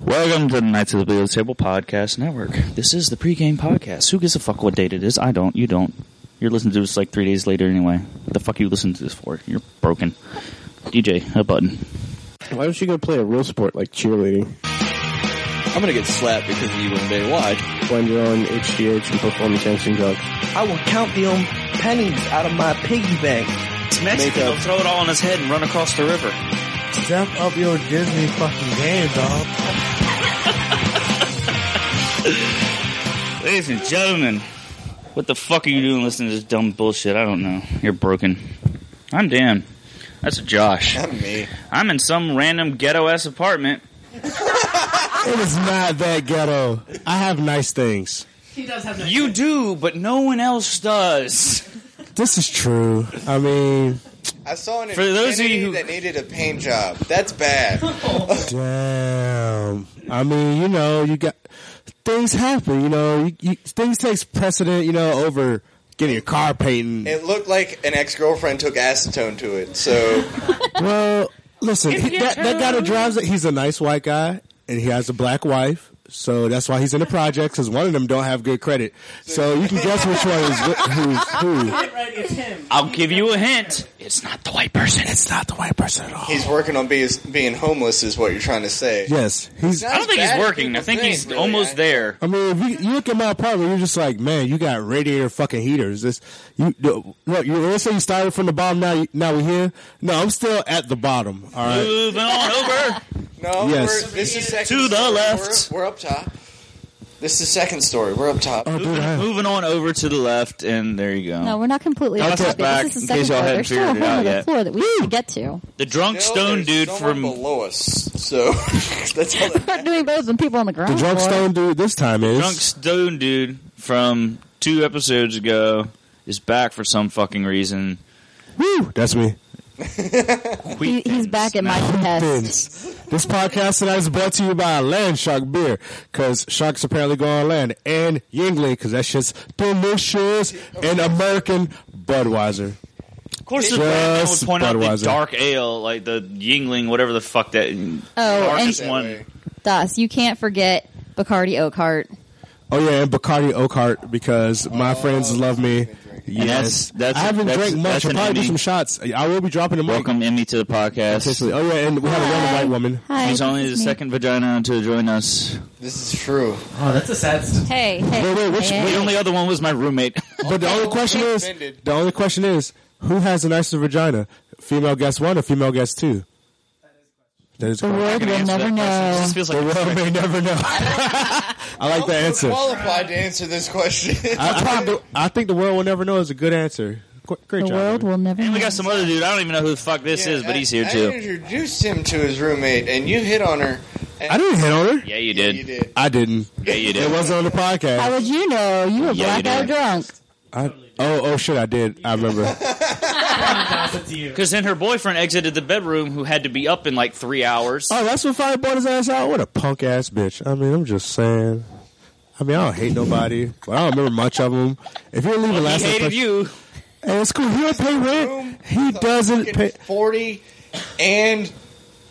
Welcome to the Knights of the Blue Table Podcast Network. This is the pregame podcast. Who gives a fuck what date it is? I don't. You don't. You're listening to this like three days later anyway. What the fuck are you listening to this for? You're broken. DJ, a button. Why don't you go play a real sport like cheerleading? I'm gonna get slapped because of you one day. Why? When you're on HGH and performance enhancing drugs. I will count the um, pennies out of my piggy bank. It's Mexican. Makeup. He'll throw it all on his head and run across the river. Step up your Disney fucking game, dog. Ladies and gentlemen, what the fuck are you doing listening to this dumb bullshit? I don't know. You're broken. I'm Dan. That's Josh. Me. I'm in some random ghetto ass apartment. It is not that ghetto. I have nice things. He does have no. You do, but no one else does. This is true. I mean, I saw an For those of you infinity who- that needed a paint job. That's bad. damn. I mean, you know, you got things happen. You know, you, you, things takes precedent. You know, over getting your car painted. It looked like an ex girlfriend took acetone to it. So Well, listen, If he- you that, that guy that chose- drives it, he's a nice white guy, and he has a black wife. So that's why he's in the project because one of them don't have good credit. So you can guess which one is wh- who's who. Right, it's him. I'll give you a hint. It's not the white person. It's not the white person at all. he's working on being, being homeless, is what you're trying to say. Yes, he's. I don't think he's working. I think he's almost there. I mean, if you, you look at my apartment, you're just like, man, you got radiator fucking heaters. This, you the- look. You let's say you started from the bottom. Now, you, now we're here. No, I'm still at the bottom. All right. Moving on over. No, Yes. we're, this is second To the story. left. We're, we're up top. This is second story. We're up top. Oh, dude, I- Moving on over to the left, and there you go. No, we're not completely I'll off step topic. back this in is the case second y'all floor. hadn't There's still a figured it whole out other yet. floor that we need to get to. the drunk Still, stone there's dude someone from below us. So that's all. That, We're doing both and people on the ground. the drunk floor. stone dude this time is. drunk stone dude from two episodes ago is back for some fucking reason. Woo, that's me. He, he's back at my behest. Fins. This podcast tonight is brought to you by Land Shark Beer because sharks apparently go on land, and Yingling because that shit's delicious, and American Budweiser. Of course, the brand Just would point out the Budweiser. dark ale, like the Yingling, whatever the fuck that. Oh, darkest and- one. way. Thus, you can't forget Bacardi Oakhart. Oh yeah, and Bacardi Oakhart because my Oh, friends love me. that's- Yes, that's- I haven't that's- drank much. that's I'll an probably do indie. some shots. I will be dropping them. Welcome Emmy to the podcast. Officially. Oh yeah, and we have a random Hi. white woman. Hi, He's this only the is me. second vagina to join us. this is true. Oh, that's a sad. St- Hey, hey. Wait, wait, which- hey, The hey. only other one was my roommate. But the Oh, only question is, Offended. the only question is, who has the nicer vagina? Female guest one or female guest two? That is the correct. world will never know. This feels The like world may never know. I like the answer. I, Qualified to answer this question. I think the, I think the world will never know is a good answer. Qu- Great The job. world Amy. will never know. And we got some other dude. I don't even know who the fuck this is, but I- he's here I too. introduced him to his roommate, and you hit on her. And I didn't hit on her. Yeah, you Yeah, did. you did. I didn't. Yeah, you It did. wasn't on the podcast. How would you know? You were Yeah, you blackout did. drunk. I, oh, oh, shit, I did. I remember. that's to you. Because then her boyfriend exited the bedroom, who had to be up in like three hours. oh, that's what Fire bought his ass out? What a punk ass bitch. I mean, I'm just saying. I mean, I don't hate nobody, but I don't remember much of them. If you're leaving he last hated you. hey, it's cool. He don't pay room rent. He with a doesn't fucking pay. forty and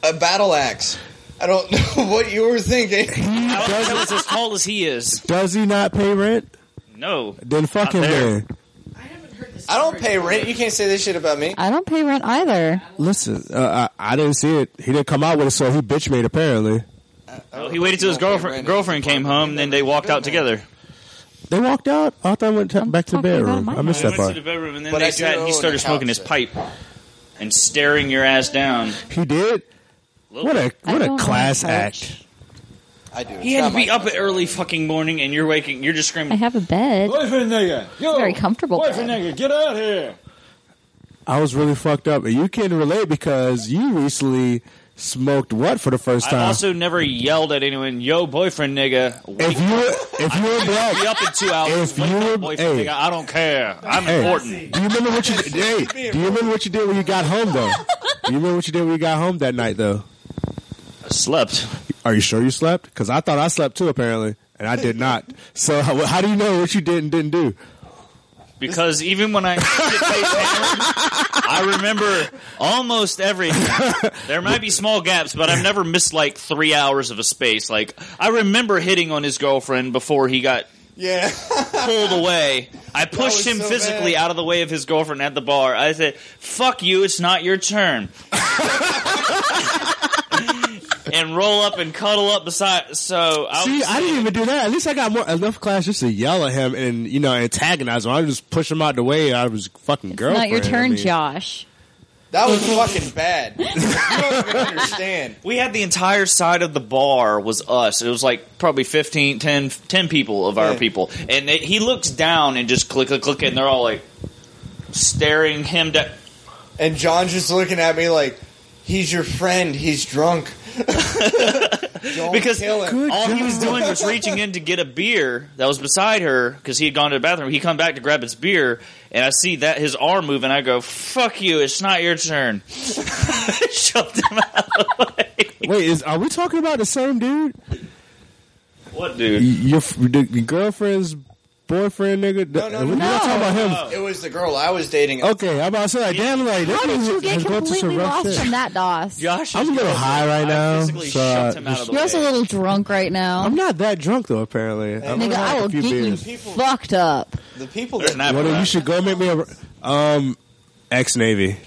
a battle axe. I don't know what you were thinking. He I don't does, know if it's as tall as he is. does he not pay rent? No. Then fuck him Not there. then. I haven't heard this. I don't pay rent. You can't say this shit about me. I don't pay rent either. Listen, uh, I, I didn't see it. He didn't come out with it, so he bitch made apparently. Oh, he waited till his You don't pay girlfriend rent. girlfriend came home, then they walked out together. They walked out. I thought I went t- I'm back to the talking about bedroom. my I missed They that went to the part. bedroom, and then But they I do sat. and He own started a smoking his house. pipe and staring your ass down. He did. Little What bit. a I what don't a want class to act. touch. I do. He It's had not to be my up at fault. early fucking morning, and you're waking. You're just I screaming. have a bed. Boyfriend nigga, yo, very comfortable Boyfriend bed. nigga, get out here. I was really fucked up, and you can relate because you recently smoked what for the first I time. also never yelled at anyone. Yo, boyfriend, nigga. Wake if you were, if you were be black, up in two hours. If Wake you up, were- boyfriend, hey. nigga. I don't care. I'm hey, important. do you remember what you did? Hey, do you remember what you did when you got home though? Do you remember what you did when you got home that night though? I slept. Are you sure you slept? Because I thought I slept too apparently, and I did not. So how, how do you know what you did and didn't do? Because even when I I remember almost everything. There might be small gaps, but I've never missed like three hours of a space. Like I remember hitting on his girlfriend before he got Yeah. pulled away. I was pushed him so physically bad. out of the way of his girlfriend at the bar. I said, "Fuck you, it's not your turn." and roll up and cuddle up beside. So Oh. I See, was, I didn't even do that. At least I got more enough class just to yell at him and you know antagonize him. I just push him out the way. I was fucking It's girlfriend. not your turn, I mean, Josh. That was fucking bad. You don't even understand. we had the entire side of the bar was us. It was like probably 15, 10, 10 people of our Yeah. people. And they, he looks down and just click, click, click, and they're all like staring him down. And John's just looking at me like, he's your friend. He's drunk. Don't because kill him. all he was doing was reaching in to get a beer that was beside her because he had gone to the bathroom. He come back to grab his beer, and I see that his arm move, and I go, "Fuck you! It's not your turn." Shoved him out. Wait, is are we talking about the same dude? What Y- dude? Your, f- the- your girlfriend's boyfriend, nigga. No, no, no. We're not talking about him. It was the girl I was dating. Oh. Okay, I'm about to say, like, damn, like, How did this you dude get has gone through some completely rough lost shit. from that, DOS? Josh, I'm a little high right now, I physically so shoved I him out of the You're also a way. little drunk right I'm now. not that drunk though. Apparently, I'm had Nigga, I a will few get you beers. People- fucked up. The people There's that an apple What if you left. should go make me a um ex Navy.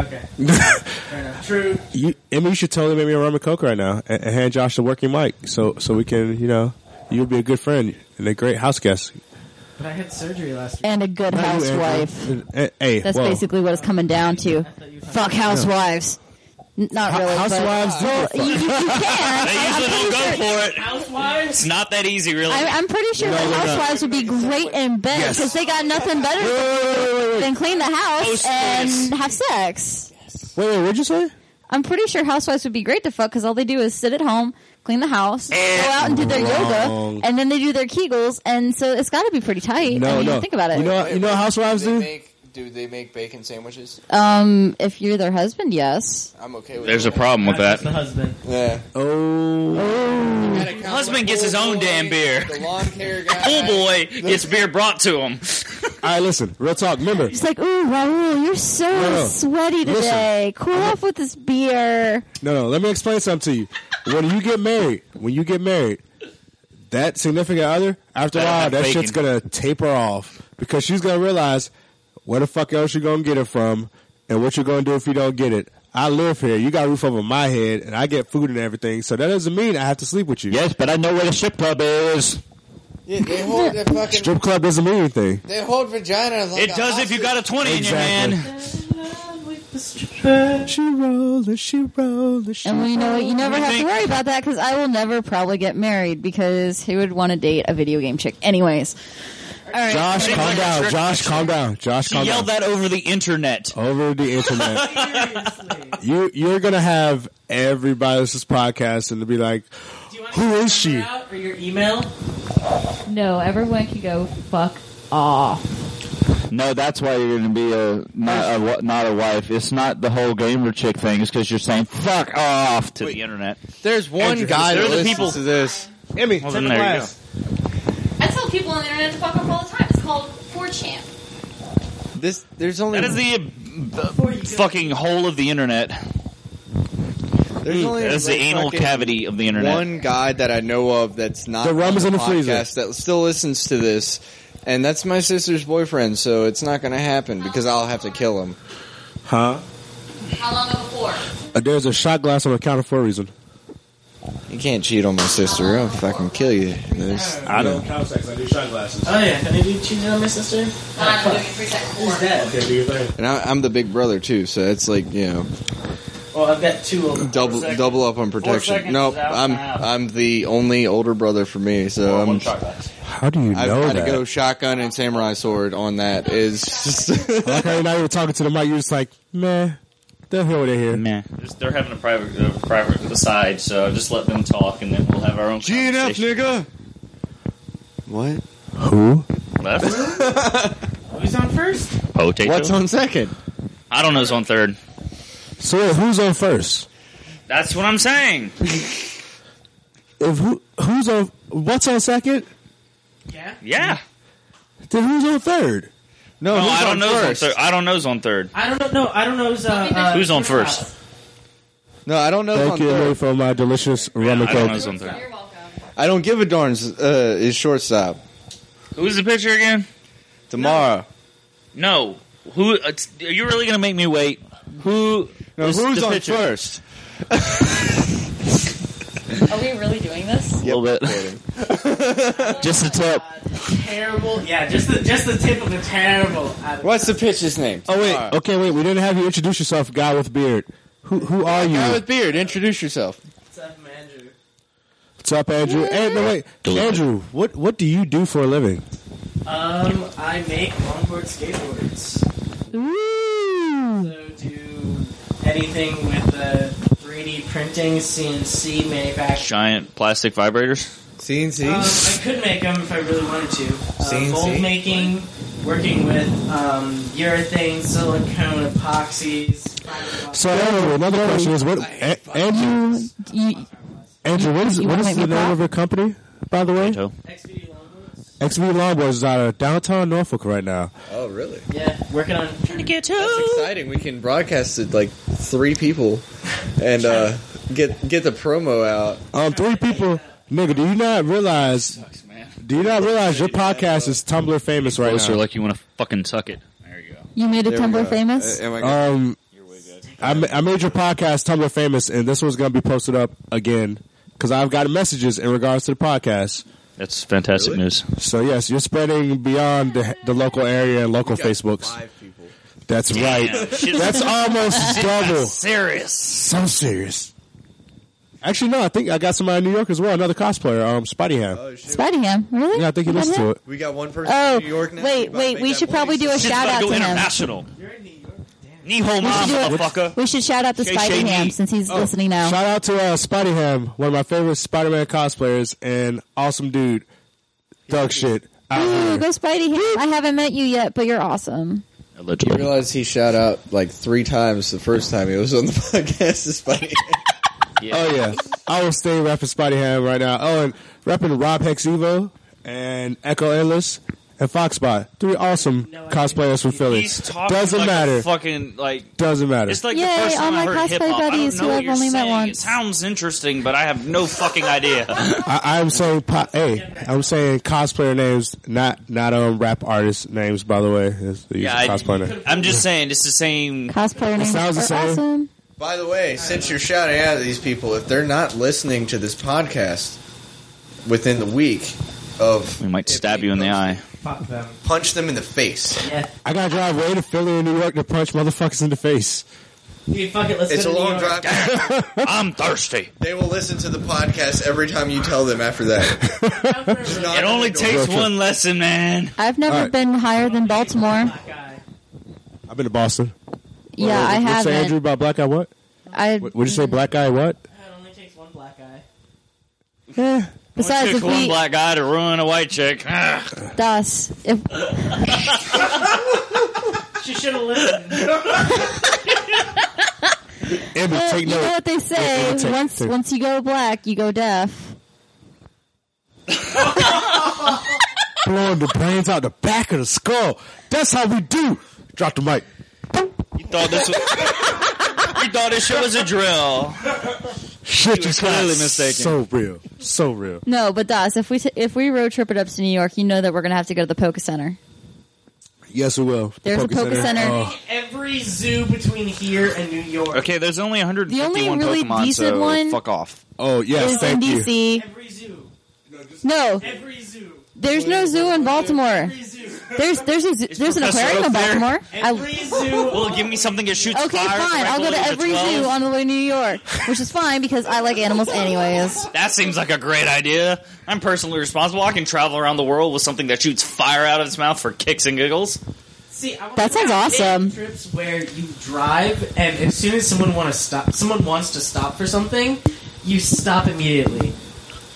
Okay. Fair enough. True. You, I mean, you should totally make me a rum and coke right now and, and hand Josh the working mic so so we can, you know, you'll be a good friend and a great house guest. But I had surgery last week. And a good Not you, Andrew. housewife. And- and- Hey, That's whoa. basically what it's coming down to. Fuck housewives. N- Not Ho- really. but- housewives do Well, get you, you, you can. I usually don't I'm pretty go sure- for it. Housewives. It's not that easy, really. I, I'm pretty sure No, that no, no. housewives would be great in bed because they got nothing better Wait, wait, wait, wait, wait. than clean the house Post and this. have sex. Wait, wait, what'd you say? I'm pretty sure housewives would be great to fuck because all they do is sit at home, clean the house, go out and do their Wrong. yoga, and then they do their Kegels, and so it's got to be pretty tight. I No, mean, Oh, no. Think about it. You know, you know, what housewives do they do. make do they make bacon sandwiches? um, if you're their husband, yes. I'm okay with. There's a that. problem with That's just the that. husband. Yeah. Oh, Husband gets his own damn beer. The long hair guy. Pool boy gets beer brought to him. all right. Listen, real talk. Remember, It's like, ooh, Raul, you're so no. sweaty Listen. today. Cool off with this beer. No, no. Let me explain something to you. When you get married, when you get married, that significant other, after a Better while, have that bacon. shit's gonna taper off because she's gonna realize where the fuck else you gonna get it from, and what you're gonna do if you don't get it. I live here. You got a roof over my head, and I get food and everything. So that doesn't mean I have to sleep with you. Yes, but I know where the strip club is. Yeah, they hold their fucking. Strip club doesn't mean anything. They hold vagina. Like It a does if you got a hostage. twenty in Exactly. your hand. She rolls and she rolls and she. And well, you know what? You never have to think- worry about that because I will never probably get married because who would want to date a video game chick? Anyways. All right. Josh, calm down. Josh, calm down. Josh, She calm down. yelled that over the internet. Over the internet. Seriously. You you're gonna have everybody else's podcast and to be like, Do you want Who your is she? number out Or your email? No, everyone can go fuck off. No, that's why you're going to be a not a wa- not a wife. It's not the whole gamer chick thing. It's because you're saying fuck off To to the internet. There's one guy they're that the listens people- to this. Emmy, Well, then there you I tell people on the internet to fuck off all the time. It's called 4chan. This there's only That is the uh, b- fucking hole of the internet. there's only That is the like, anal fucking cavity of the internet. One guy that I know of that's not The rum is on in the freezer. podcast that still listens to this, and that's my sister's boyfriend. So it's not going to happen because I'll have to kill him. huh? How long before? Uh, there's a shot glass on the counter for a reason. You can't cheat on my sister. I'll fucking kill you. There's- I don't count sex. I do shot glasses. Oh yeah. Can I do cheating on my sister? Not doing it three seconds Who's before. dead? Okay, do your thing. And I, I'm the big brother too, so it's like you know Well, I've got two of them. double double up on protection. seconds No, is out I'm now. I'm the only older brother for me, so I'm, How do you I've know got to that? go shotgun and samurai sword on that. Is just like how you're not even talking to the mic. You're just like, man, they'll hear what they hear. Meh. Just- they're having a private uh, private aside, so just let them talk, and then we'll have our own. conversation. nigga. What? Who? Left. Who's on first? Potato. What's on second? I don't know. Who's on third? So wait, who's on first? That's what I'm saying. If who who's on what's on second? Yeah. Yeah. Then who's on third? No, who's I on don't know. who's on first? third. I don't know. who's on third. I don't know. No, I don't know. Who's, uh, uh, Who's on first? No, I don't know. if Thank I'm you, third. Lou, for my delicious rum and coke. I don't give a darn. Uh, is shortstop Who's the pitcher again? tomorrow? No. Who? Uh, t- are you really going to make me wait? Who? No, who's on first? Are we really doing this? A little bit. Just a tip. Terrible. Yeah, just the just the tip of a terrible. I- What's the pitcher's name? Oh wait, okay, wait. We didn't have you introduce yourself, guy with beard. Who who are you? Guy with beard. Introduce yourself. What's up, Andrew? Hey, no wait, Andrew. What what do you do for a living? Um, I make longboard skateboards. So do anything with uh, 3D printing, CNC manufacturing. Giant plastic vibrators. CNC. Um, I could make them if I really wanted to. Uh, CNC? mold making, working with um, urethane, silicone, epoxies. So Andrew, another question is what A- Andrew Andrew, what is you what wanna is make the me name proud? of your company, by the way? XV Longboards is out of downtown Norfolk right now. Oh, really? Yeah, working on trying to get to. That's exciting. We can broadcast it like three people, and uh, get get the promo out. Um, three people, nigga. Do you not realize? Do you not realize your podcast is Tumblr famous right Closer, now? like you want to fucking suck it. You made a There we Tumblr go. famous? Um, I, ma- I made your podcast Tumblr famous, and this one's gonna be posted up again because I've got messages in regards to the podcast. That's fantastic news. So yes, you're spreading beyond the, the local area and local Facebooks. That's right. That's almost double. Serious. So serious. Actually, no. I think I got somebody in New York as well. Another cosplayer, um, Spottyham. Spottyham, really? Yeah, I think he listened to it. Oh, We got one person Oh, in New York now. wait, wait. We should probably do a Shit's shout about out to go to him. international. Nihon, We should do it. motherfucker. We should shout out to Shay Shay Spideyham since Oh, he's listening now. Shout out to uh, Spottyham, one of my favorite Spider-Man cosplayers, and awesome dude, Doug shit. out Ooh, here. go Spideyham. I haven't met you yet, but you're awesome. You realize he shout out like three times the first time he was on the podcast, despite Oh yeah, I will stay rapping Spottyham right now. Oh, and rapping Rob Hexevo and Echo Endless and Foxbot, three awesome cosplayers from Philly. He's talking Doesn't like a matter. fucking like Doesn't matter. It's like Yay, the first all time my I heard cosplay hip hop. I buddies don't know who what I've you're only met saying. It once. sounds interesting, but I have no fucking idea. I, I'm saying, po- hey, I'm saying cosplayer names, not not um rap artist names. By the way, It's- these yeah, are cosplayer names. I, I'm just saying it's the same. Cosplayer names sounds the are same. awesome. By the way, since you're shouting out at these people, if they're not listening to this podcast within the week of, we might stab you in the eye. Fuck them. punch them in the face. Yeah. I gotta drive way to Philly and New York to punch motherfuckers in the face. Dude, fuck it. Let's It's go a to New long York. drive. I'm thirsty. They will listen to the podcast every time you tell them after that. It only takes one lesson, man. I've never Alright. been higher than Baltimore. I've been to Boston. Yeah, I What's haven't. Mm-hmm. Andrew about black guy? What? I What- What'd you say? Black guy? What? Yeah. Besides, Took if one we black guy to ruin a white chick. Ah. thus if She should have listened. Amber, Uh, take you know note. what they say. Amber, take- once take- once you go black, you go deaf. Blowing the brains out the back of the skull. That's how we do. Drop the mic. You thought this was. you thought this shit was a drill. Shit, was just got clearly mistaken. So real. So real. No, but thus if we t- if we road trip it up to New York, you know that we're gonna have to go to the Poca Center. Yes, it will. The There's a Poke Center. Oh. Every zoo between here and New York. Okay, there's only 151 The only really Pokemon, decent so one fuck off. Oh yes, is in thank you. DC. Every zoo. No, Every zoo. there's no zoo in Baltimore. Every zoo. There's there's a, zoo- there's an Professor aquarium in Oak there? Baltimore. I- Every zoo. Well, give me something that shoots okay, fire. fine. I'll go to regularly every twelve. zoo on the way to New York, which is fine because I like animals anyways. That seems like a great idea. I'm personally responsible. I can travel around the world with something that shoots fire out of its mouth for kicks and giggles. See, I wanna That sounds have awesome. Trips where you drive, and as soon as someone want to stop, someone wants to stop for something, you stop immediately,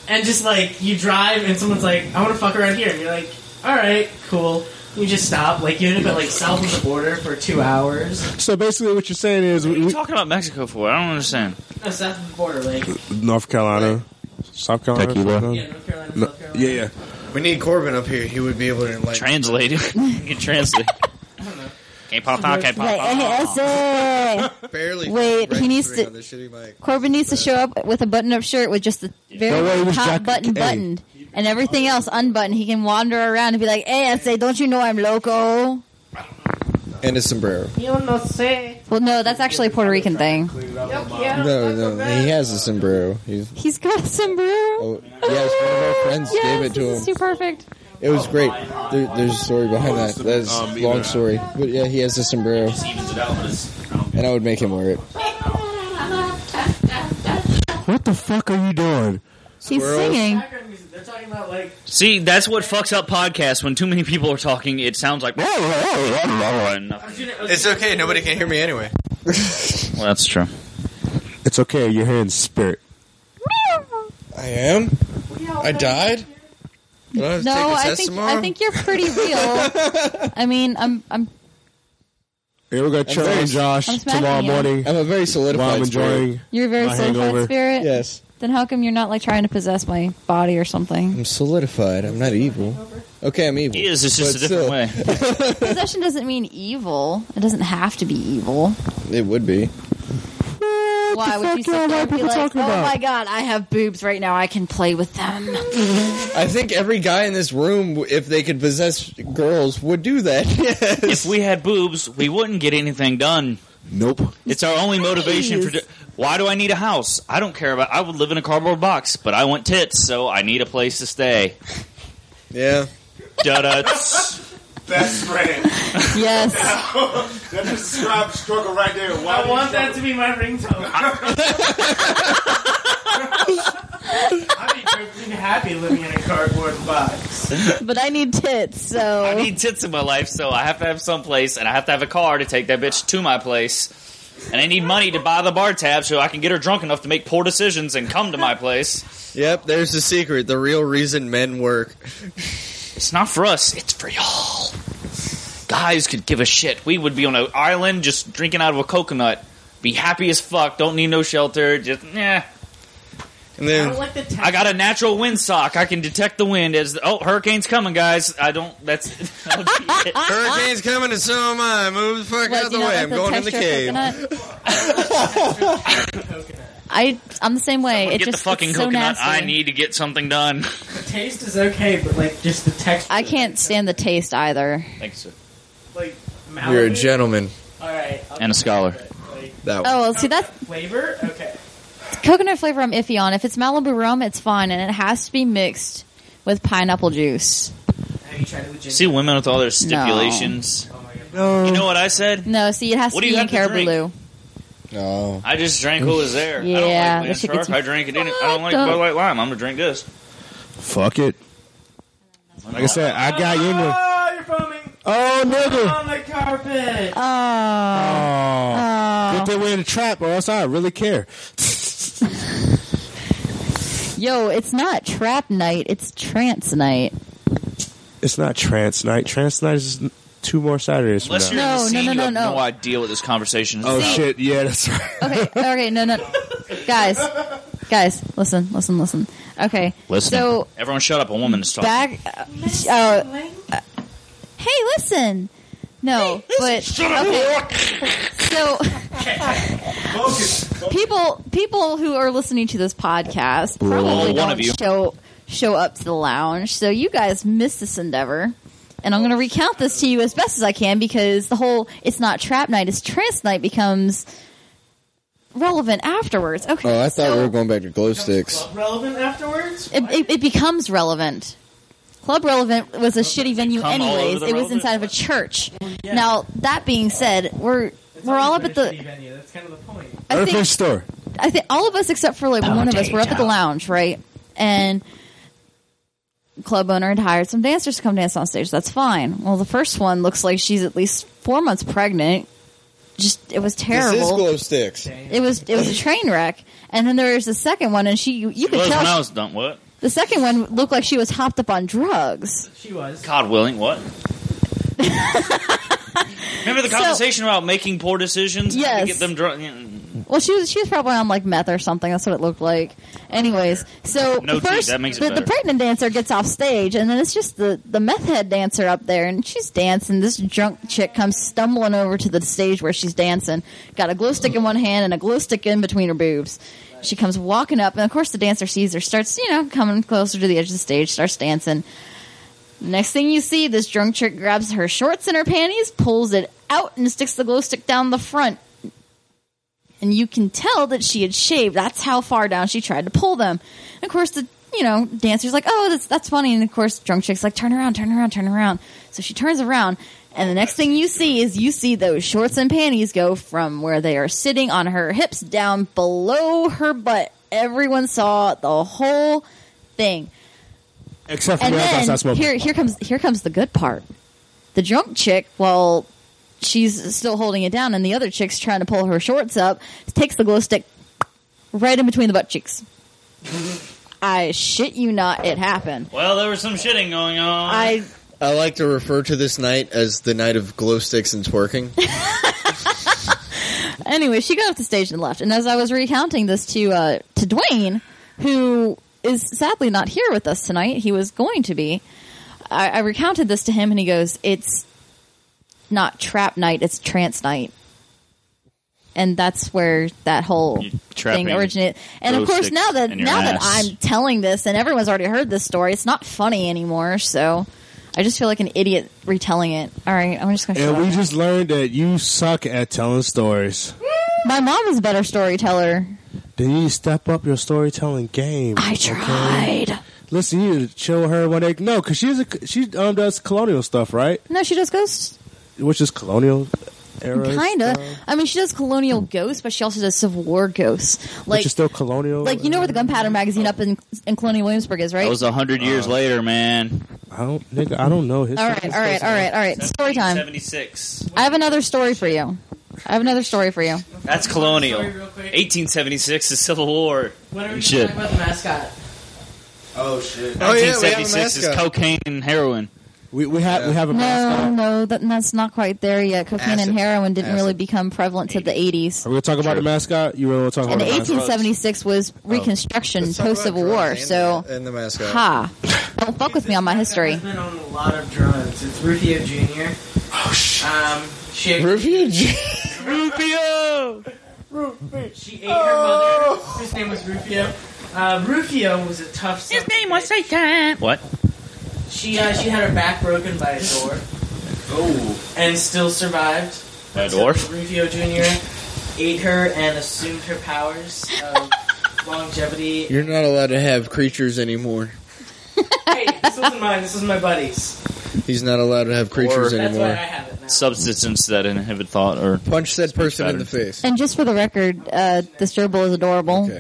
and just like you drive, and someone's like, "I want to fuck around here," and you're like, "All right, cool." You just stop, like you end up at like south of the border for two hours. So basically, what you're saying is we, What are you we, talking about Mexico for? I don't understand. No, south of the border, like North Carolina, South Carolina, Tequila. South yeah, Carolina? North Carolina, No, South Carolina. yeah, yeah. We need Corbin up here. He would be able to like. Translate it. you can translate. K-pop talk, K-pop Like, hey, that's it. Barely. Wait, he Right needs three to. on this shitty mic. Corbin needs to show up with a button-up shirt with just the Don't worry, it very was top Jack- button hey. buttoned, and everything else unbuttoned. He can wander around and be like, "Hey, I say, don't you know I'm loco?" And his sombrero. You no sé. Well, no, that's actually a Puerto Rican thing. No, no, he has a sombrero. He's, He's got a sombrero. oh, yeah, it's one of our friends yes, gave it to this him. is too perfect. It was great. There, there's a story behind that. That's a long story. But yeah, he has a sombrero. And I would make him wear it. What the fuck are you doing? He's singing. Background music. They're talking about like See, that's what fucks up podcasts. When too many people are talking, it sounds like. well, It's okay. Nobody can hear me anyway. that's true. It's okay. You're here in spirit. I am. I died. Do I have to No, take a I test think tomorrow? I think you're pretty real. I mean, I'm I'm Here we're gonna chill very- on Josh I'm smacking tomorrow you. morning I'm a very solidified. while I'm spirit. enjoying. you're a very My solidified hangover. spirit. Yes, Then how come you're not like trying to possess my body or something? I'm solidified. I'm not evil. Okay, I'm evil. It is. It's just But a different still, way. Possession doesn't mean evil. It doesn't have to be evil. It would be. Why would you sit there and be like, "Oh my god, I have boobs right now. I can play with them." I think every guy in this room, if they could possess girls, would do that. If Yes. we had boobs, we wouldn't get anything done. Nope. It's our only motivation for. Nice. do- Why do I need a house? I don't care about. I would live in a cardboard box, but I want tits, so I need a place to stay. yeah. Da Best friend. yes, That just describes struggle right there. I want that to be my ringtone. I'd be perfectly happy living in a cardboard box. but I need tits, so I need tits in my life, so I have to have some place, and I have to have a car to take that bitch to my place. And I need money to buy the bar tab so I can get her drunk enough to make poor decisions and come to my place. Yep. There's the secret. The real reason men work. It's not for us, it's for y'all. Guys could give a shit. We would be on an island just drinking out of a coconut. Be happy as fuck, don't need no shelter, just, nah. And I Ah, then don't like the text. I got a natural wind sock. I can detect the wind as, oh, hurricane's coming, guys. I don't, that's, that'll be it. hurricane's coming, and so am I. Move the fuck ah. What, out of the do you not way. like I'm going in the cave. texture of coconut? I I'm the same way. it Get just the fucking it's so coconut. I nasty. need to get something done. The taste is okay, but like just the texture. I can't stand the taste either. Thanks, sir. Like Malibu. You're a gentleman. All right. I'll And a scholar. Like, That one. Oh well, see that's flavor. Okay. coconut flavor. I'm iffy on. If it's Malibu rum, it's fine, and it has to be mixed with pineapple juice. Have you tried it with ginger? See women with all their stipulations. Oh my god. No. You know what I said? No, see, it has What to do you be in have to Caribou drink? Blue. No. I just drank what was there. I don't Yeah, like that shit Landshark. gets me I drank it. Any- I don't like fucked up. Bud Light Lime. I'm gonna drink this. Fuck it. Like I said, I got you. in the- Oh, you're foaming Oh nigga. on the carpet. Oh. Oh. Oh. Put that way in the trap, or else I really care. Yo, it's not trap night, it's trance night. It's not trance night. Trance night is just two more Saturdays from Unless now. you're in No, the no, scene, no, you no, have no. no idea what this conversation is Oh about. shit! Yeah, that's right. Okay, okay, no, no. Guys, guys, listen, listen, listen. Okay. Listen, So, everyone, shut up. A woman is talking. back. Uh, uh, hey, listen! No, but. okay. So. people people who are listening to this podcast probably One don't of you. show show up to the lounge. So you guys missed this endeavor. And I'm going to recount this to you as best as I can because the whole it's not trap night, it's trance night becomes relevant afterwards. Okay. Oh, I thought so we were going back to glow sticks. Club relevant afterwards. it, it, it becomes relevant. Club Relevant was a shitty venue, Come all over anyways. the It was relevant. inside of a church. Yeah. Now that being said, we're It's we're all up always at been the. a shitty venue. That's kind of the point. I think Earthquake store. I think all of us except for like one of us were up at the lounge, right? And club owner had hired some dancers to come dance on stage. That's fine. Well, the first one looks like she's at least four months pregnant. Just it was This is terrible. glow sticks. it was it was a train wreck. And then there was the second one, and she you, you could was tell when I was done. What? the second one looked like she was hopped up on drugs. She was. God willing, what? Remember the So- conversation about making poor decisions? and how to Get Yes. them drunk. Well, she was she was probably on like meth or something. That's what it looked like. Anyways, so No tea, first that makes it the, the better. pregnant dancer gets off stage, and then it's just the the meth head dancer up there, and she's dancing. This drunk chick comes stumbling over to the stage where she's dancing, got a glow stick in one hand and a glow stick in between her boobs. She comes walking up, and of course the dancer sees her, starts you know coming closer to the edge of the stage, starts dancing. Next thing you see, this drunk chick grabs her shorts and her panties, pulls it out, and sticks the glow stick down the front. And you can tell that she had shaved. That's how far down she tried to pull them. And of course, the you know dancer's like, "Oh, that's that's funny." And of course, drunk chick's like, "Turn around, turn around, turn around." So she turns around, and the next thing you see is you see those shorts and panties go from where they are sitting on her hips down below her butt. Everyone saw the whole thing Except for and me, I then thought smoking. here, here comes here comes the good part. The drunk chick, while she's still holding it down, and the other chick's trying to pull her shorts up, takes the glow stick right in between the butt cheeks. I shit you not, it happened. Well, there was some shitting going on. I I like to refer to this night as the night of glow sticks and twerking. anyway, she got off the stage and left. And as I was recounting this to uh, to Dwayne, who is sadly not here with us tonight, he was going to be. I, I recounted this to him, and he goes, "It's not trap night; it's trance night." And that's where that whole trapping thing originated. And of glow course, sticks now that in your now that ass. I'm telling this, and everyone's already heard this story, it's not funny anymore. So I just feel like an idiot retelling it. All right, I'm just going to. And we just learned that you suck at telling stories. My mom is a better storyteller. Then you step up your storytelling game. I tried. Listen, you need to show her one day. No, because she's a, she um, does colonial stuff, right? No, she does ghosts. Which is colonial era. Kind of. I mean, she does colonial ghosts, but she also does Civil War ghosts. Like, which is still colonial. like you know where the Gunpowder magazine up in, in Colonial Williamsburg is, right? That was a hundred years later, man. I don't, nigga, I don't know. His all right, all right, all right, all right. Story time. Seventy-six. I have another story for you. I have another story for you. That's colonial. 1876 is Civil War. What are we Shit. talking about the mascot? Oh shit! 1976 is cocaine and heroin. We we have we have a No, no, that, that's not quite there yet. Cocaine and Acid. heroin didn't really Acid. become prevalent to the 80s. Are we gonna talk about the mascot? You really want to talk And about the mascot? 1876 was Reconstruction, Let's talk about post Civil War. drugs and So, the- and the mascot. ha! Don't fuck with me on my history. Been on a lot of drugs. It's Rufio Jr. Oh shit. Um, she Rufio Jr. Rufio. She ate her mother, whose name was Rufio. Uh, Rufio was a tough. His name was Satan. What? She uh, she had her back broken by a door. Oh. And still survived. By a dwarf? Rufio Jr. ate her and assumed her powers of longevity. You're not allowed to have creatures anymore. hey, this wasn't mine. This was my buddy's. He's not allowed to have creatures That's why I anymore. have it. Substance that inhibit thought or punch that person in the face. And just for the record, uh, this gerbil is adorable.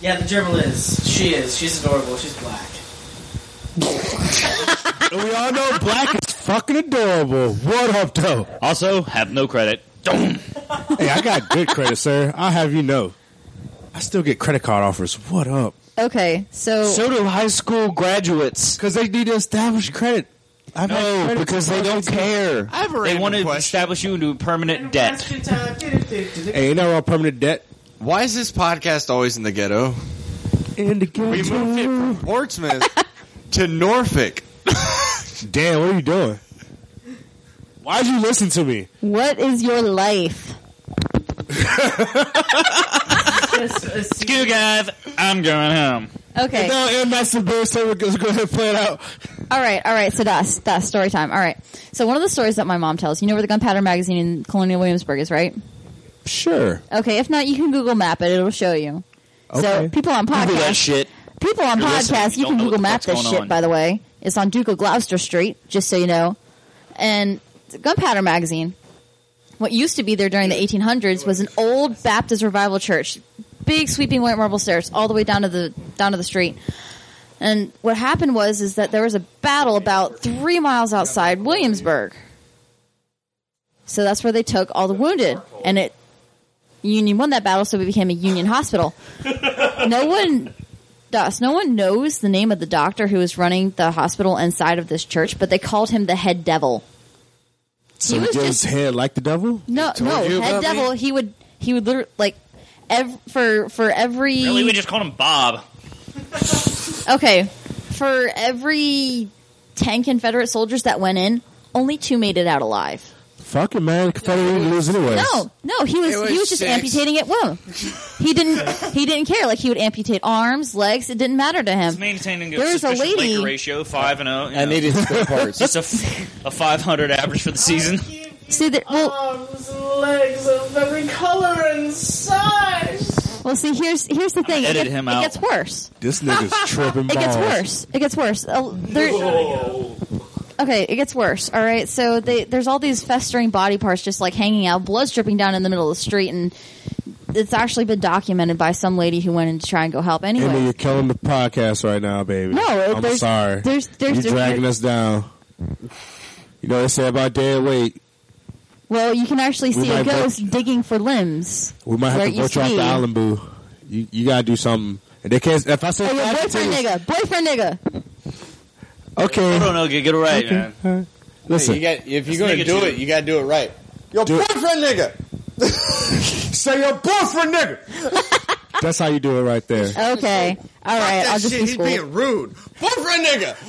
Yeah, the gerbil is. She is. She's adorable. She's black. we all know black is fucking adorable. What up, though? Also, have no credit. hey, I got good credit, sir. I'll have you know. I still get credit card offers. What up? Okay, so do high school graduates. Because they need to establish credit. I've had No, credit because for they don't fucking- care. I have a They want to establish you into a permanent debt. Hey, ain't that all permanent debt? Why is this podcast always in the ghetto? In the We moved it from Portsmouth to Norfolk. Damn, what are you doing? Why'd you listen to me? What is your life? Screw guys, I'm going home. Okay. No, Oh, and that's the best. So we're going to go ahead and play it out. All right. All right. So that's that's story time. All right. So one of the stories that my mom tells, you know where the Gunpowder Magazine in Colonial Williamsburg is, right? Sure. Okay. If not, you can Google Map it. It'll show you. So Okay. people on podcast, Google that shit. people on You're listening, podcast, you you don't can know what Google the Map fuck's this going shit. on. By the way, it's on Duke of Gloucester Street, just so you know. And Gunpowder Magazine, what used to be there during the 1800s was an old Baptist revival church, big sweeping white marble stairs all the way down to the down to the street. And what happened was is that there was a battle about three miles outside Williamsburg. So that's where they took all the wounded, and it Union won that battle, so it became a Union hospital. No one, does. No one knows the name of the doctor who was running the hospital inside of this church, but they called him the head devil. So was he gets just- head like the devil? No, told no, you head about me? devil. He would, he would literally like ev- for for every Really, we just called him Bob. okay for every ten Confederate soldiers that went in, only two made it out alive. Fuck it, man. Confederate didn't lose anyway. No, no, he was, It was he was just six. amputating at will. He didn't he didn't care. Like he would amputate arms, legs. It didn't matter to him. Maintaining There a is a sufficient lady- Laker ratio, five and oh, zero. I needed spare parts. It's a, f- a five hundred average for the season. See that? Well, Arms and legs of every color and size. well. See, here's here's the thing. It Edit gets- him it out. gets worse. This nigga's tripping It balls. gets worse. It gets worse. Uh, there- okay, it gets worse. All right. So they, there's all these festering body parts just like hanging out. Blood's dripping down in the middle of the street, and it's actually been documented by some lady who went in to try and go help. Anyway, Emma, you're killing the podcast right now, baby. No, it- I'm there's- sorry. there's- there's- you're there's- dragging us down. You know what they say about dead weight. well, you can actually We see a might vote- ghost digging for limbs. We might have where to it used vote you off be. the island, boo. You, you gotta do something. And they can't. If I say Hey, yo, five to Oh, boyfriend ten, nigga, boyfriend nigga. okay, I don't know. Get, get it right, Okay. man. listen, you got, if This you're going nigga to do too. it, you got to do it right. Your Do it. boyfriend, nigga. Say your boyfriend, nigga. that's how you do it right there. Okay, all right. I'll just be He's schooled. being rude. Boyfriend, nigga.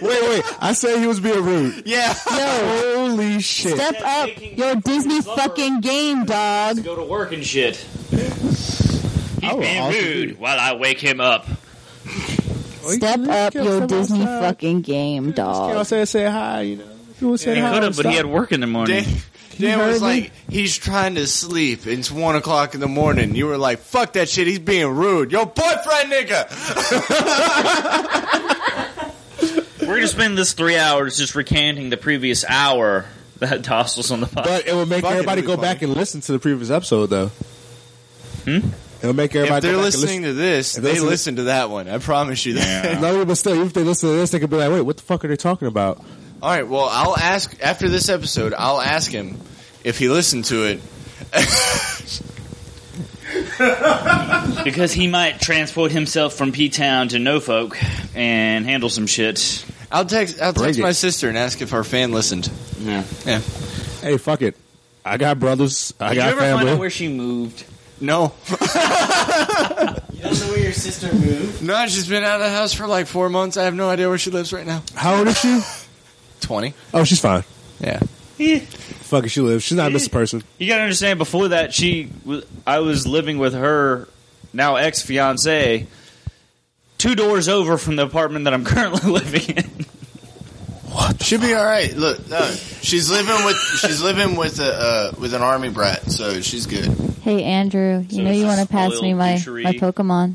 Wait, wait. I said he was being rude. Yeah. Yo, Holy shit! step up your Disney fucking game, dog. Go to work and shit. He's I would being also rude while I wake him up. Step up your Disney fucking game, You know, dog. say say hi. You know, if you want to say He hi, could have, but stop. he had work in the morning. Dan, Dan heard was me? like, he's trying to sleep. It's one o'clock in the morning. You were like, fuck that shit. He's being rude. Your boyfriend, nigga. We're gonna spend this three hours just recanting the previous hour that Doss was on the podcast. But it would make Fuck it, everybody it'd be go funny. back and listen to the previous episode, though. Hmm? It'll make everybody If they're go back listening to and this, If they listen- listen to that one. I promise you that. listen. No, but still, if they listen to this, they could be like, "Wait, what the fuck are they talking about?" All right. Well, I'll ask after this episode. I'll ask him if he listened to it. Because he might transport himself from P Town to Norfolk and handle some shit. I'll text. I'll Bring text it. my sister and ask if our fan listened. Yeah. Yeah. Hey, fuck it. I got brothers. I Did you got ever find out family. where she moved? No. You don't know where your sister moved. No. She's been out of the house for like four months. I have no idea where she lives right now. How old is she? Twenty. Oh, she's fine. Yeah. Fuck it, she lives. She's not a missing person. You gotta understand. Before that, she was, I was living with her now ex fiance, two doors over from the apartment that I'm currently living in. She'll be all right. Look, no, she's living with she's living with a uh, with an army brat, so she's good. Hey, Andrew, you So know it's you want to just pass spoiled me my butchery. my Pokemon,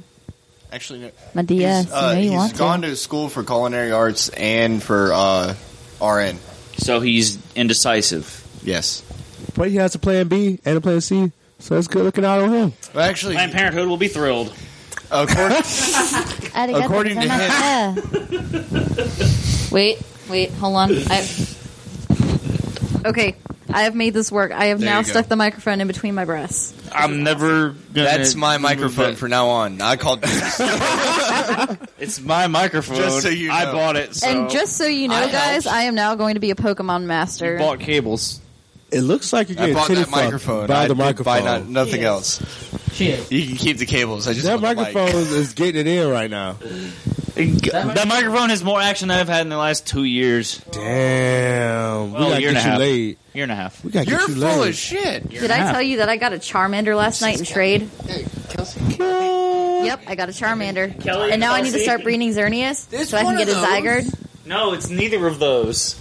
Actually, no. my DS. he's, uh, you know you he's want gone to. to school for culinary arts and for uh, RN. So he's indecisive. Yes. But he has a plan B and a plan C, so it's good looking out on him. Well, actually, Planned Parenthood will be thrilled. according, Arigato According to gozaimasu. Wait, wait, hold on. I... Okay, I have made this work. I have There now you go. stuck the microphone in between my breasts. I'm never. Gonna that's my move microphone it. from now on. I called. It's my microphone. Just so you I know. bought it. So and just so you know, I guys, helped. I am now going to be a Pokemon you master. bought cables. It looks like you're I getting bought titty that fucked microphone. by I the did Buy microphone. not, nothing Yes. else. She is. You can keep the cables. I just that want the mic. microphone is getting it in right now. That, microphone has more action than I've had in the last two years, Well, Damn, we gotta year and a get you half. laid. year and a half. We gotta You're get you full laid. of shit. Did I tell you that I got a Charmander last night in trade? Yep, I got a Charmander. Kelly, and now I need to Kelsey. start breeding Xerneas There's so I one can get a of those. Zygarde. No, it's neither of those.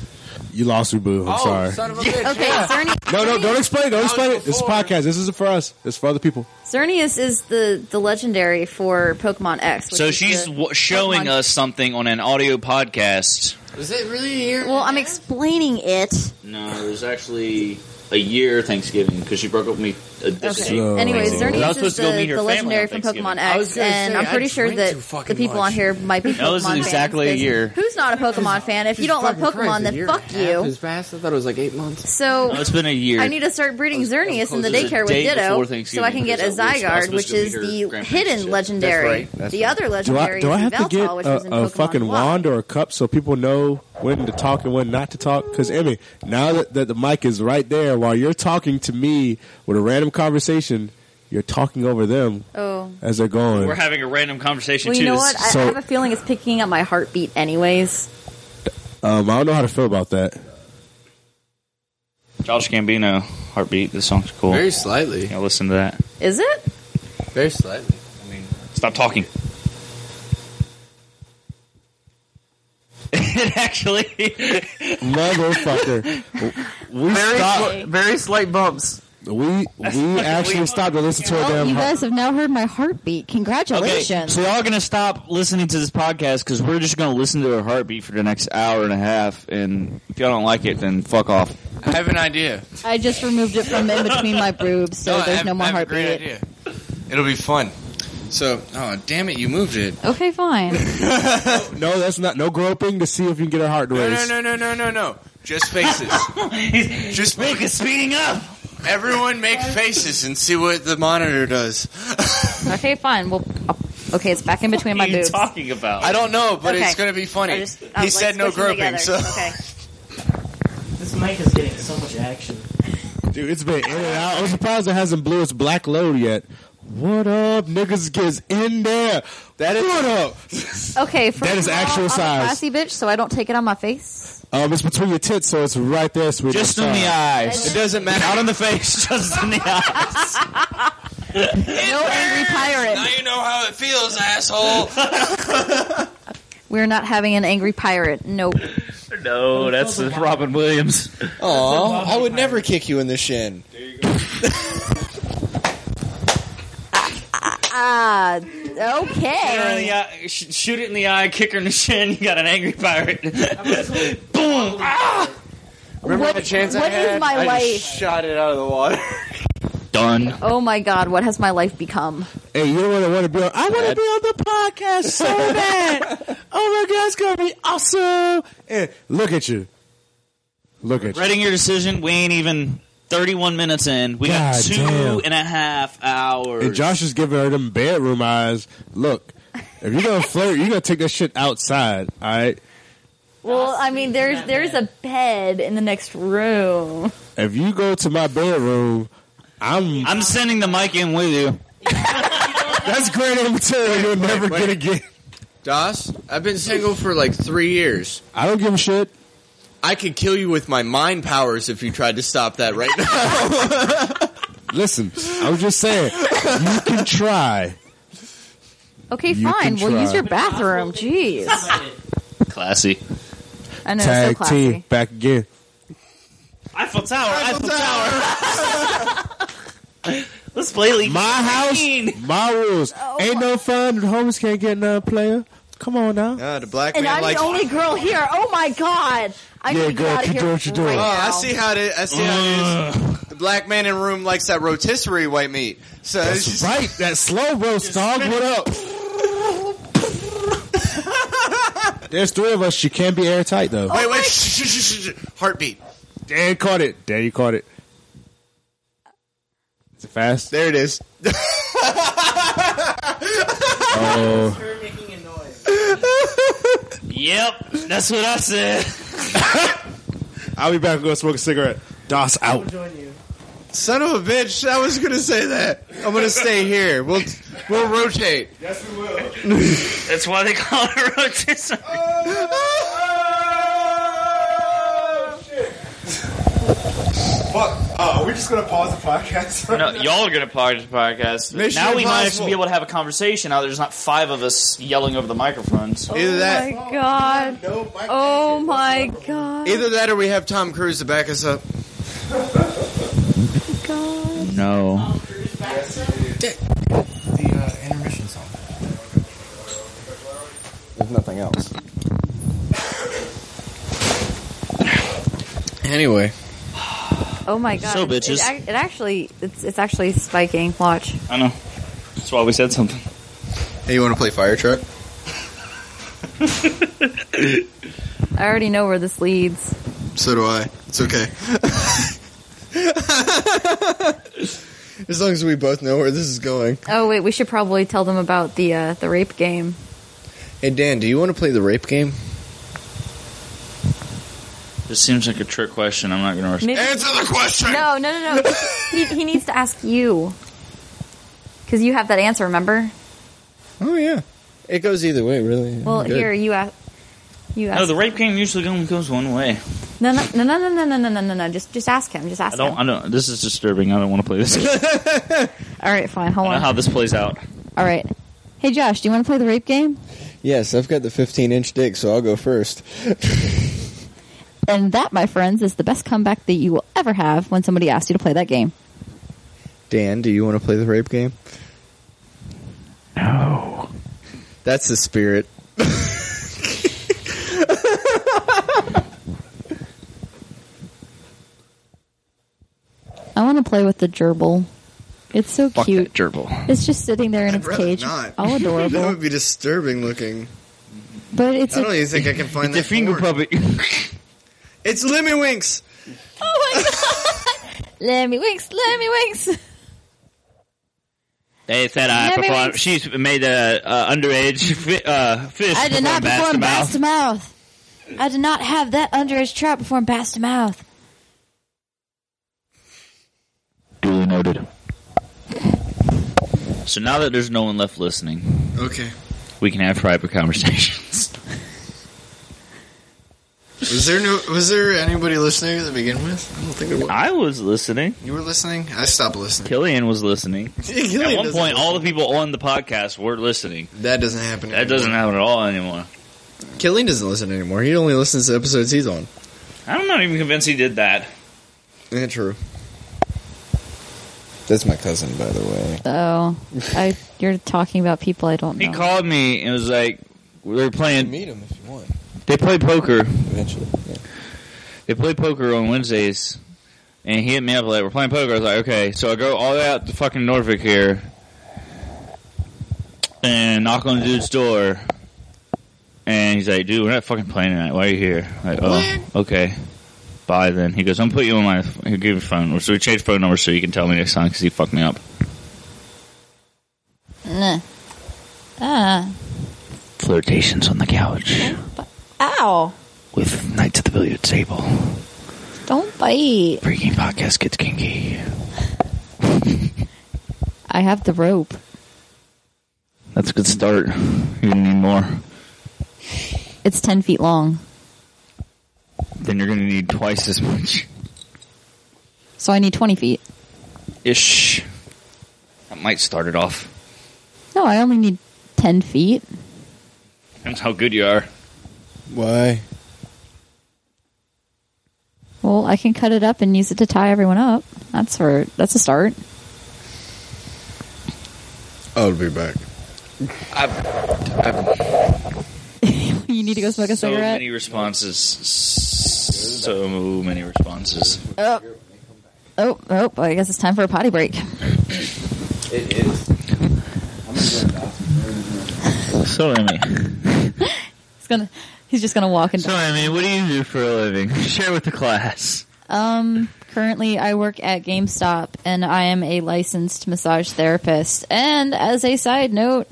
You lost me, boo. I'm sorry. son of a bitch. Okay, Xerneas. No, no, don't explain. Don't explain it. This is a podcast. This isn't for us. It's for other people. Xerneas is the, the legendary for Pokemon X. which So is she's the w- showing Pokemon- us something on an audio podcast. Is it really here? Well, I'm explaining it. No, it was actually a year Thanksgiving because she broke up with me. A Okay. So- Anyways, I was Xerneas is supposed to go the, meet her the family legendary on from Thanksgiving. Pokemon I was X, gonna and say, I'm I pretty sure drank that too the fucking people on much. here might be Pokemon That was exactly a fans, 'cause year. Who's not a Pokemon fan? If you don't love Pokemon, then fuck you. fast. I thought it was like eight months. So it's been a year. I need to start breeding Xerneas in the This is the daycare with day before Ditto, so Thanksgiving, I can get a because I was- I was Zygarde, supposed which to is meet her the grandparents' hidden shit. legendary. That's right, that's the other Do legendary I do I is have to Yveltal, get which was in a, a Pokemon fucking Y. wand or a cup so people know when to talk and when not to talk? Because Emmy, now that, that the mic is right there, while you're talking to me with a random conversation, you're talking over them Oh. as they're going. We're having a random conversation Well, too. you know what? I, So- I have a feeling it's picking up my heartbeat, anyways. Um, I don't know how to feel about that. Josh Gambino, Heartbeat. This song's cool. Very slightly. Yeah, listen to that. Is it? Very slightly. Stop talking. it actually. Motherfucker. We very, stopped. sli- very slight bumps. We we actually stopped to listen to a Well, damn. you heart- guys have now heard my heartbeat. Congratulations. So y'all gonna stop listening to this podcast because we're just gonna listen to a heartbeat for the next hour and a half, and if y'all don't like it, then fuck off. I have an idea. I just removed it from in between my boobs, so No, I there's have- no more I have a heartbeat. great idea. It'll be fun. So, oh damn it, you moved it. Okay, fine. no, that's not no groping to see if you can get her heart to No, race. no, no, no, no, no, no. Just faces. Just make it speeding up. Everyone make faces and see what the monitor does. okay, fine. Well, okay, it's back in between my What are you boobs. talking about? I don't know, but Okay. it's going to be funny. I just- he I was, like, said no squishing groping, together. so Okay. This mic is getting so much action. Dude, it's been in and out. I'm surprised it hasn't blew its black load yet. What up, niggas? Gets in there. That is what up. Okay, first That is of all, actual I'm a size. classy bitch, so I don't take it on my face. Um, it's between your tits, so it's right there, sweetie. Just in the eyes. It doesn't matter. Out on the face, just in the eyes. no angry pirate. you know how it feels, asshole. We're not having an angry pirate. Nope. no, that's Robin Williams. Aw, I would never kick you in the shin. Ah, Hit her in okay. the eye, sh- shoot it in the eye, kick her in the shin. You got an angry pirate. Boom! Ah! Remember What- the chance I what is had? my I life? Just shot it out of the water. Done. Oh my god, what has my life become? Hey, you don't want to want to be on. I want to be on the podcast so bad. Oh my god, it's gonna be awesome. And Eh, look at you. Look at you. Regretting your decision. We ain't even 31 minutes in. We got God two damn. and a half hours. And Josh is giving her them bedroom eyes. Look, if you're gonna flirt, you're gonna take that shit outside. All right. Well, I mean, there's there's a bed in the next room. If you go to my bedroom, I'm I'm sending the mic in with you. That's great material you'll never wait. get again. Doss, I've been single for like three years. I don't give a shit. I could kill you with my mind powers if you tried to stop that right now. Listen, I'm just saying, you can try. Okay, You can fine. We'll use try. your bathroom. Jeez. Classy. I know, so Tag classy. team back again. Eiffel Tower. Eiffel, Tower. Let's play League. My house, my rules. Oh, Ain't no fun. The homies can't get none, player. Come on now. the black And I'm the only girl here. Oh my god. I Yeah, need to get girl, out of keep here doing what you're doing. right Oh, I now. see how it. I see how it is. The black man in the room likes that rotisserie white meat. So it's That's just, right. That slow roast dog. What up? There's three of us. She can't be airtight though. Oh. Wait, wait, shh, shh, shh, shh, shh. heartbeat. Dan caught it. Dan, you caught it. Is it fast? There it is. Oh, Her making a noise. Yep, that's what I said. I'll be back and go smoke a cigarette. Dos I'll out. join you. Son of a bitch! I was gonna say that. I'm gonna stay here. We'll we'll rotate. That's why they call it rotisserie. Uh, Oh, we're just gonna pause the podcast. No, y'all are gonna pause the podcast. Mission now we might impossible. actually be able to have a conversation. Now there's not five of us yelling over the microphones. Either Oh that, my god. Oh my god. either that, or we have Tom Cruise to back us up. god. No. The uh, intermission song. If nothing else. Anyway, Oh my god. So, It- bitches. It, ac- it actually it's it's actually spiking. Watch. I know. That's why we said something. hey, you want to play fire truck? I already know where this leads. So do I. It's okay. as long as we both know where this is going. Oh wait, we should probably tell them about the uh, the rape game. Hey Dan, do you want to play the rape game? This seems like a trick question. I'm not gonna. Maybe- Answer the question. No, no, no, no. he, he needs to ask you. Because you have that answer, remember? Oh yeah. It goes either way, really. Well, here you ask. You ask. No, the rape game usually only goes one way. No, no, no, no, no, no, no, no, no, no. Just, just ask him. Just ask I don't. I don't. This is disturbing. I don't want to play this. game. I him. All right, fine. Hold don't know on. how this plays out. All right. Hey, Josh, do you want to play the rape game? Yes, I've got the 15 inch dick, so I'll go first. And that, my friends, is the best comeback that you will ever have when somebody asks you to play that game. Dan, do you want to play the rape game? No. That's the spirit. I want to play with the gerbil. It's so Fuck cute. that gerbil. It's just sitting there in its rather cage. not. All that adorable. would be disturbing looking. but it's I a, don't even think I can find that. finger puppet. it's Lemmywinks. Let me winks, let me winks. They said I uh, Yeah, maybe performed. it's- She's made a uh, underage fi- uh, fish. I did not perform perform bass to mouth. I did not have that underage trout perform bass to mouth. Duly noted. So now that there's no one left listening, Okay. we can have private conversations. Was there no? Was there anybody listening to begin with? I don't think there was. I was listening. You were listening. I stopped listening. Killian was listening. Killian at one doesn't point, all the people on the podcast were listening. That doesn't happen. That doesn't happen at all anymore. Killing doesn't listen anymore. He only listens to episodes he's on. I'm not even convinced he did that. Yeah, true. That's my cousin, by the way. Oh, I, you're talking about people I don't He know. called me and was like, "We "We're playing." Meet him if you want. They play poker. Eventually, They play poker on Wednesdays, and he hit me up like, "We're playing poker." I was like, "Okay." So I go all the way out to fucking Norfolk here, and knock on the dude's door, and he's like, "Dude, we're not fucking playing tonight. Why are you here?" I'm like, oh, okay. Bye then. He goes, I'm putting you on my. He gave me phone number, so we changed phone number so you can tell me next time because he fucked me up. Nah. Ah. Flirtations on the couch Ow. with nights at the billiard table. Don't bite. Freaking podcast gets kinky. I have the rope. That's a good start. You need more. It's 10 feet long. Then you're gonna need twice as much. So I need 20 feet. Ish. That might start it off. No, I only need 10 feet. Depends how good you are. Why? Well, I can cut it up and use it to tie everyone up. That's for that's a start. I'll be back. I've, I've you need to go smoke a so cigarette. many responses. So many responses. Oh. Oh, oh, I guess it's time for a potty break. It is. I'm gonna go to the bathroom. So Emmy. He's gonna he's just gonna walk and So Emmy, what do you do for a living? Share with the class. Um, currently I work at GameStop and I am a licensed massage therapist. And as a side note,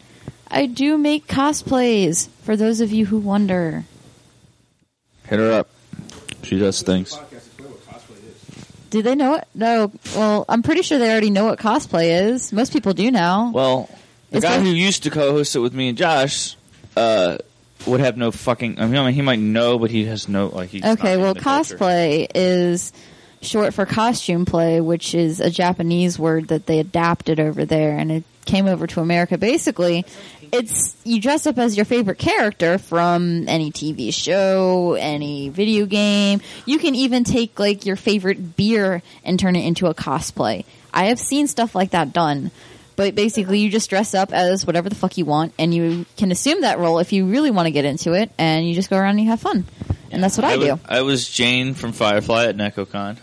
I do make cosplays for those of you who wonder. Hit her up. She does things. Do they know it? No. Well, I'm pretty sure they already know what cosplay is. Most people do now. Well, the It's guy like- who used to co-host it with me and Josh uh, would have no fucking. I mean, he might know, but he has no like. He's Okay, not well, in the culture. cosplay is short for costume play, which is a Japanese word that they adapted over there, and it came over to America. Basically, it's you dress up as your favorite character from any TV show, any video game. You can even take like your favorite beer and turn it into a cosplay. I have seen stuff like that done. But basically, you just dress up as whatever the fuck you want, and you can assume that role if you really want to get into it, and you just go around and you have fun. And that's what I, do. Was, I was Jane from Firefly at NecoCon.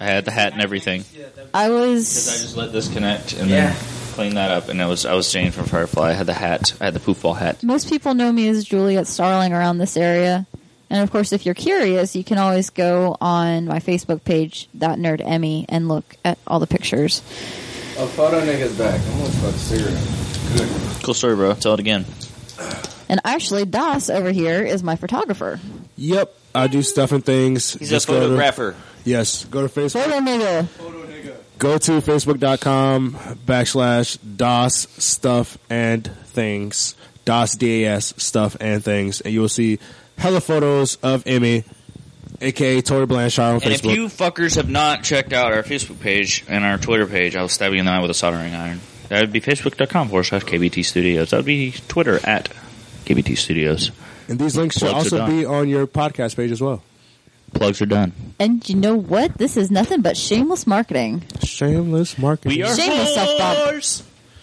I had the hat and everything. I Because I was just let this connect and Yeah. then clean that up, and I was I was Jane from Firefly. I had the hat. I had the poofball hat. most people know me as Juliet Starling around this area. And of course, if you're curious, you can always go on my Facebook page, that nerd Emmy, and look at all the pictures. A photo nigga's back. I'm gonna smoke a cigarette. Good. Cool story, bro. Tell it again. And actually, Das over here is my photographer. Yep, I do stuff and things. He's a go to- photographer. yes, go to Facebook. Photo nigga. Go to facebook.com backslash DOS stuff and things. DOS DAS stuff and things. And you will see hella photos of Emmy, aka Tori Blanchard on And if Facebook. you fuckers have not checked out our Facebook page and our Twitter page, I will stab you in the eye with a soldering iron. That would be facebook.com forward slash KBT Studios. That would be Twitter at KBT Studios. and these links should Plugs are also done. be on your podcast page as well. Plugs are done. And you know what? This is nothing but shameless marketing. Shameless marketing. shameless self bump.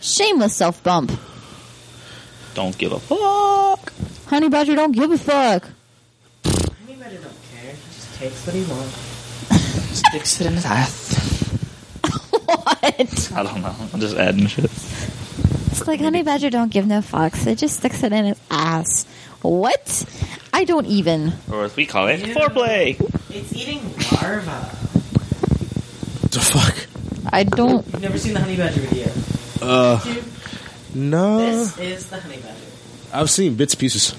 Shameless self bump. Don't give a Fuck. Honey Badger don't give a fuck. Just takes what he wants. Sticks it in his ass. what? I don't know. I'm just adding shit. It's like Honey Badger don't give no fucks. It just sticks it in his ass. What? I don't even. Or as we call it, foreplay. It's eating larva. The fuck? I don't. You've never seen the honey badger video. Uh, no. This is the honey badger. I've seen bits and pieces.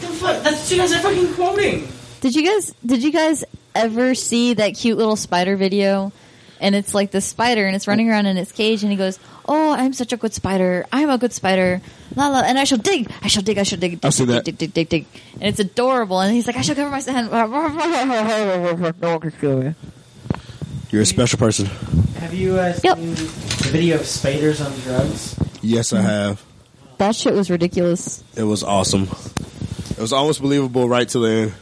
The fuck? That's you guys are fucking quoting. Did you guys? Did you guys ever see that cute little spider video? And it's like this spider, and it's running around in its cage, and he goes, "Oh, I'm such a good spider. I'm a good spider. La la, and I shall dig. I shall dig. I shall dig. dig I've seen dig, that. Dig, dig, dig, dig. And it's adorable. And he's like, "I shall cover my hand." No one can kill me. You're a special person. Have you uh, seen the video of spiders on drugs? Yes, I have. That shit was ridiculous. It was awesome. It was almost believable right to the end.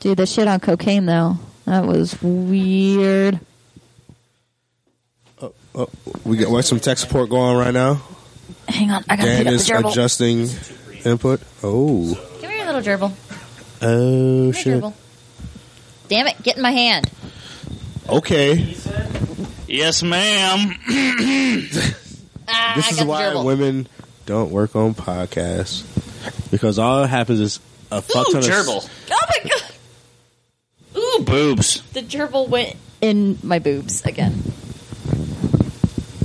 Dude, that shit on cocaine though. That was weird. Oh, we got we got some tech support going right now. Hang on, I gotta Dan pick up the is gerbil. adjusting input. Oh, Come here, little gerbil. oh Come here, shit. gerbil. Damn it! Get in my hand. Okay, Yes, ma'am. Ah, this I is got why the gerbil. women don't work on podcasts because all that happens is a fuck Ooh, ton of gerbil. Oh my god! Ooh, boobs. The gerbil went in my boobs again.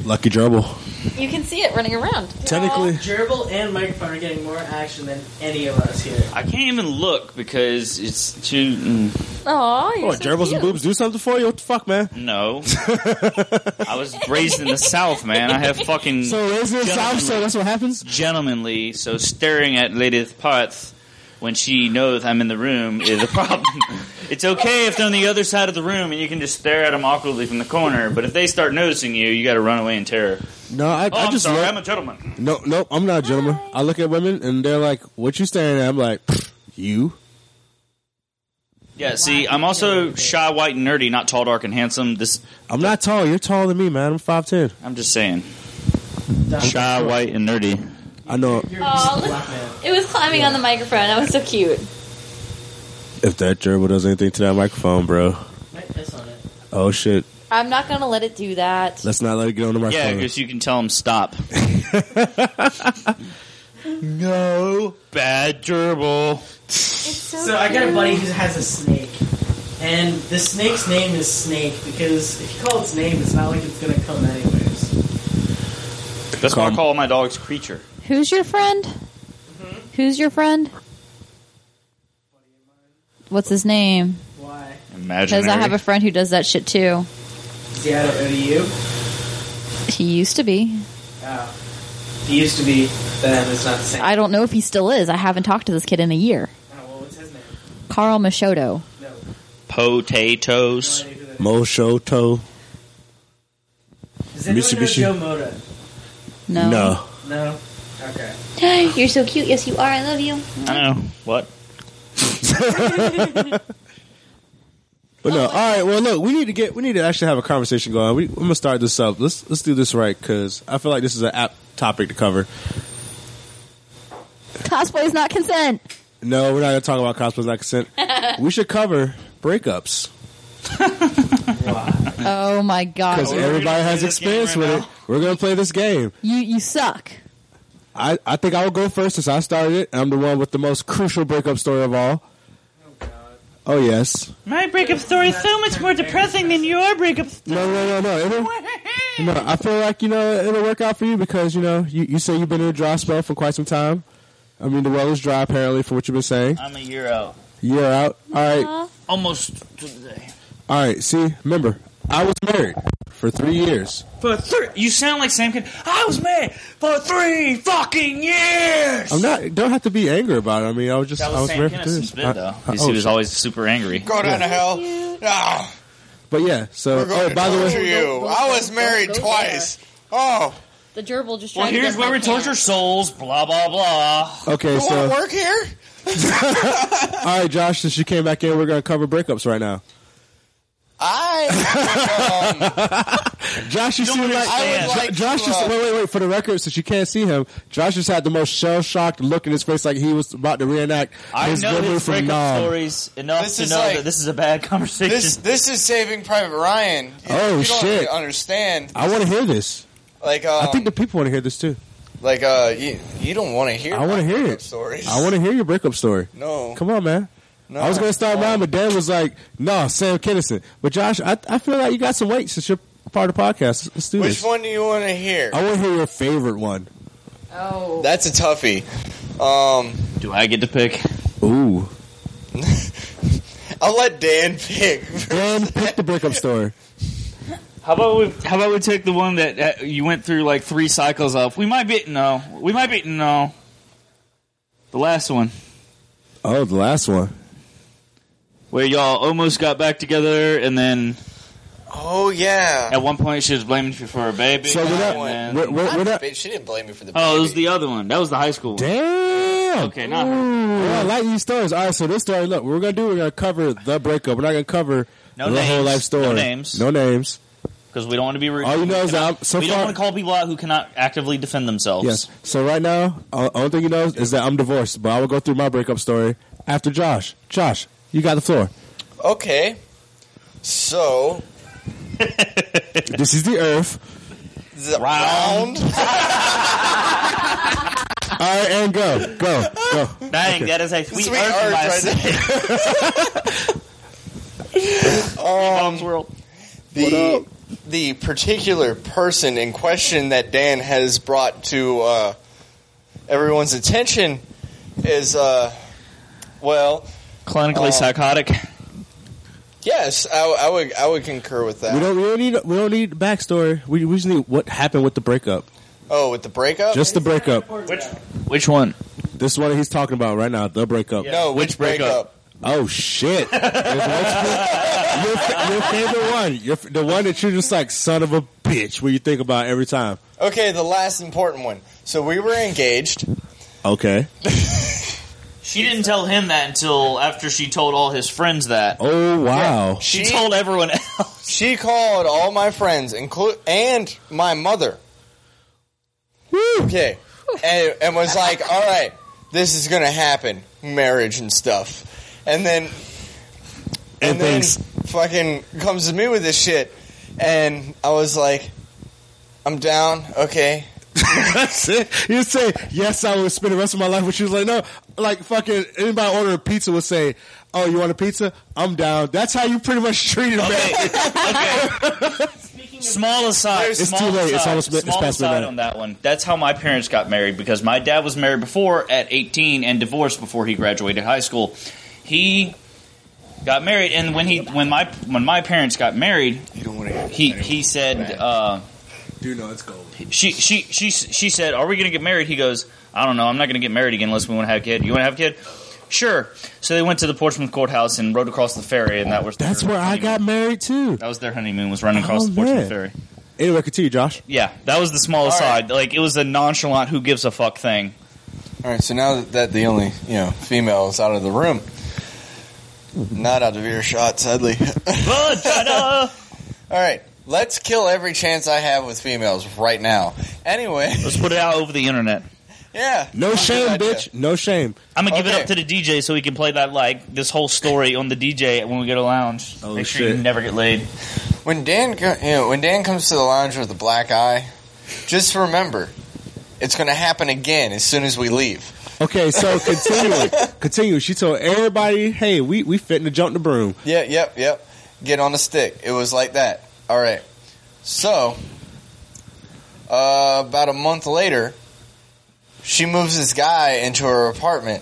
lucky gerbil. You can see it running around. Technically, Gerbil and microphone are getting more action than any of us here. I can't even look because it's too. Mm, Oh, oh, gerbils and boobs do something for you. What the fuck, man? no. I was raised in the South, man. I have fucking. So is it south? So that's what happens. gentlemanly, so staring at Ladith Potts when she knows I'm in the room is a problem. it's okay if they're on the other side of the room and you can just stare at them awkwardly from the corner, but if they start noticing you, you got to run away in terror. No, I, Oh, I I'm just sorry, look- I'm a gentleman. No, no, I'm not a gentleman. I look at women and they're like, "What you staring at?" I'm like, "Pfft, "You." Yeah, see, I'm also shy, white, and nerdy, not tall, dark, and handsome. This, I'm not tall. You're taller than me, man. I'm five ten. I'm just saying. Shy, white, and nerdy. I know Aw, look- it was climbing on the microphone. That was so cute. if that gerbil does anything to that microphone, bro. Oh shit! I'm not gonna let it do that. Let's not let it get on the Yeah, microphone. because you can tell them stop. no, Bad gerbil. So I got a buddy who has a snake, and the snake's name is Snake because if you call its name, it's not like it's gonna come anyways. That's why I call my dogs creature. Who's your friend? Mm-hmm. Who's your friend? What's his name? Why? Imagine. Because I have a friend who does that shit too. Is he out of ODU? He used to be. Oh. He used to be them. It's not the same. Oh, I don't know if he still is. I haven't talked to this kid in a year. well, what's his name? Carl Machoto. potatoes. Moshoto. Does anyone Mitsubishi. know Joe Moda? No. No, No. Okay. You're so cute. Yes, you are. I love you. I don't know what. but no. All right. Well, look, we need to get. We need to actually have a conversation going. We, we're gonna start this up. Let's let's do this right because I feel like this is an apt topic to cover. Cosplay is not consent. No, we're not gonna talk about cosplays not consent. we should cover breakups. Mm. Oh my because god. everybody has this game experience right with it. We're gonna play this game. You you suck. I, I think I will go first since I started it. I'm the one with the most crucial breakup story of all. Oh yes. My breakup story is so much more depressing than your breakup story. No no no no. It'll, no. I feel like you know it'll work out for you because you know you, you say you've been in a dry spell for quite some time. I mean the well is dry apparently for what you've been saying. I'm a year out. You're out. All right. Almost to the day. All right. See, remember I was married for three years. For three, you sound like Sam. Can I was married for three fucking years. I'm not. Don't have to be angry about it. I mean, I was just. That was I was Sam married for two Kinnison's years. bit, I- though. I- He oh, was shit. always super angry. Go down to hell. Ah, But yeah, so we're going oh, to by the torture way, you. I was married twice. Oh, The gerbil just. Well, tried to here's get where my we torture souls. Blah blah blah. Okay, You wanna so- work here? all right, Josh. Since you came back in, we're going to cover breakups right now. um, Josh, you Don't understand. seem like, Jo- I would like Josh. to, Just, uh, wait, wait, wait. For the record, since you can't see him, Josh just had the most shell shocked look in his face, like he was about to reenact I his know memory his from breakup Nam. stories enough This to is know like- that this is a bad conversation. this this is Saving Private Ryan. You, Oh, you don't shit. really understand. I want to hear this. Like, um, I think the people want to hear this too. like uh, you, you don't want to hear. I want my to hear breakup it. Stories. I want to hear your breakup story. No. come on, man. No. I was gonna start mine, but Dan was like, "No, Sam Kinnison." But Josh, I, I feel like you got some weight since you're part of the podcast. Let's do Which this. one do you want to hear? I want to hear your favorite one. Oh. That's a toughie. Um, Do I get to pick? Ooh, I'll let Dan pick. Dan pick the breakup story. How about we? How about we take the one that uh, you went through like three cycles of? We might be no. We might be no. The last one Oh, the last one. where y'all almost got back together, and then Oh yeah. at one point she was blaming you for her baby. So we're and not- then- we're- we're- we're not- Bitch, she didn't blame me for the. Oh, it was the other one. That was the high school one. Damn. Okay, not her. Ooh, I like these stories. All right, so this story. Look, what we're gonna do. We're gonna cover the breakup. We're not gonna cover No the whole names. life story. No names. No names. because we don't want to be rude. All you know We is cannot- I'm- so we far- don't want to call people out who cannot actively defend themselves. Yes. So right now, uh, only thing you know is that I'm divorced. But I will go through my breakup story after Josh. Josh, you got the floor. Okay. So this is the Earth. the round. All right, and go, go, go. Dang, that is a sweet, Sweet earth earth by right um, world. The the particular person in question that Dan has brought to uh, everyone's attention is uh, well, clinically Oh. Uh, psychotic. yes, I, I would I would concur with We that. don't, we don't need, we don't need backstory. We, we just need what happened with the breakup. Oh, with the breakup, Just the breakup. Which, Which one? This one he's talking about right now. The breakup. no, which, breakup? Oh shit! There's one- your, fa- your favorite one, your, f- the one that you're just like son of a bitch. What you think about every time? Okay, the last important one. So we were engaged. Okay. She didn't tell him that until after she told all his friends that. Oh wow! She told everyone else. She called all my friends, include and my mother. Okay, and, and was like, "All right, this is gonna happen, marriage and stuff," and then and, then fucking comes to me with this shit, and I was like, "I'm down, okay." That's it. You say yes, I would spend the rest of my life. But she was like, no, like fucking anybody ordering a pizza would say, oh, you want a pizza? I'm down. That's how you pretty much treated me. Small aside, It's small too late. It's aside, almost been- it's small past midnight. aside on that one. That's how my parents got married because my dad was married before at 18 and divorced before he graduated high school. He got married, and when he when my when my parents got married, You don't want to. he he said. Uh, Do know it's gold. she she she she said, "Are we going to get married?" He goes, "I don't know. I'm not going to get married again unless we want to have a kid. You want to have a kid?" Sure. So they went to the Portsmouth courthouse and rode across the ferry, and that was That's their where I honeymoon. got married too. That was their honeymoon was running across Oh, the Portsmouth man. ferry. Anyway, continue, Josh. Yeah, that was the small aside. Like it was a nonchalant, who gives a fuck thing. All right, so now that the only you know female is out of the room, not out of earshot, sadly. Vagina. All right, let's kill every chance I have with females right now. Anyway, Let's put it out over the internet. yeah, No Good shame, idea. bitch. No shame. I'm gonna give it Okay. up to the DJ so he can play that like this whole story on the DJ when we go to lounge. Oh, Make sure shit. you never get laid. When Dan, go, you know, when Dan comes to the lounge with a black eye, just remember, it's going to happen again as soon as we leave. Okay, so continuing, continuing. She told everybody, "Hey, we we fitting to jump the broom." Yeah, yep, yep. Get on the stick. It was like that. All right. So, uh, about a month later, she moves this guy into her apartment,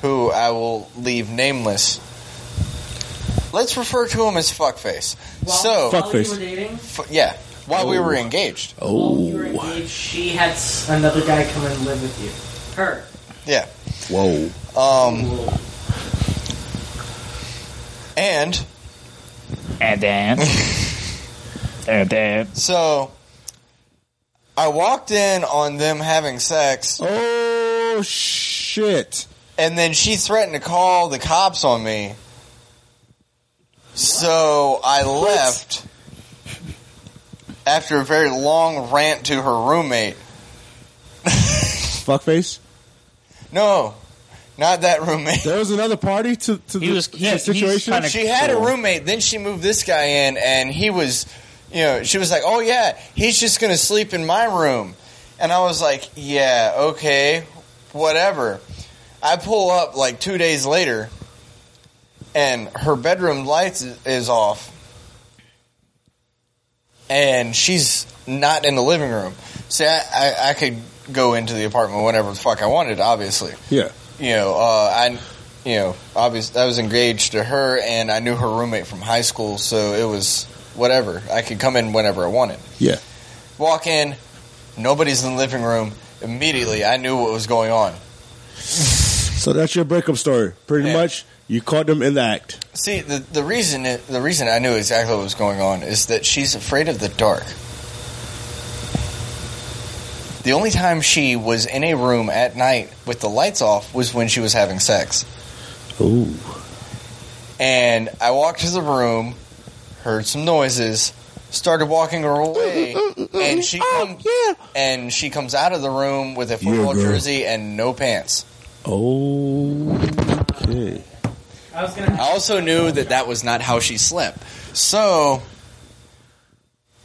who I will leave nameless. Let's refer to him as fuckface. so while you were dating, Fu- yeah, while we were engaged. Oh, she had s- another guy come and live with you. Her. yeah. Whoa. Um, and and then and then so I walked in on them having sex. Oh shit! And then she threatened to call the cops on me. So I left after a very long rant to her roommate. fuckface. No, not that roommate. There was another party to, to the, to the situation. She had a roommate. Then she moved this guy in, and he was, you know, she was like, "Oh yeah, he's just gonna sleep in my room," and I was like, "Yeah, okay, whatever." I pull up like two days later, and her bedroom lights i- is off, and she's not in the living room. See, I, I, I could go into the apartment whenever the fuck I wanted, obviously Yeah. you know, uh, I, you know, obviously I was engaged to her, and I knew her roommate from high school, so it was whatever. I could come in whenever I wanted. Yeah. Walk in, nobody's in the living room. Immediately, I knew what was going on. So that's your breakup story, pretty much. You caught them in the act. See, the the reason it, the reason I knew exactly what was going on is that she's afraid of the dark. The only time she was in a room at night with the lights off was when she was having sex. Ooh. and I walked to the room, heard some noises, started walking her away, and she come, and she comes out of the room with a football girl. jersey and no pants. Okay. I was gonna. I also knew that that was not how she slept. So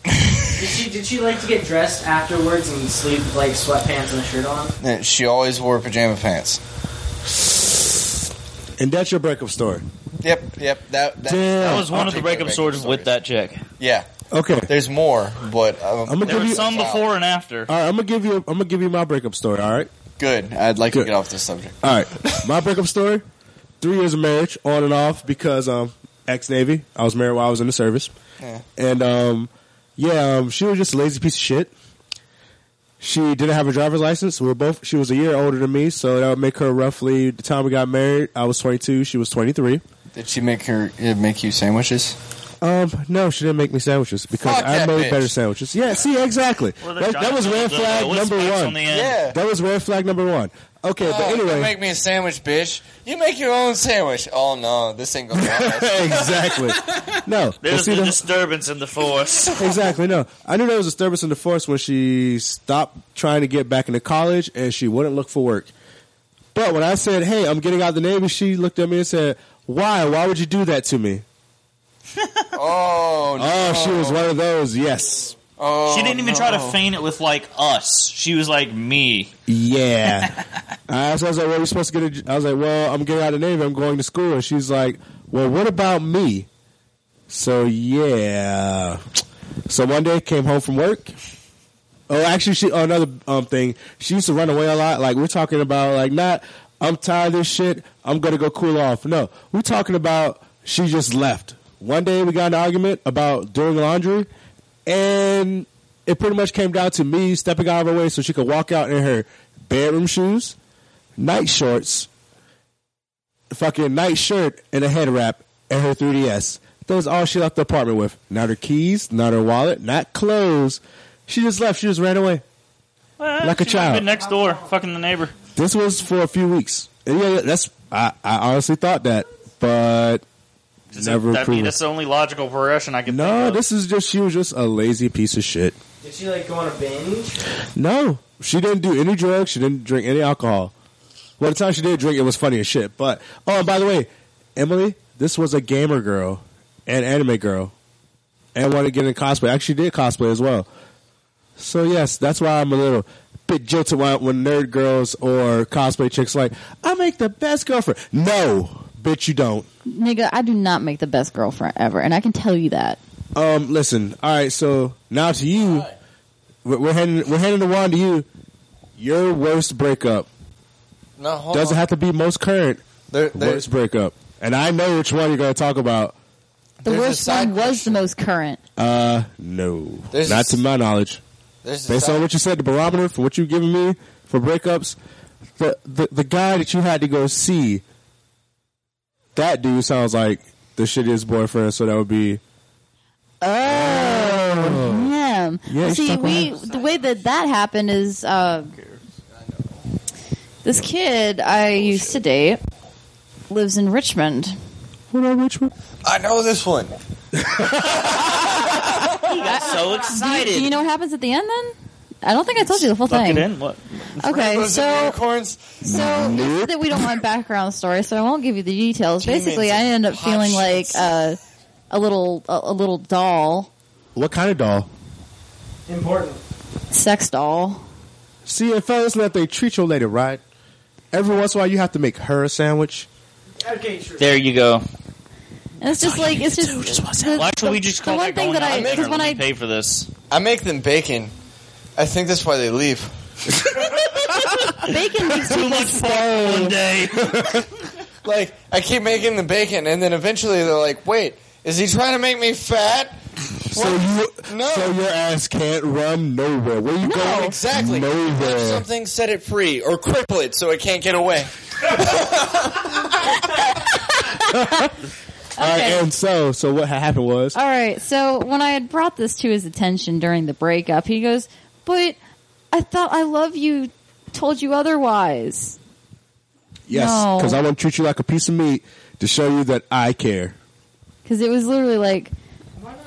Did she? Did she like to get dressed afterwards and sleep with like sweatpants and a shirt on? eh, she always wore pajama pants. And that's your breakup story. Yep, yep. That that, Damn. That was one of the breakup stories with that chick. Yeah. Okay. There's more, but uh, I'm gonna There give was you some before and after. All right, I'm gonna give you. I'm gonna give you my breakup story. All right. Good. I'd like Good. to get off this subject. All right, my breakup story: three years of marriage, on and off, because um, ex Navy. I was married while I was in the service, Yeah. and um, yeah, um, she was just a lazy piece of shit. She didn't have a driver's license. We were both. She was a year older than me, so that would make her roughly the time we got married. I was 22. She was 23. Did she make her uh, eh, make you sandwiches? Um, no, she didn't make me sandwiches because Fuck I that made bitch. better sandwiches. Yeah, see, exactly. Were the That, that was red giants on the- flag with number spikes one. on the end? Yeah. that was red flag number one. Okay, but Oh, you anyway, make me a sandwich, bitch. You make your own sandwich. Oh no, this ain't gonna last. exactly. No, but There's see, a the- disturbance in the force. exactly. No, I knew there was disturbance in the force when she stopped trying to get back into college and she wouldn't look for work. But when I said, "Hey, I'm getting out of the navy," she looked at me and said, "Why? Why would you do that to me?" oh no. Oh, she was one of those. Yes. she didn't even try to Oh, no. feign it with like us. She was like me. Yeah. I was, I was like, well, we're supposed to get a j-" I was like, well, I'm getting out of the Navy. I'm going to school. And she's like, well, what about me? So, yeah. So one day I came home from work. Oh, actually, she, oh, another um, thing. She used to run away a lot. Like, we're talking about, like, not, I'm tired of this shit. I'm going to go cool off. No, we're talking about she just left. One day we got in an argument about doing laundry and it pretty much came down to me stepping out of her way so she could walk out in her bedroom shoes, night shorts, fucking night shirt, and a head wrap, and her 3DS. That was all she left the apartment with. Not her keys, not her wallet, not clothes. She just left. She just ran away. Well, Like a she might have child. been next door, fucking the neighbor. This was for a few weeks. And yeah, that's I, I honestly thought that, but never That'd be proven. that's the only logical progression I can. No, this is just she was just a lazy piece of shit. Did she like go on a binge? No, she didn't do any drugs. She didn't drink any alcohol. Well, the time she did drink, it was funny as shit. But oh, and by the way, Emily, this was a gamer girl and anime girl, and wanted to get in cosplay. Actually, did cosplay as well. So yes, that's why I'm a little bit jilted when, when nerd girls or cosplay chicks like, I make the best girlfriend. No, bitch, you don't. Nigga, I do not make the best girlfriend ever, and I can tell you that. Um, listen. All right, so now to you. We're, we're handing we're handing the wand to you. Your worst breakup. No, hold doesn't on. have to be most current. There- there- worst breakup, and I know which one you're going to talk about. The There's a worst side one was the most current. Uh, no, There's not a- to my knowledge. There's a Based side- on what you said, the barometer for what you've given me for breakups, the, the the guy that you had to go see, that dude sounds like the shittiest boyfriend. So that would be Oh, him. Yeah, Well, he's See, stuck with we the way that that happened is uh, this kid I used to date lives in Richmond. What about Richmond? I know this one. I'm so Do you, do you know what happens at the end then? I don't think I told you the full Lock thing. it in. What? Okay, Rainbows and so unicorns. so you said that we don't want background story, so I won't give you the details. Demons Basically, I ended up feeling like uh, a little a, a little doll, what kind of doll? Important. sex doll. See, if fellas let they treat your lady right, every once in a while you have to make her a sandwich. Okay, true. There you go. And it's just like it's just, the, Why should we just the call one that thing going that I out there because and when we I pay for this? I make them bacon. I think that's why they leave. bacon makes Too much fun one day. like I keep making the bacon, and then eventually they're like, "Wait, is he trying to make me fat?" So you, so your ass can't run nowhere. Where you going? exactly. Grab Nowhere. something, set it free, or cripple it so it can't get away. All right, and so, so what ha- happened was, All right. So when I had brought this to his attention during the breakup, he goes, "But I thought I love you. Told you otherwise." yes, No. because I want to treat you like a piece of meat to show you that I care. Because it was literally like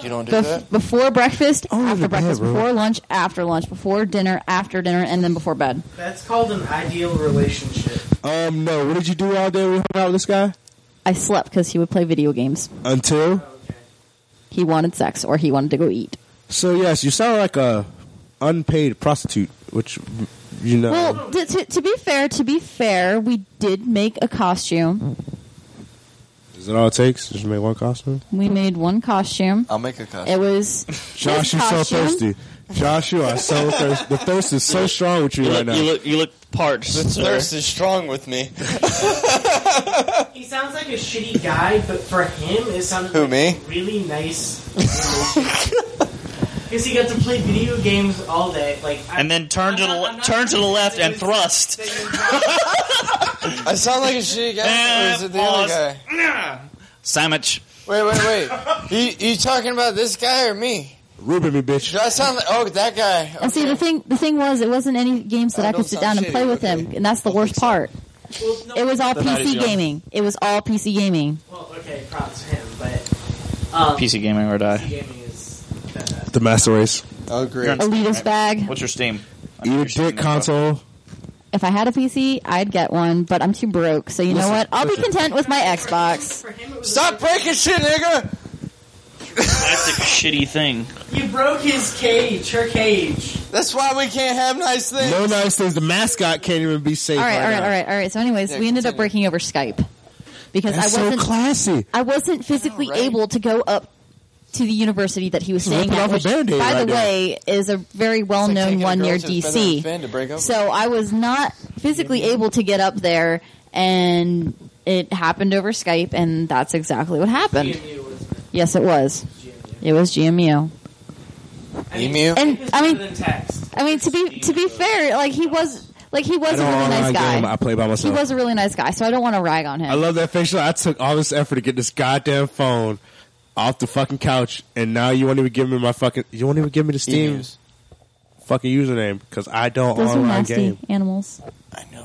You don't do bef- that. before breakfast, after breakfast, bro. before lunch, after lunch, before dinner, after dinner, and then before bed. That's called an ideal relationship. Um, no, what did you do all day when you hung out with this guy? I slept because he would play video games. Until? He wanted sex or he wanted to go eat. So yes, you sound like a unpaid prostitute, which you know. Well, to, to, to be fair, to be fair, we did make a costume. is it all it takes? Just make one costume. We made one costume. I'll make a It was Josh, his you're so costume. thirsty. Josh, you are so thirsty. The thirst is so strong with you, You look, right now. you look, you look parched. The sir. thirst is strong with me. He sounds like a shitty guy, but for him, it sounded Who, like me? a really nice. Because he got to play video games all day. Like, I, And then turn to the le- turn to the left and thrust. I sound like a shitty guy, or is it the other guy? Sandwich. Wait, wait, wait. You, you talking about this guy or me? Ruben me, bitch. Do I sound like? Oh, that guy. And see, the thing the thing was, it wasn't any games that I, could sit down and play with him, and that's the worst part. it was all Then how did PC you- gaming. It was all PC gaming. well, okay, props to him, but um, PC gaming or die. gaming is The master race. Oh, great. Alita's bag. What's your Steam? Eat a dick console. If I had a PC, I'd get one, but I'm too broke. So you know Listen, what? I'll be listen. content with my Xbox. Stop breaking shit, nigga. That's a shitty thing. you broke his cage, her cage. That's why we can't have nice things. No nice things. The mascot can't even be safe. All right, right all right, now. all right, all right. So, anyways, Yeah, we ended up breaking over Skype because That's I so wasn't classy. I wasn't physically able to go up to the university that he was Just staying rip it at, off a which, Band-Aid by right the there. way, is a very well-known taking a one girl near to the feather and DC. fin to break over. So I was not physically able to get up there, and it happened over Skype, and that's exactly what happened. Yes, it was. It was GMU. Emu. And I mean, text. I mean to be to be fair, like he was like he was a really nice Game. Oh, I guy. play by He myself. was a really nice guy, so I don't want to rag on him. I love that facial. I took all this effort to get this goddamn phone off the fucking couch, and now you won't even give me my fucking. You won't even give me the Steam fucking username because I don't Those are online nasty game. animals.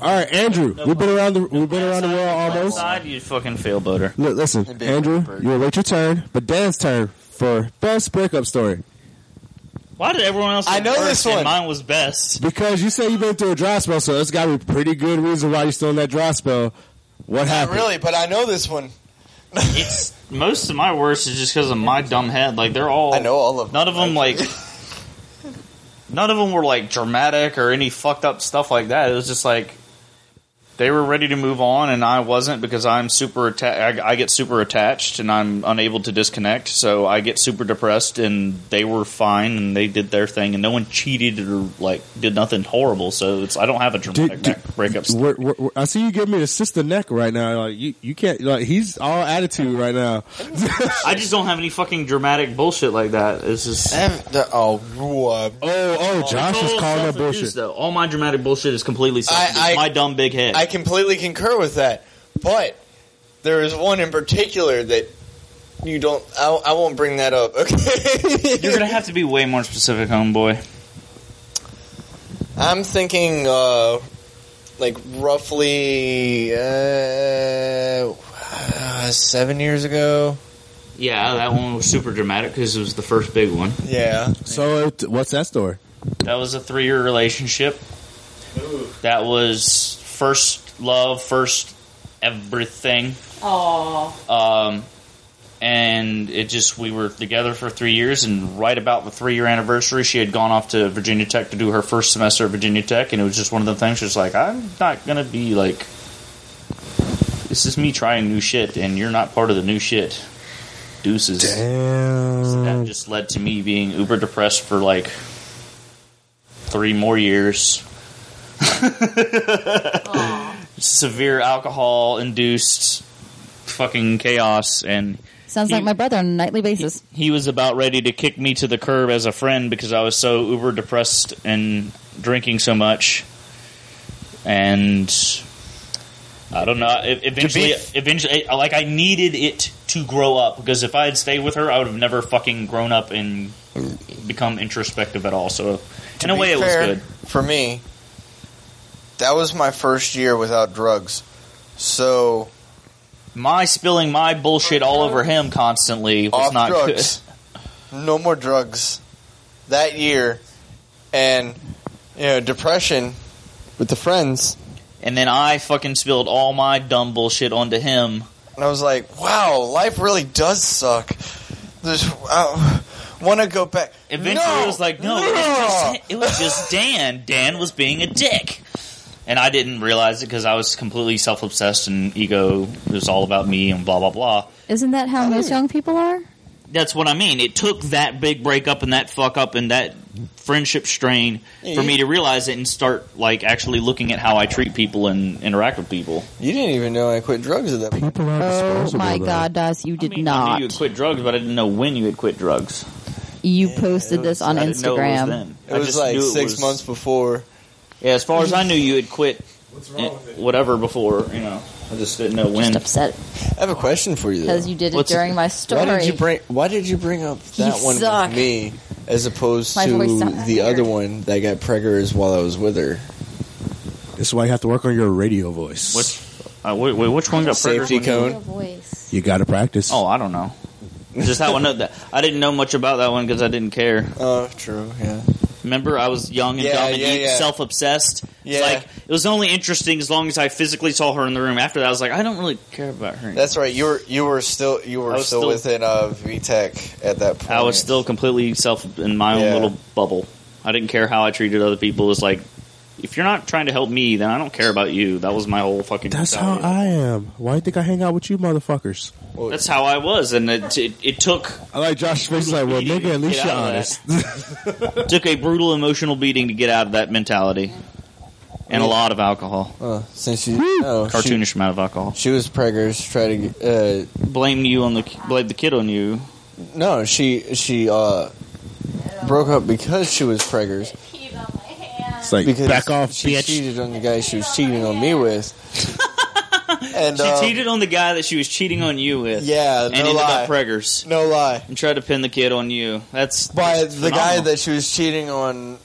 All right, Andrew, we've been around the we've been around the world almost. Side, you fucking failboater. Look, listen, Andrew, you will wait your turn, but Dan's turn for best breakup story Why did everyone else? I know first this one. And mine was best. because you say you've been through a dry spell, so it's got to be a pretty good reason why you're still in that dry spell. What Not happened? really, but I know this one. It's most of my worst is just because of my dumb head. Like they're all. I know all of. None of them like. None of them were like dramatic or any fucked up stuff like that. It was just like They were ready to move on, and I wasn't because I'm super. Atta- I, I get super attached, and I'm unable to disconnect. So I get super depressed, and they were fine, and they did their thing, and no one cheated or like did nothing horrible. So it's I don't have a dramatic back- breakup. We're- we're- we're- I see you giving me the sister neck right now. Like you, you can't. Like he's all attitude right now. I just don't have any fucking dramatic bullshit like that. It's just oh, oh, oh, Josh is calling that bullshit. Though. All my dramatic bullshit is completely self-induced. I- my dumb big head. I completely concur with that, but there is one in particular that you don't. I, I won't bring that up. Okay, You're gonna have to be way more specific, homeboy. I'm thinking, uh, like roughly uh, uh, seven years ago. Yeah, that one was super dramatic because it was the first big one. Yeah. So it, what's that story? That was a three year relationship. That was first love, first everything. Aww. Um, and it just, we were together for three years, and right about the three year anniversary, she had gone off to Virginia Tech to do her first semester at Virginia Tech, and it was just one of the things she was like, I'm not going to be like, this is me trying new shit, and you're not part of the new shit. Deuces. So that just led to me being uber depressed for like three more years. Severe alcohol induced fucking chaos and Sounds like my brother on a nightly basis. he was about ready to kick me to the curb as a friend because I was so uber depressed and drinking so much. And I don't know. e- Eventually, eventually, like I needed it to grow up because if I had stayed with her, I would have never fucking grown up and become introspective at all. So, in a be way, it was fair, good. for me. That was my first year without drugs, so my spilling my bullshit all over him constantly was off not drugs. No more drugs that year, and you know depression with the friends. And then I fucking spilled all my dumb bullshit onto him. And I was like, wow, life really does suck. There's, I want to go back. Eventually, it was like, no, it was, just, it was just Dan. Dan was being a dick. And I didn't realize it because I was completely self obsessed and ego. It was all about me and blah, blah, blah. Isn't that how most young people are? That's what I mean. It took that big breakup and that fuck up and that friendship strain Yeah, for you- me to realize it and start, like, actually looking at how I treat people and interact with people. You didn't even know I quit drugs at that point. Oh my God, Das, you did not. You had quit drugs, but I didn't know when you had quit drugs. You posted this on I didn't know it was Instagram. then. It I was just like knew it six was- months before. Yeah, as far as I knew, you had quit eh, whatever before, you know. I just didn't know when. upset. I have a question for you. though. Because you did it during Why my did story. you bring? Why did you bring up You that one suck. with me as opposed My to voice sounds the other one that got preggers while I was with her? This is why you have to work on your radio voice. Uh, wait, wait, which one got Safety preggers? cone. You got to practice. Oh, I don't know. Just that one. That I didn't know much about that one because I didn't care. Oh, true. Yeah. Remember, I was young and Yeah, dumb and e-, yeah, yeah. self-obsessed. Yeah. It's like it was only interesting as long as I physically saw her in the room. After that, I was like, I don't really care about her. That's right. You were you were still you I were was still, still- within uh, VTech at that point. I was still completely self in my own Yeah. little bubble. I didn't care how I treated other people. It was like, if you're not trying to help me, then I don't care about you. That was my whole fucking. That's how mentality. I am. Why do you think I hang out with you motherfuckers? That's how I was, and it it, it took I like Josh's face like, well, nigga, at least Get you're out of honest. took a brutal emotional beating to get out of that mentality, and a lot of alcohol, Uh, since you oh, she- cartoonish amount of alcohol. She was preggers. Try to uh, blame you on the blame the kid on you. No, she she uh, broke up because she was preggers. It's like, back off, she bitch. cheated on the guy she was cheating on me with. and she uh, cheated on the guy that she was cheating on you with. Yeah, and no ended lie. up preggers. No lie. And tried to pin the kid on you. That's by the that's guy phenomenal. that she was cheating on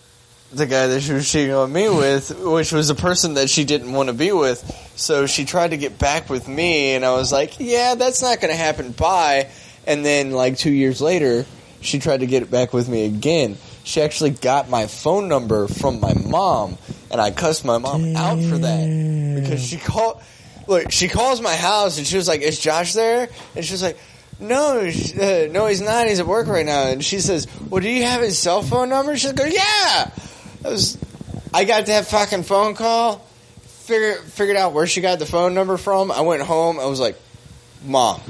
the guy that she was cheating on me with, which was a person that she didn't want to be with. So she tried to get back with me and I was like, "Yeah, that's not going to happen." Bye. And then like 2 years later, she tried to get back with me again. She actually got my phone number from my mom and I cussed my mom out for that because she called Look, she calls my house and she was like, "Is Josh there?" And she was like, "No, sh- uh, no, he's not. He's at work right now." And she says, "Well, do you have his cell phone number?" She goes, "Yeah." I was, I got that fucking phone call. figure, figured out where she got the phone number from. I went home. I was like, Mom,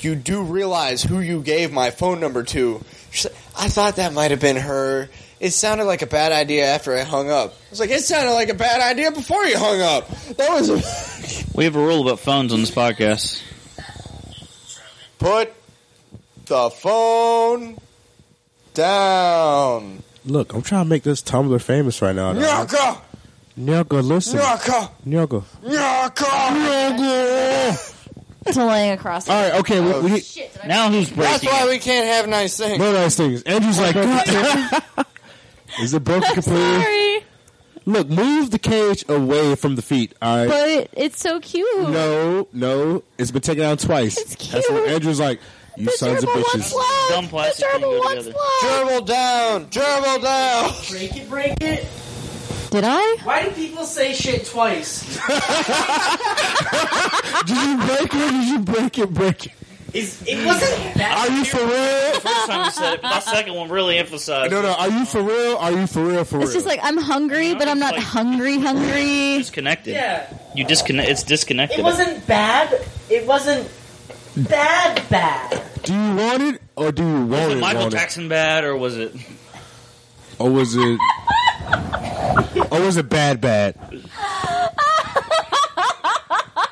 you do realize who you gave my phone number to. She's like, I thought that might have been her. It sounded like a bad idea after I hung up. I was like, it sounded like a bad idea before you hung up. That was a We have a rule about phones on this podcast. put the phone down. Look, I'm trying to make this Tumblr famous right now. dog. Nyaka, Nyoko, listen. Nyaka, Nyoko. Nyaka. It's laying across. All right, okay. we, we, now who's That's why we can't have nice things. No nice things. Andrew's like, is it broken completely? Look, move the cage away from the feet. All right. But it, it's so cute. no, no, it's been taken down twice. That's what Andrew's like. You sons of bitches. Dumb plastic can go together. Gerbil down, gerbil down. Break it, break it. Did I? Why do people say shit twice? Did you break it? or Did you break it? Break it? Is it wasn't that? Are you for real? First time you said it, but that second one really emphasized. No, no. Are you for real? Are you for real? For real? It's just like I'm hungry, but I'm not hungry. Hungry. Disconnected. Yeah. You disconnect. It's disconnected. It wasn't bad. It wasn't bad. Bad. do you want it or do you want Was it? it Michael want it? Jackson bad or was it? Or was it? or was it bad? Bad.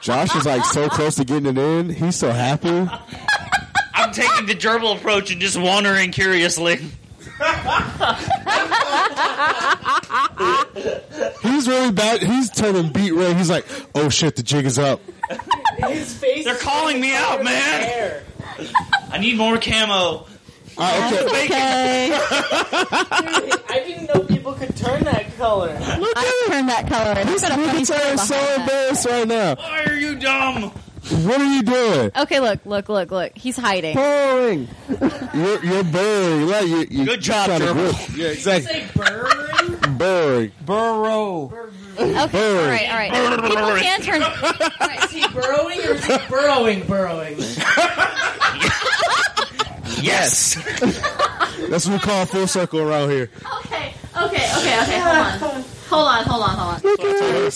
Josh is like so close to getting it in. He's so happy. I'm taking the gerbil approach and just wandering curiously. He's really bad. He's turning beat red. He's like, oh shit, the jig is up. His face. They're calling me out, man. I need more camo. okay. I didn't know people could turn that color. I turned that color. and This I've got a funny story nigga is so behind that. embarrassed right now. Why are you dumb? What are you doing? Okay, look, look, look, look. He's hiding. Boring. You're, you're boring. Like you, you Good job, trying to Gerbil. grip. Yeah, exactly. Say burn. Boring. Burrow. Okay, all right, all right. People can turn. Is he burrowing or is he burrowing? Burrowing. Yes. That's what we call full circle around here. Okay, okay, okay, okay. Hold on, hold on, hold on, hold on.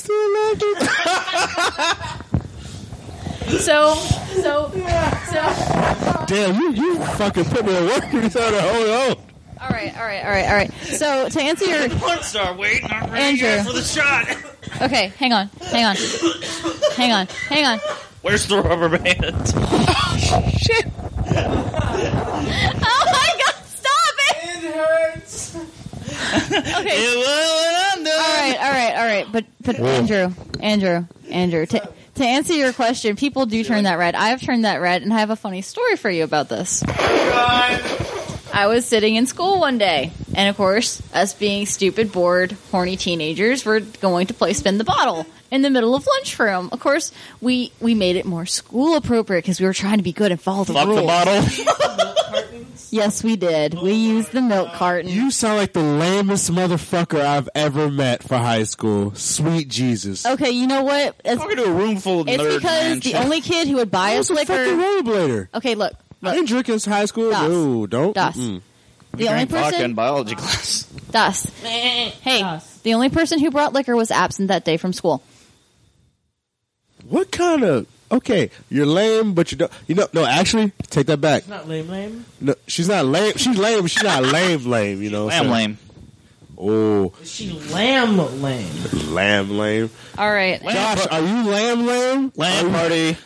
So, so, so. Damn, you, you fucking put me in work. You said, oh, oh. All right, all right, all right, all right. So to answer your One star waiting. I'm ready Andrew. for the shot. okay, hang on, hang on, hang on, hang on. Where's the rubber band? Oh my god, stop it! It hurts. Okay, all right, all right, all right. But but Andrew, Andrew, Andrew. To, to answer your question, people do turn that red. I've turned that red, and I have a funny story for you about this. I was sitting in school one day, and of course, us being stupid, bored, horny teenagers, we're going to play spin the bottle in the middle of lunchroom. Of course, we we made it more school appropriate because we were trying to be good and follow the Fuck rules. the bottle. Yes, we did. We used the milk carton. You sound like the lamest motherfucker I've ever met for high school. Sweet Jesus. okay, you know what? It's, Talking to a room full of it's nerds. because man. the only kid who would buy I us was a fucking liquor. rollerblader. Okay, look, I didn't drink in high school. Dust. No, don't. Mm. Dust. Mm-mm. the only Drank vodka in person biology class. dust. Hey, the only person who brought liquor was absent that day from school. What kind of? Okay, you're lame, but you don't. You know, no. Actually, take that back. Not lame, lame. No, she's not lame. She's lame. but She's not lame. Lame. You know. what Lamb I'm lame. saying? Is she lamb, lame? Oh, lamb. Lame. All right, Josh, are you lamb? Lame. Lamb party.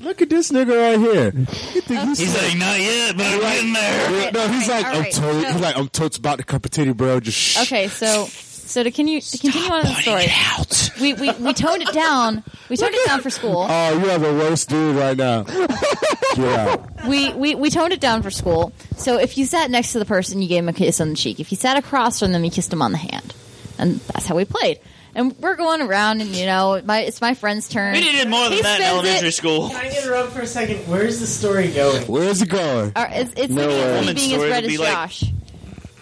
Look at this nigga right here. You think he's- He's like, not yet, but I'm getting there. right, no, he's all right, like, all I'm right, totally. so- He's like, I'm totes about the cup of titty, bro. Just shh. okay, so so to, can you, to continue on with the story, out. we, we we toned it down. We toned it down for school. Oh, you are the worst dude right now. Get out. we, we, we toned it down for school. So if you sat next to the person, you gave them a kiss on the cheek. If you sat across from them, you kissed them on the hand. And that's how we played. And we're going around, and you know, my it's my friend's turn. We did more than He that in spins elementary it. school. Can I interrupt for a second? Where's the story going? Where's it going? Or it's it's No like way. Anthony Woman's being as story red would as be like- Josh.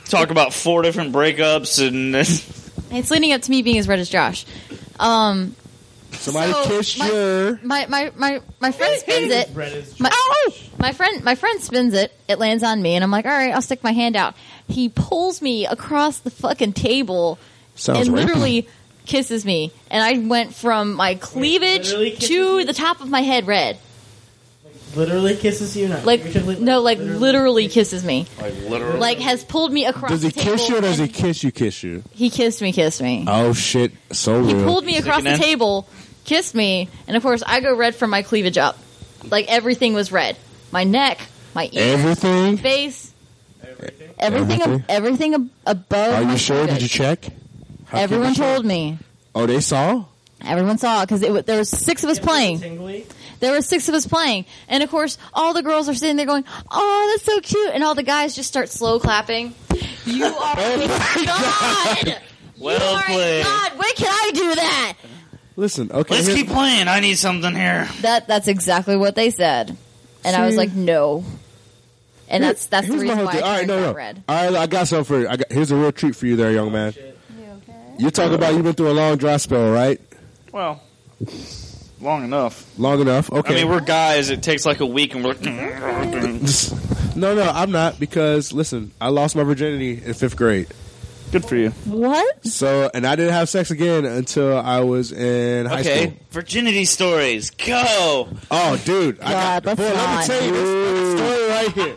Talk about four different breakups and It's leading up to me being as red as Josh. Um, Somebody so kissed my- your. My my my my friend spins it. Red is My, my friend, my friend spins it. It lands on me, and I'm like, "All right, I'll stick my hand out." He pulls me across the fucking table Sounds and rapey. literally kisses me, and I went from my cleavage to the top of my head red. Literally kisses you, not Like no, like literally, kisses me. Like literally? Like has pulled me across. Does he the table kiss you or does he and- kiss you? Kiss you? He kissed me, kissed me. Oh shit! So He real. pulled me across the table, kissed me, and of course I go red from my cleavage up. Like everything was red. My neck, my ears, Everything? face, everything, everything, Everything? ab- above. Are my you sure? Did cleavage. you check? How can Everyone you check? told me. Oh, they saw. Everyone saw because there was six of us playing. There were six of us playing, and of course, all the girls are sitting there going, "Oh, that's so cute," and all the guys just start slow clapping. You are Oh a god. Well you are a played. god. When can I do that? Listen, okay. Let's here- keep playing. I need something here. That that's exactly what they said, and I was See? like, no. And Here- that's that's the here's my reason whole why thing. All I right, turned no, no. out red. All right, I got something for you. I got, here's a real treat for you, there, young man. You talk about you've been through a long dry spell, right? Well, long enough. Long enough. Okay. I mean, we're guys. It takes like a week, and we're like. no, no, I'm not because listen, I lost my virginity in fifth grade. Good for you. What? So, and I didn't have sex again until I was in high okay, school. virginity stories. Go. Oh, dude, I got boy. Let me tell you this story right here.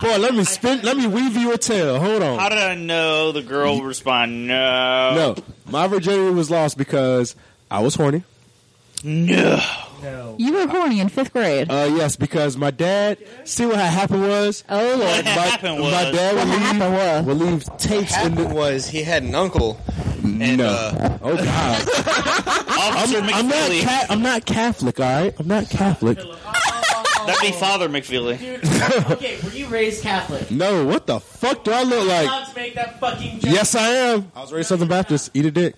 Boy, let me spin. Let me weave you a tale. Hold on. How did I know the girl would respond? No. No, my virginity was lost because I was horny. No. You were horny in fifth grade. Uh, yes, because my dad. See what had happened was. Oh, my, Lord. my dad would leave, would leave tapes in the. Was he had an uncle? And, no. uh, oh God. Officer I'm, I'm not. McFeely. Ca- I'm not Catholic. All right. I'm not Catholic. That'd be Father McFeely. okay, were you raised Catholic? no. What the fuck do I look You're like? allowed to make that fucking joke. Yes, I am. I was raised Southern Baptist. Eat a dick.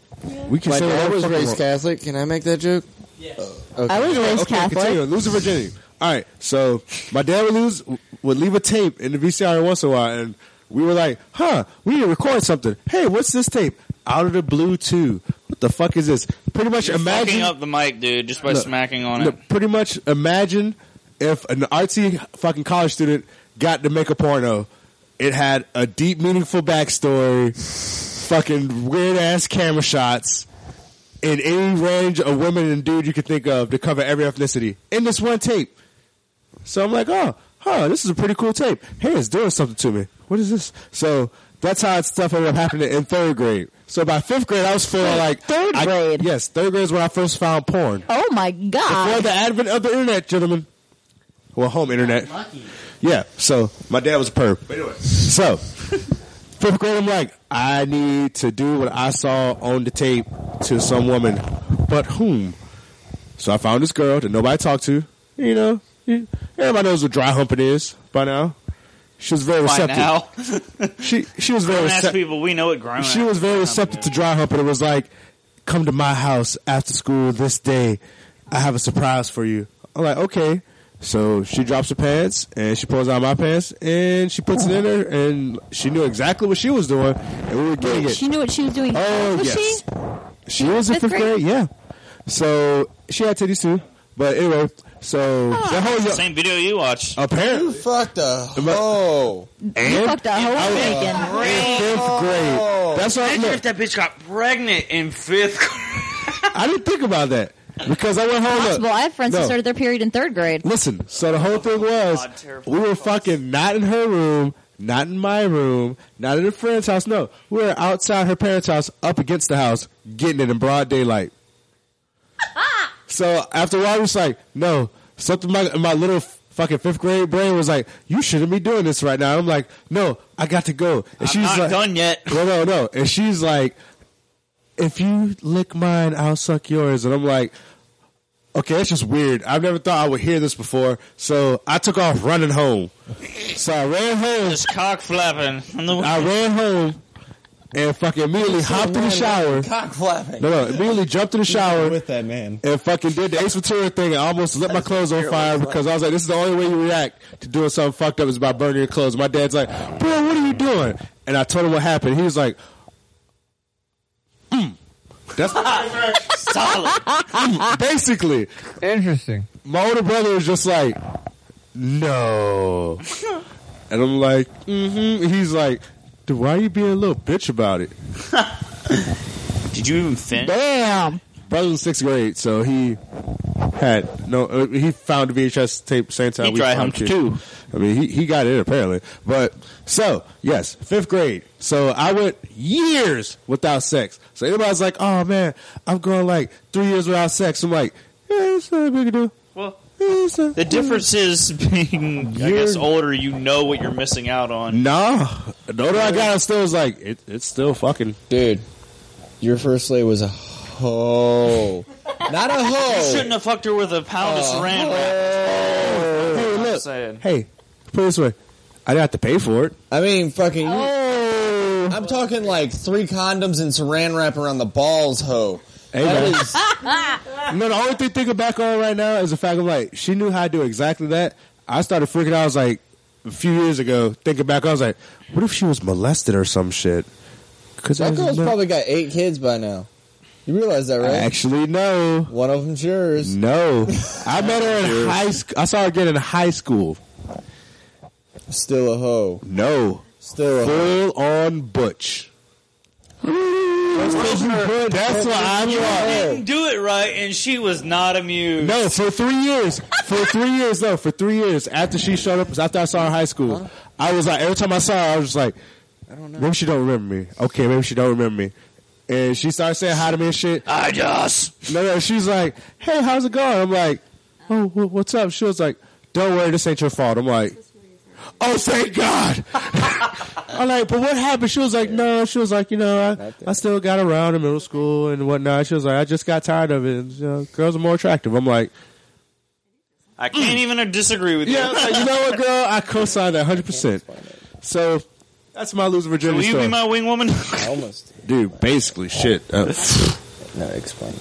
We can My say dad whatever was the fuck we raised want. Catholic. Can I make that joke? Okay. I was raised okay, Catholic. Continue. Lose your virginity. All right. So my dad would lose would leave a tape in the VCR every once in a while, and we were like, "Huh, we need to record something." Hey, what's this tape? Out of the blue, too. What the fuck is this? Pretty much You're imagine. fucking up the mic, dude, just by Look, smacking on look, it. pretty much imagine if an artsy fucking college student got to make a porno. It had a deep, meaningful backstory, fucking weird ass camera shots, in any range of women and dude you could think of to cover every ethnicity in this one tape. So I'm like, oh, huh, this is a pretty cool tape. Hey, it's doing something to me. What is this? So that's how stuff ended up happening in third grade. So by fifth grade, I was feeling like third grade. yes, third grade is when I first found porn. Oh my Before god! the advent of the internet, gentlemen. Well, home internet. Yeah. So my dad was a perp. But anyway, so fifth grade, I'm like, I need to do what I saw on the tape to some woman, but whom? So I found this girl that nobody talked to. You know, you- everybody knows what dry humping is by now. She was very By receptive. now. She she was very Don't ask receptive. people. We know it. Grown. She was very receptive to dry hump, and it was like, "Come to my house after school this day. I have a surprise for you." I'm like, "Okay." So she drops her pants and she pulls out my pants and she puts it in her, and she knew exactly what she was doing, and we were getting it. She knew what she was doing. Oh, was yes. She she? was in Fifth fifth grade? grade? yeah. So she had titties too, but anyway. So Ah. that whole Same video you watched. apparently Fuck the hoe. and Oh, Fucked a whole weekend. in fifth grade. That's what Oh. I Imagine look, if that bitch got pregnant in fifth grade. I didn't think about that because I went home. Possible. look, I have friends who no. started their period in third grade. Listen, so the whole thing was we were fucking not in her room, not in my room, not in a friend's house. No, we were outside her parents' house, up against the house, getting it in broad daylight. so after a while, we was like, no, something in my, in my little f- fucking fifth grade brain was like, you shouldn't be doing this right now. I'm like, no, I got to go. And she's not like, done yet. No, no, no. And she's like, if you lick mine, I'll suck yours. And I'm like, okay, that's just weird. I've never thought I would hear this before. So I took off running home. So I ran home. Just cock flapping. I'm the- I ran home and fucking immediately hopped in the shower. Cock flapping. No, no, immediately jumped in the shower with that man. and fucking did the Ace Ventura thing and almost lit my clothes on fire because I was like, this is the only way you react to doing something fucked up is by burning your clothes. My dad's like, bro, what are you doing? And I told him what happened. He was like, mm. That's solid. Basically, Interesting. my older brother was just like, no. And I'm like, mm-hmm. He's like, dude, why are you being a little bitch about it? Did you even finish? Damn. Brother was in sixth grade, so he had no. Uh, he found the VHS tape same time. He dry found humped it. too. I mean, he, he got it apparently. But so yes, fifth grade. So I went years without sex. So anybody's like, "Oh man, I'm going like three years without sex." I'm like, "Yeah, it's not a big deal." Well, the The difference is being, I guess, older. You know what you're missing out on. Nah, the older I got, I still was like, it, it's still fucking. Dude, your first lay was a hoe. Not a You hoe. shouldn't have fucked her with a pound of saran wrap. Hey, I'm look. saying. Hey, put it this way, I didn't have to pay for it. I mean, fucking. Oh. I'm talking like three condoms and saran wrap around the balls, hoe. Hey, That man. is- No, the only thing thinking back on right now is the fact of like she knew how to do exactly that. I started freaking out. I was like a few years ago thinking back. I was like, what if she was molested or some shit? Because that girl's probably got eight kids by now. You realize that, right? Actually, no. One of them's yours. No, I met her in high school. I saw her again in high school. Still a hoe. No, Still a full on butch. That's what I'm like. didn't do it right, and she was not amused. No, for three years. For three years, though. For three years after she showed up, after I saw her in high school, I was like, every time I saw her, I was just like, I don't know. Maybe she don't remember me. Okay, maybe she don't remember me. And she started saying hi to me and shit. I just- no, no. She's like, "Hey, how's it going?" I'm like, "Oh, wh- what's up?" She was like, "Don't worry, this ain't your fault." I'm like, "Oh, thank God." I'm like, "But what happened?" She was like, "No." She was like, "You know, I, I still got around in middle school and whatnot." She was like, "I just got tired of it. You know, girls are more attractive." I'm like, I can't even disagree with you. yeah, like, you know what, girl? I co-signed that 100%. So, that's my losing Will virginity you be story. my wing woman? Almost. Dude, basically, shit. Uh, no, explain.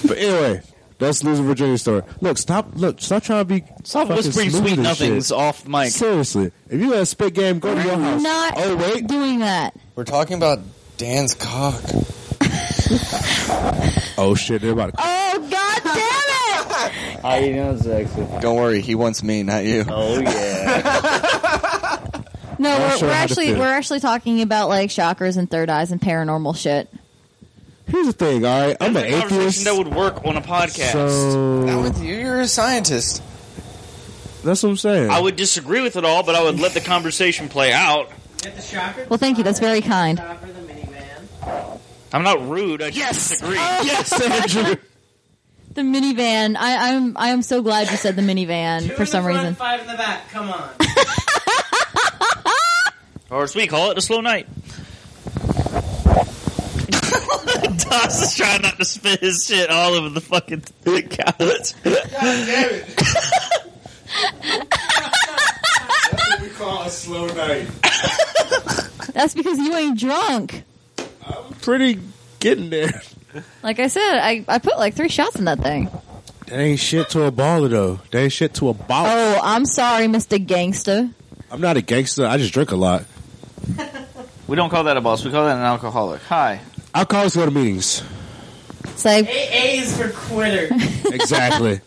but anyway, that's losing virginity story. Look, stop, look, stop trying to be Stop fucking whispering smooth sweet and nothings shit. off mic. Seriously. If you got a spit game, go to your house. Not oh, wait. doing that. We're talking about Dan's cock. Oh, shit, they're about to... Oh god damn it! How you know, Zexy? Don't worry, he wants me, not you. Oh yeah. No, I'm we're, sure we're how to actually fit. we're actually talking about like chakras and third eyes and paranormal shit. Here's the thing, all right? I'm an That's a atheist. conversation that would work on a podcast. So, You're a scientist. that's what I'm saying. I would disagree with it all, but I would let the conversation play out. Well, thank you. That's very kind. I'm not rude. I just disagree. Oh, Yes, Andrew. The minivan. I, I'm I am so glad you said the minivan for some reason. Five in the back. Come on. Or as we call it, a slow night. Toss is trying not to spit his shit all over the fucking couch. That's what we call a slow night. That's because you ain't drunk. Pretty getting there. Like I said, I, I put like three shots in that thing. Oh. That ain't shit to a baller, though. That ain't shit to a baller. Oh, I'm sorry, Mister Gangster. I'm not a gangster. I just drink a lot. We don't call that a boss. We call that an alcoholic. Hi. Alcoholics go to meetings. It's like A is for quitter. Exactly.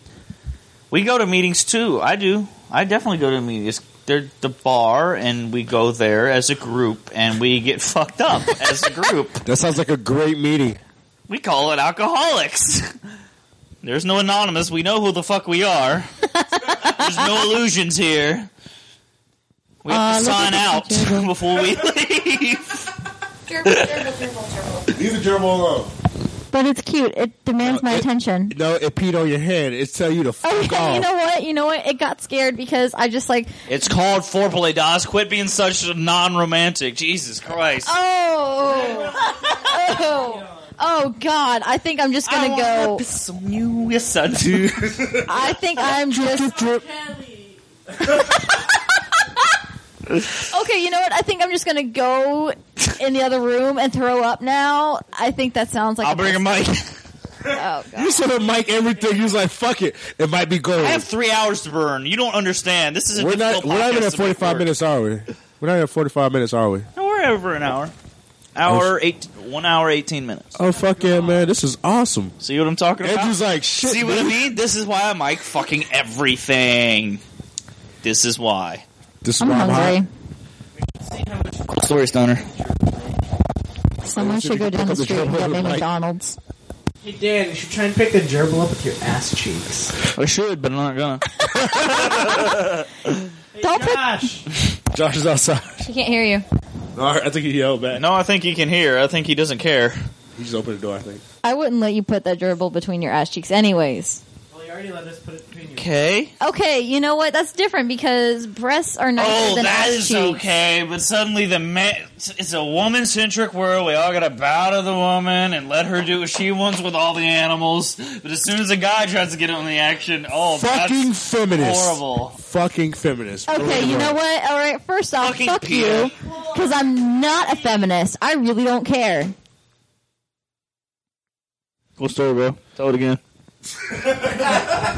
We go to meetings too. I do. I definitely go to meetings. They're the bar, and we go there as a group, and we get fucked up as a group. that sounds like a great meeting. We call it alcoholics. There's no anonymous. We know who the fuck we are. There's no illusions here. We have to Uh, look sign out at the before we leave. These are gerbil alone. But it's cute. It demands my attention. No, it peed on your head. It tell you to fuck And off. you know what? You know what? It got scared because I just like, It's called foreplay, Dos. Quit being such a non-romantic. Jesus Christ. oh, oh, oh, God! I think I'm just gonna go. You, yes, I do. I think I'm just. okay, you know what? I think I'm just gonna go in the other room and throw up now. I think that sounds like. I'll bring a mic. Oh, you said to Mike everything. You was like, fuck it. It might be gold. I have three hours to burn. You don't understand. This is a We're not, difficult we're not even podcast at to make 45 work. minutes, are we? We're not even at 45 minutes, are we? No, we're over an hour. Hour eight, one hour eighteen minutes. Oh, fuck yeah, man. This is awesome. See what I'm talking about? Andrew's like, shit. See what I dude. mean? This is why I mic fucking everything. This is why. This is I'm why I'm hot. hungry. Cool story, stoner. Someone should go down the street and get me McDonald's. Hey Dan, you should try and pick the gerbil up with your ass cheeks. I should, but I'm not gonna. Don't pick. Josh is outside. She can't hear you. I think he yelled back. No, I think he can hear. I think he doesn't care. He just opened the door. I think. I wouldn't let you put that gerbil between your ass cheeks, anyways. Well, you already let us put it between you. Okay. Okay, you know what? That's different because breasts are nicer Oh, than that ass is cheeks. okay, but suddenly the man, it's a woman centric world. We all gotta bow to the woman and let her do what she wants with all the animals. But as soon as a guy tries to get on the action, oh, Fucking that's feminist. horrible. Fucking feminist. Okay, you know what? All right, first off, fuck you, because I'm not a feminist. I really don't care. Cool story, bro. Tell it again.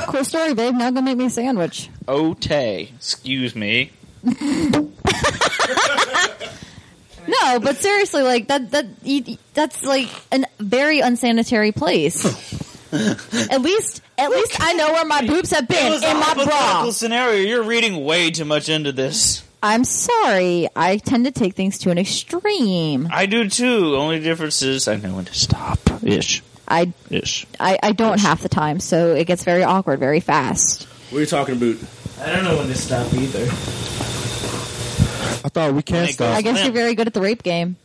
Cool story, babe. Now go make me a sandwich. Okay. Excuse me. No, but seriously, like that that you- that's like a very unsanitary place. at least, at least I know where my boobs have It been was a in my bra. hypothetical scenario. You're reading way too much into this. I'm sorry. I tend to take things to an extreme. I do too. Only difference is I know when to stop. Ish. I Ish. I, I don't half the time, so it gets very awkward very fast. What are you talking about? I don't know when to stop either. I thought we can't stop. I guess you're very good at the rape game.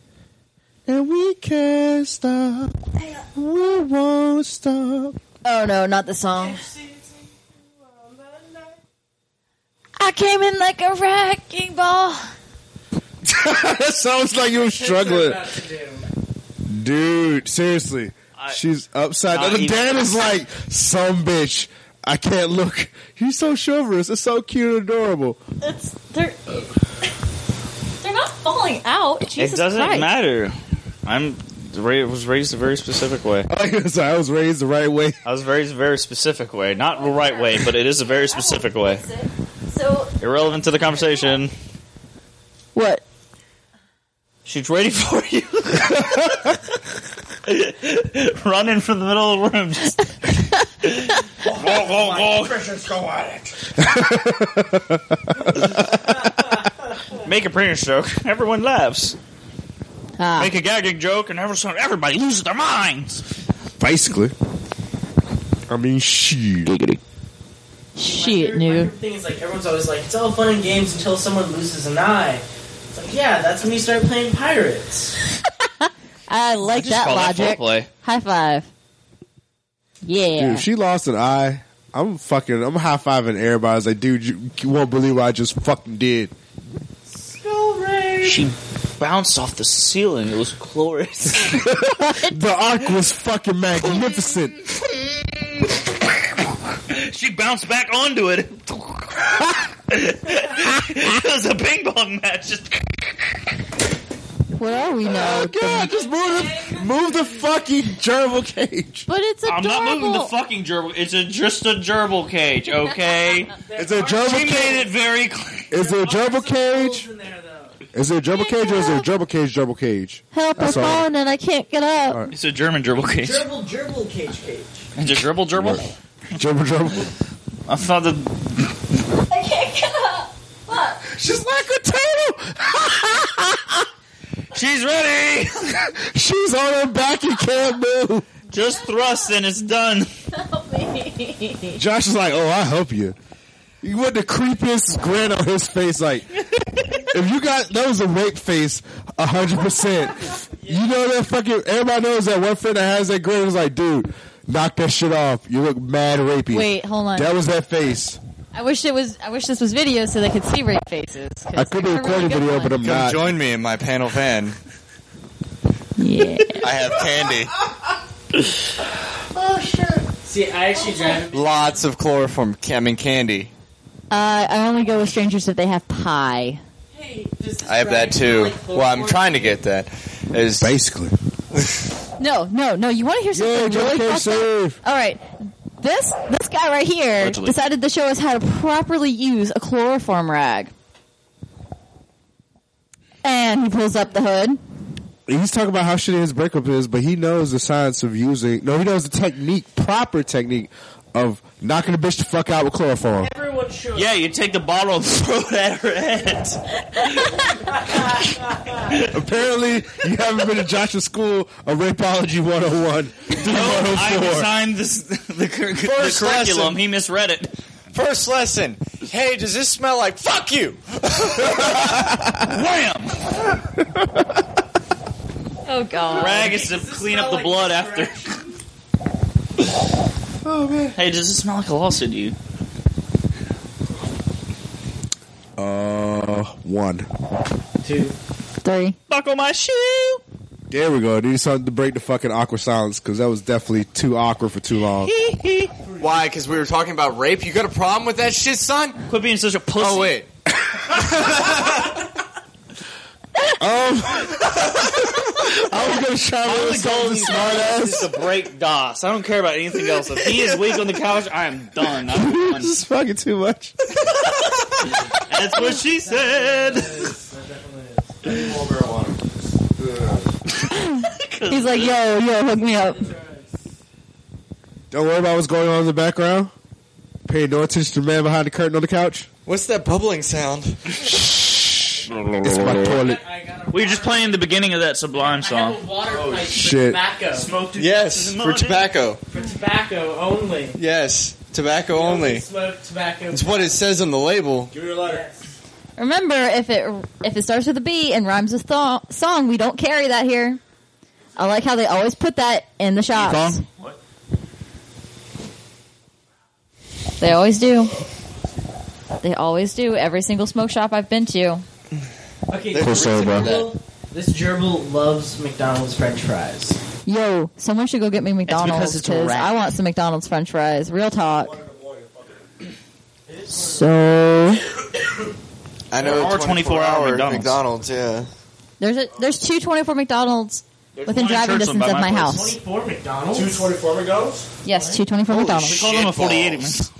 And we can't stop. We won't stop. Oh no, not the song. I came in like a wrecking ball. that sounds like you were struggling. Dude, seriously. She's upside not down. even- Dan is like, some bitch. I can't look. He's so chivalrous. It's so cute and adorable. It's they're they're not falling out. Jesus it doesn't Christ. matter. I'm ra- was raised a very specific way. Sorry, I was raised the right way. I was raised a very specific way, not the right way, but it is a very specific way. So Irrelevant to the conversation. What? She's ready for you. Run in from the middle of the room. Just go, go, go. Precious, go at it. Make a printer joke. Everyone laughs. Ah. Make a gagging joke, and every- everybody loses their minds. Basically. I mean, shit. Giggity. Shit, The dude. thing is, like, everyone's always like, it's all fun and games until someone loses an eye. It's like, yeah, that's when you start playing pirates. I like that logic. High five. Yeah. Dude, if she lost an eye. I'm fucking, I'm high fiving everybody. I was like, dude, you, you won't believe what I just fucking did. She bounced off the ceiling. It was glorious. the arc was fucking magnificent. She bounced back onto it. it was a ping pong match. Just Where are we now? Oh god, just move the, move the fucking gerbil cage. But it's I'm not moving the fucking gerbil. It's a, just a gerbil cage, okay? It's a gerbil She cage. made it very clear. Is there a gerbil cage? Is there a gerbil cage or is there a gerbil cage? Gerbil cage. Help! I'm That's all right. falling and I can't get up. It's a German gerbil cage. Gerbil, gerbil, cage, cage. It's a gerbil gerbil? Gerbil gerbil. I thought the I can't get up. Look. She's like a turtle. She's ready! She's on her back and can't move. Just thrust and it's done. Help me. Josh is like, oh, I help you. He went the creepiest grin on his face. Like, if you got that was a rape face, hundred percent. You know that fucking everybody knows that one friend that has that grin was like, dude, knock that shit off. You look mad rapey. Wait, hold on. That was that face. I wish it was. I wish this was video so they could see rape faces. 'cause I could they're have recorded really good video, but I'm ones. not. Join me in my panel fan. Yeah. I have candy. Oh, sure. See, I actually Oh. drive. Lots of chloroform. I mean, candy. Uh, I only go with strangers if they have pie. I have that too. Well, I'm trying to get that. Is basically. No, no, no. You want to hear something Joe really Cage fucked up? All right. This this guy right here Allegedly. decided to show us how to properly use a chloroform rag. And he pulls up the hood. He's talking about how shitty his breakup is, but he knows the science of using. No, he knows the technique, proper technique of knocking a bitch the fuck out with chloroform. Everyone throat shook. Yeah, you take the bottle and throw it at her head. Apparently, you haven't been to Joshua School of Rapology 101 through Oh, I 104. designed this, the, cur- First the curriculum. lesson. He misread it. First lesson. Hey, does this smell like fuck you? Wham! Oh God. Rag is to clean up the blood after. Oh man. Hey, does this smell like a lawsuit to you? Uh, one. Two. Three. Buckle my shoe. There we go. Need something to break the fucking awkward silence because that was definitely too awkward for too long. Why? Because we were talking about rape. You got a problem with that shit, son? Quit being such a pussy. Oh wait. um, I was gonna try to go with smart ass to break DOS. I don't care about anything else. If he is weak on the couch, I am done. I'm done. this is fucking too much. That's what she said. He's like, yo, yo, hook me up. Don't worry about what's going on in the background. Pay no attention to the man behind the curtain on the couch. What's that bubbling sound? It's my toilet. We were just playing the beginning of that Sublime song. Water pipe Oh, shit. for tobacco. Smoked Yes, for tobacco. For tobacco only. Yes, tobacco only. Smoked tobacco. It's what it says on the label. Give me your letter. Remember, if it if it starts with a B and rhymes with tho- song, we don't carry that here. I like how they always put that in the shops. They always do. They always do. Every single smoke shop I've been to. Okay, They're this Corsoba. gerbil, this gerbil loves McDonald's French fries. Yo, someone should go get me McDonald's it's a rat. I want some McDonald's French fries. Real talk. So I know. There are 24 hour McDonald's. Yeah. there's a there's two 24 McDonald's within driving distance of my house. 24 McDonald's? Two twenty-four McDonald's. Yes, two 24 McDonald's. We call them a 48 at McDonald's.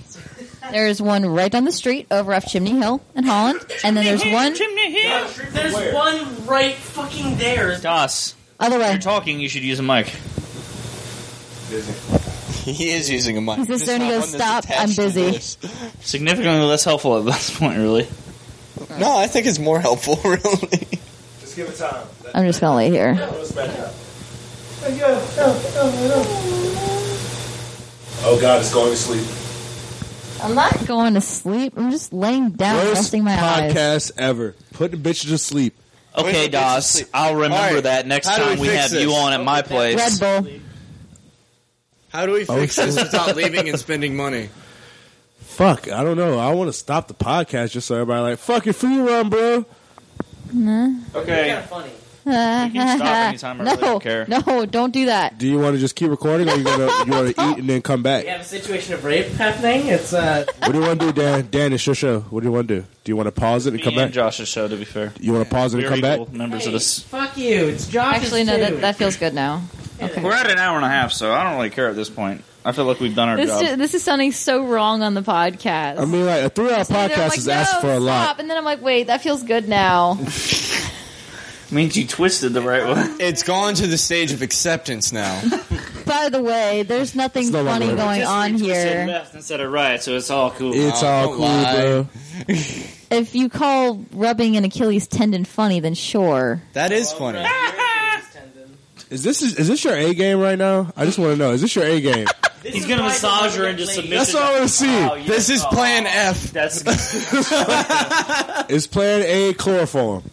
There's one right down the street over off Chimney Hill in Holland, and then there's one Chimney Hill. There's one right fucking there. DOS. Other way. You're talking, you should use a mic. He is using a mic. He says, "Don't you go stop. I'm busy." Significantly less helpful at this point, really. No, I think it's more helpful, really. Just give it time. I'm just gonna lay here. Let's back up. Oh God, it's going to sleep. I'm not going to sleep. I'm just laying down, Worst resting my eyes. podcast ever. Putting bitches to sleep. Okay, DOS. I'll remember that next How do time we we fix have this? you on at my place. Red Bull. How do we Oh, fix this shit. without leaving and spending money? Fuck, I don't know. I want to stop the podcast just so everybody like, fuck your food run, bro. Nah. Okay. can stop anytime. I no, really don't care. no, don't do that. Do you want to just keep recording, or you gonna you want to eat and then come back? We have a situation of rape happening. It's uh, What do you want to do, Dan? Dan, it's your show. What do you want to do? Do you want to pause it and Me come and back? Josh's show, to be fair. You want to pause it and We're come back? equal members of this. fuck you. It's Josh's Actually, no, too. that, that feels good now. We're at an hour and a half, so I don't really care at this point. I feel like we've done our This, job. this is sounding so wrong on the podcast. I mean, like a three-hour They're podcast like, is no, asking for a stop. lot. and then I'm like, wait, that feels good now. Means you twisted the right way. It's gone to the stage of acceptance now. By the way, there's nothing funny going on here. left instead of right, so it's all cool. It's all cool, bro. If you call rubbing an Achilles tendon funny, then sure. That is funny. Is this is this your A game right now? I just want to know. Is this your A game? He's gonna massage her into submission. Oh, That's what I want to see. This is Plan F. That's Is plan A chloroform?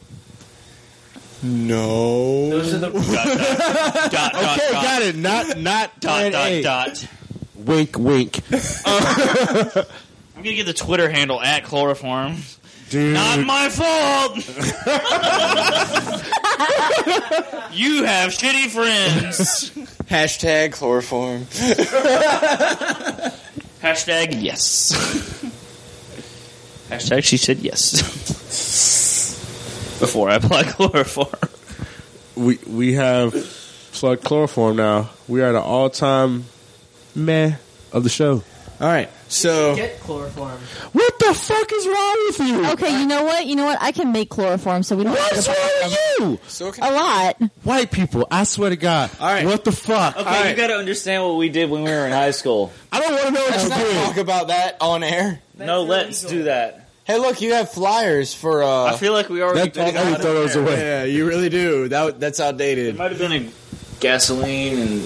No. Those are the dot, dot, okay, dot. got it. Not not dot plan dot A. dot. Wink, wink. I'm gonna get the Twitter handle at chloroform. Dude. Not my fault. you have shitty friends. Hashtag chloroform. Hashtag yes. Hashtag she said yes. Before I apply chloroform. we we have plug chloroform now. We are the all time meh of the show. All right, so Get chloroform. what the fuck is wrong with you? Okay, you know what? You know what? I can make chloroform, so we don't. have What's to- wrong with you? A lot. White people, I swear to God. All right, what the fuck? Okay, All you right. gotta understand what we did when we were in high school. I don't want to know what Let's you not did. talk about that on air. no, let's do that. Hey, look, you have flyers for. uh I feel like we already That- talked I already about throw it those there. away. Yeah, you really do. That that's outdated. It might have been Gasoline and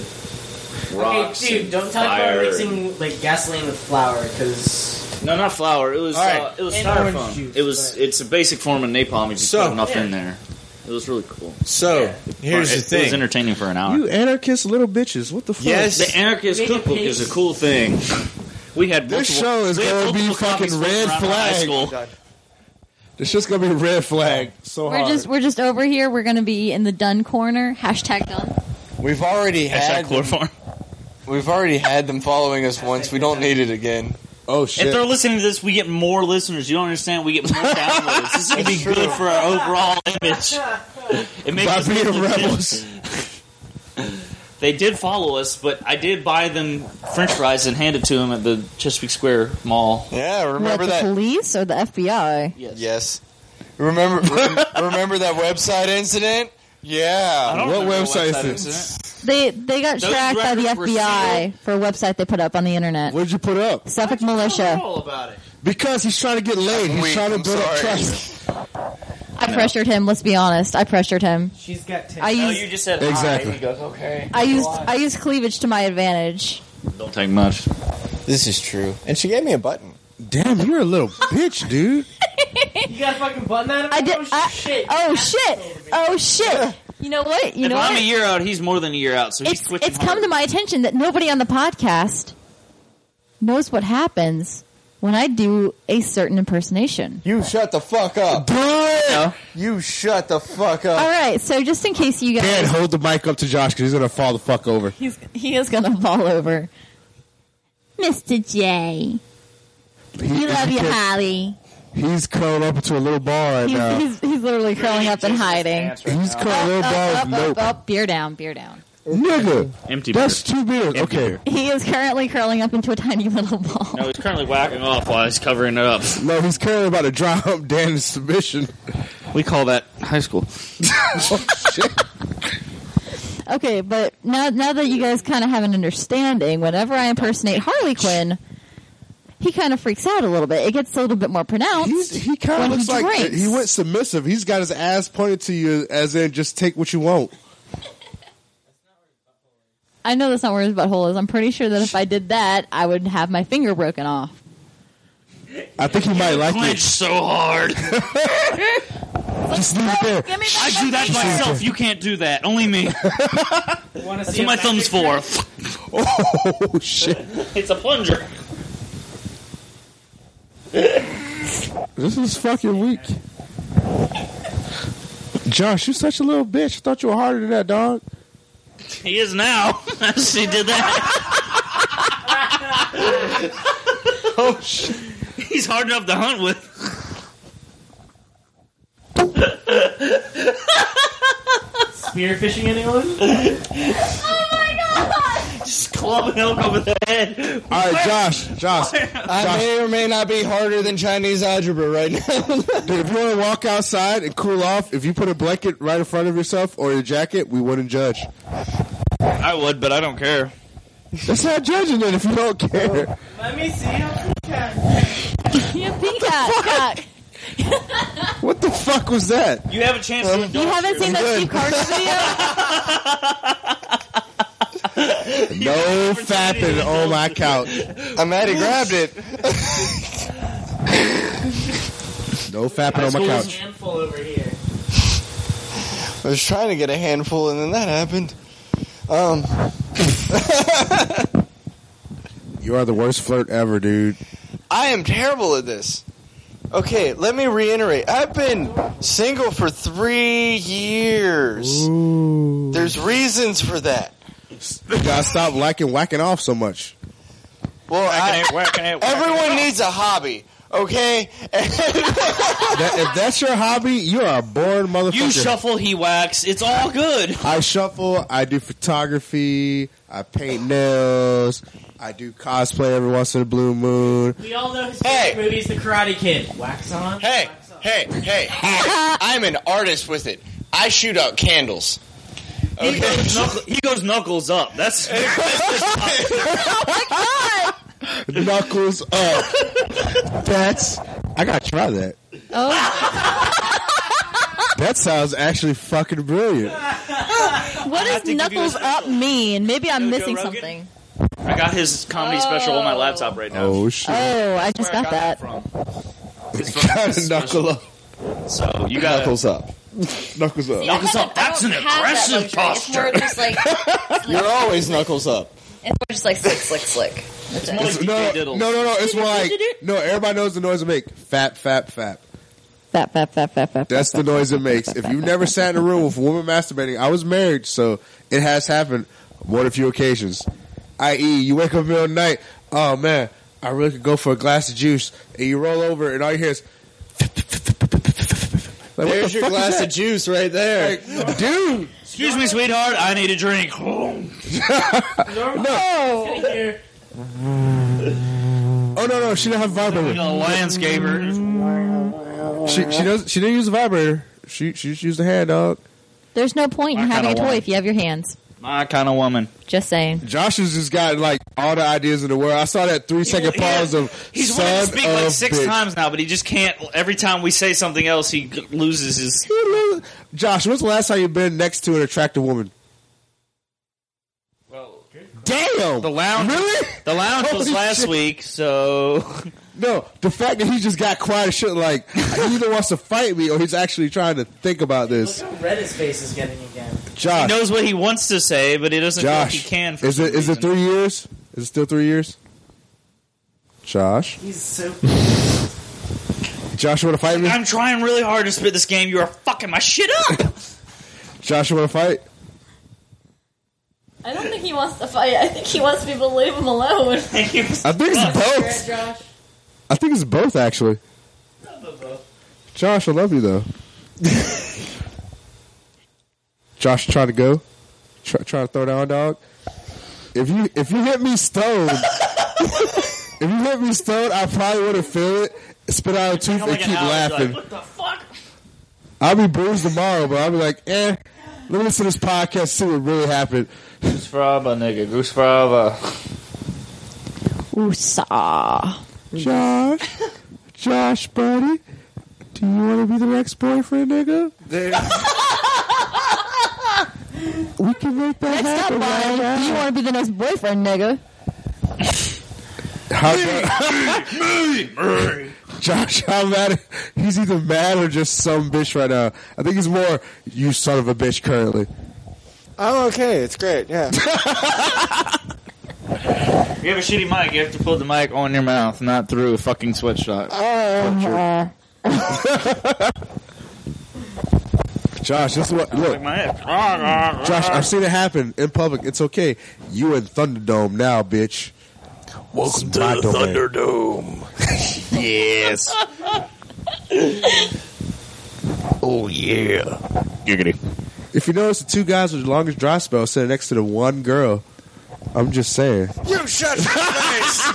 rocks. Okay, dude, and don't talk fire. about mixing like gasoline with flour because No, not flour. It was All right. uh, it was And orange styrofoam. juice, it was it's a basic form of napalm. You just So- put enough in Yeah. there. It was really cool. So here's it, the thing. It was entertaining for an hour. You anarchist little bitches. What the fuck? yes, the anarchist cookbook is a cool thing. We had This multiple- show is we had gonna be multiple fucking copies floating red around in high flag. school. This shit's gonna be red flag. So We're just we're just over here. We're gonna be in the done corner. Hashtag done. We've already had chloroform. We've already had them following us once. We don't need it again. Oh If they're listening to this, we get more listeners. You don't understand. We get more downloads. This is gonna be That's true. good for our overall image. It makes us look legit. They did follow us, but I did buy them French fries and hand it to them at the Chesapeake Square Mall. Yeah, What, the police or the FBI? Yes. Remember rem- remember that website incident? Yeah. I don't What remember website website is is this? They they got Those tracked by the records were FBI for a website they put up on the internet. What'd you put up? Suffolk Militia. Because he's trying to get laid. He's Weak, trying to I'm build sorry. up trust. I pressured him. Let's be honest. I pressured him. she's got. I oh, used- you just said Exactly. Hi. He goes, okay. I used Why? I used cleavage to my advantage. Don't take much. This is true. And she gave me a button. Damn, you're a little bitch, dude. you got a fucking button that. I did. I, oh shit! Oh shit! You know what? You if know I'm a what? year out, he's more than a year out, so he's It's quitting. it's come to my attention that nobody on the podcast knows what happens when I do a certain impersonation. You shut the fuck up. Do it. You shut the fuck up. All right. So just in case you guys, Dan, hold the mic up to Josh because he's gonna fall the fuck over. He's he is gonna fall over. Mr. J. He- We love he you, can't- Holly. He's curled up into a little ball right He's, now. he's, he's literally curling up and hiding. He's curled a little Up, ball. up, nope. up, up, beer down, beer down. Nigga. Empty That's two beers. okay. He is currently curling up into a tiny little ball. No, he's currently whacking off while he's covering it up. No, he's currently about to drop up Dan's submission. We call that high school. Okay, but now now that you guys kind of have an understanding, whenever I impersonate Harley Quinn, he kind of freaks out a little bit. It gets a little bit more pronounced. He kind when of looks he like drinks. he went submissive. He's got his ass pointed to you, as in just take what you want. I know that's not where his butthole is. I'm pretty sure that if I did that, I would have my finger broken off. I think he might like it. so hard. Just leave it there. I do that myself. You can't do that. Only me. That's what my thumb's for. Oh shit! it's a plunger. This is fucking weak. Josh, you such a little bitch. I thought you were harder than that, dog. He is now. she did that. oh shit! He's hard enough to hunt with. Spear fishing anyone? Just clubbing elk over the head. All right, Josh, Josh, I Josh. may or may not be harder than Chinese algebra right now. Dude, if you want to walk outside and cool off, if you put a blanket right in front of yourself or your jacket, we wouldn't judge. I would, but I don't care. That's not judging it if you don't care. Let me see how you peacock. cock. What the fuck was that? You have a chance to You indulge haven't seen that Steve Carter video? No fapping on my couch. I'm mad he grabbed it. No fapping on my There's a couch. handful over here. I was trying to get a handful, and then that happened. Um, You are the worst flirt ever, dude. I am terrible at this. Okay, let me reiterate. I've been single for three years. There's reasons for that. You gotta stop liking whacking off so much. Well, I, whacking it, everyone needs a hobby, okay? That- if that's your hobby, you are a born motherfucker. You shuffle, he whacks. It's all good. I shuffle. I do photography. I paint nails. I do cosplay every once in a blue moon. We all know his Hey. favorite movie is The Karate Kid. Wax on. hey, hey, hey, hey. I'm an artist with it. I shoot out candles. He, goes knuckle- he goes knuckles up. That's Oh my god! Dude, knuckles up. That's. I gotta try that. That sounds actually fucking brilliant. what does knuckles up mean? Maybe I'm missing something. I got his comedy special on my laptop right now. Oh shit! Oh, I just Where I got, got that. Gotta knuckle up. So you got knuckles up. Knuckles up. See, I haven't- I don't have that luxury. It's more just like it's You're always knuckles up. more just like slick, slick, slick. That's it. It's- no, no, no, no. It's more like no. Everybody knows the noise it make. Fap, fap, fap. Fap, fap, fap, fap, fap. That's the noise it makes. If you've never sat in a room with a woman masturbating, I was married, so it has happened one a few occasions. I.e., you wake up in the middle of the night, oh man, I really could go for a glass of juice, and you roll over, and all you hear is. Like, what There's the your fuck is glass that? of juice right there. Like, dude. Excuse me, sweetheart. I need a drink. no. Oh no no, she didn't have a vibrator. A landscaper. She she does she didn't use a vibrator. She she just used a hand dog. There's no point in I having a kinda toy want- if you have your hands. My kind of woman. Just saying. Josh has just got like all the ideas in the world. I saw that three second pause of He's son wanted to speak of like six bitch. times now, but he just can't. Every time we say something else, he g- loses his. Josh, when's the last time you've been next to an attractive woman? Damn! The lounge. Really? The lounge was Holy last shit. week, so No, the fact that he just got quiet and shit like he either wants to fight me or he's actually trying to think about this. Red his face is getting again. he Josh. knows what he wants to say, but he doesn't know if he Josh, can. For is it is it three years? Is it still three years? Josh, He's so. Josh, you want to fight me? I'm trying really hard to spit this game. You are fucking my shit up. Josh, you want to fight? I don't think he wants to fight. I think he wants people to leave him alone. I think it's I think it's both. Josh. I think it's both actually. Josh, I love you though. Josh, trying to go, Try, trying to throw down, dog. If you if you hit me stoned, if you hit me stoned, I probably would have feel it, spit out a tooth, I'm and like an keep hour, laughing. like, what the fuck? I'll be bruised tomorrow, but I'll be like, eh. Let me listen to this podcast, see what really happened. Goose forever, nigga. Goose forever. Woosah. Josh, Josh, buddy, do you want to be the next boyfriend, nigga? We can make that Next up, happen. Bonnie, you want to be the next boyfriend, nigga? How Josh, how mad? He's either mad or just some bitch right now. I think he's more you son of a bitch currently. I'm okay. It's great. Yeah. You have a shitty mic. You have to put the mic on your mouth, not through a fucking sweatshop. Josh, this is what look. Like my head. Josh, I've seen it happen in public. It's okay. You in Thunderdome now, bitch. Welcome to the Thunderdome. yes. oh yeah. Giggity. If you notice, the two guys with the longest dry spell sitting next to the one girl. I'm just saying. You shut your face.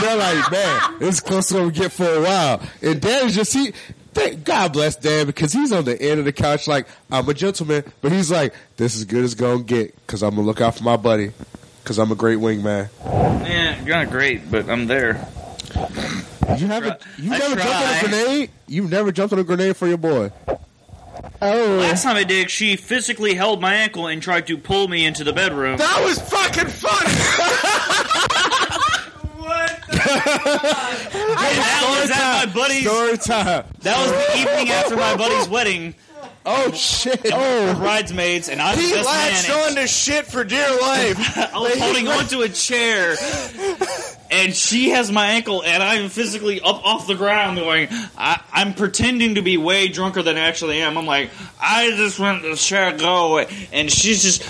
They're like, man, this is close to what we get for a while. And Dan is just he. Thank God bless Dan because he's on the end of the couch like I'm a gentleman, but he's like, this is good as gonna get because I'm gonna look out for my buddy because I'm a great wingman. Yeah, you're not great, but I'm there. You haven't. You I never jumped on a tried. grenade. You never jumped on a grenade for your boy. Oh, Last time I did, she physically held my ankle and tried to pull me into the bedroom. That was fucking funny. that was at my buddy's. Story time. That was the evening after my buddy's wedding. Oh shit! Oh, bridesmaids, and I was He the best latched man. on to shit for dear life. I was holding onto a chair, and she has my ankle, and I'm physically up off the ground going, I, I'm pretending to be way drunker than I actually am. I'm like, I just want the chair go away. And she's just,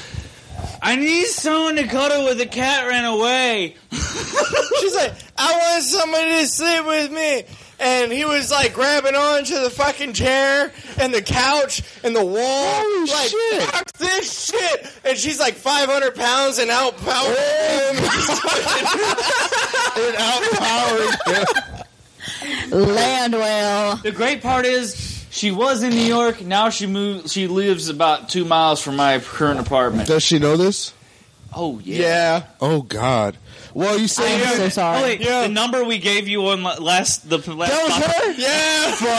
I need someone to cuddle with. The cat ran away. She's like, I want somebody to sleep with me. And he was like grabbing onto the fucking chair and the couch and the wall. like, fuck this shit. And she's like 500 pounds and outpowering him. and outpowering him. Landwell. The great part is, she was in New York. Now she moved. She lives about two miles from my current apartment. Does she know this? Oh yeah. Oh God. Well, you say Yeah. Oh, wait, The number we gave you on la- last the last That was podcast- her?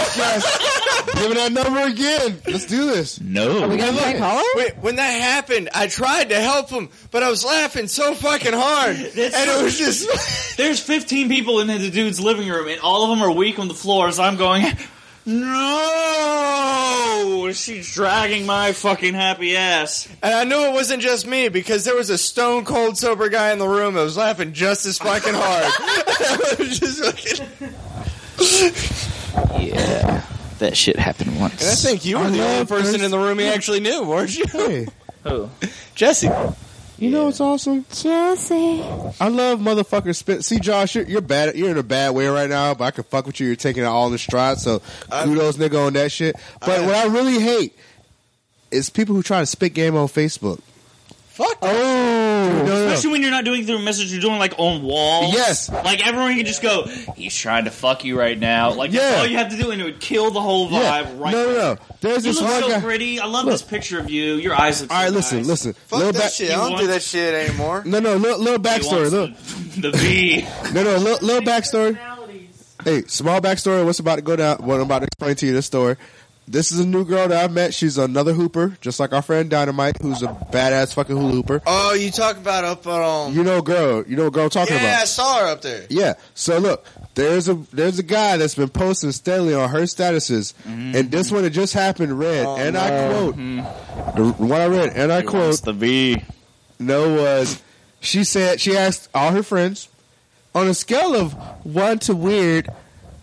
Yeah. Fuck yes. Give me that number again. Let's do this. No. Look, wait, when that happened, I tried to help him, but I was laughing so fucking hard, and it was just There's 15 people in the dude's living room, and all of them are weak on the floor. So I'm going, no! She's dragging my fucking happy ass. And I knew it wasn't just me because there was a stone cold sober guy in the room that was laughing just as fucking hard. I was just fucking- Yeah. That shit happened once. and I think you were the only person in the room he actually knew, weren't you? Who? Jesse. You know it's awesome, Jesse. I love motherfucker spit. See, Josh, you're, you're bad. You're in a bad way right now, but I can fuck with you. You're taking it all in stride. So kudos, nigga, on that shit. But what I really hate is people who try to spit game on Facebook. Fuck. Oh, Especially when you're not doing through message, you're doing like on walls. Yes. Like everyone can just go, he's trying to fuck you right now. Like Yeah. that's all you have to do, and it would kill the whole vibe Yeah. right No, no, there. no. There's you this look one so guy- pretty. I love Look. this picture of you. Your eyes look All right, listen, listen. Little back- that shit anymore. No, no, little, little backstory. Little, The V. no, no, little, little backstory. Hey, small backstory. What's about to go down? What I'm about to explain to you this story. This is a new girl that I met. She's another hooper, just like our friend Dynamite, who's a badass fucking hula hooper. Oh, you talk about up on. You know, girl. You know, girl. I'm talking yeah, I about. saw her up there. Yeah. So look, there's a there's a guy that's been posting steadily on her statuses, and this one that just happened read, and I quote the one I read, and I quote the V. No was she said she asked all her friends on a scale of one to weird,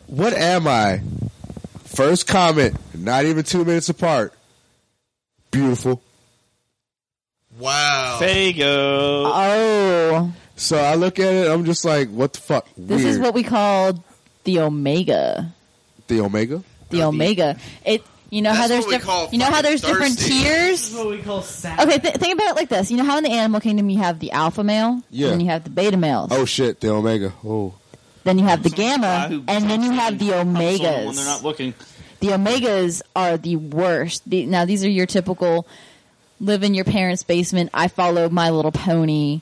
what am I? First comment, not even two minutes apart. Beautiful. Wow. Fago. Oh. So I look at it, I'm just like, what the fuck? This is Weird. what we call the omega. the Omega. The omega. It. You know That's how there's what we diff- call you know how there's different thirsty. tiers. This is what we call sad. Okay, th- think about it like this. You know how in the animal kingdom you have the alpha male, Yeah. and then you have the beta male, Oh shit, the Omega. Oh. then you have the gamma, and then you have the When they're omegas. not looking. The omegas are the worst. The, now these are your typical live in your parents' basement. I follow My Little Pony.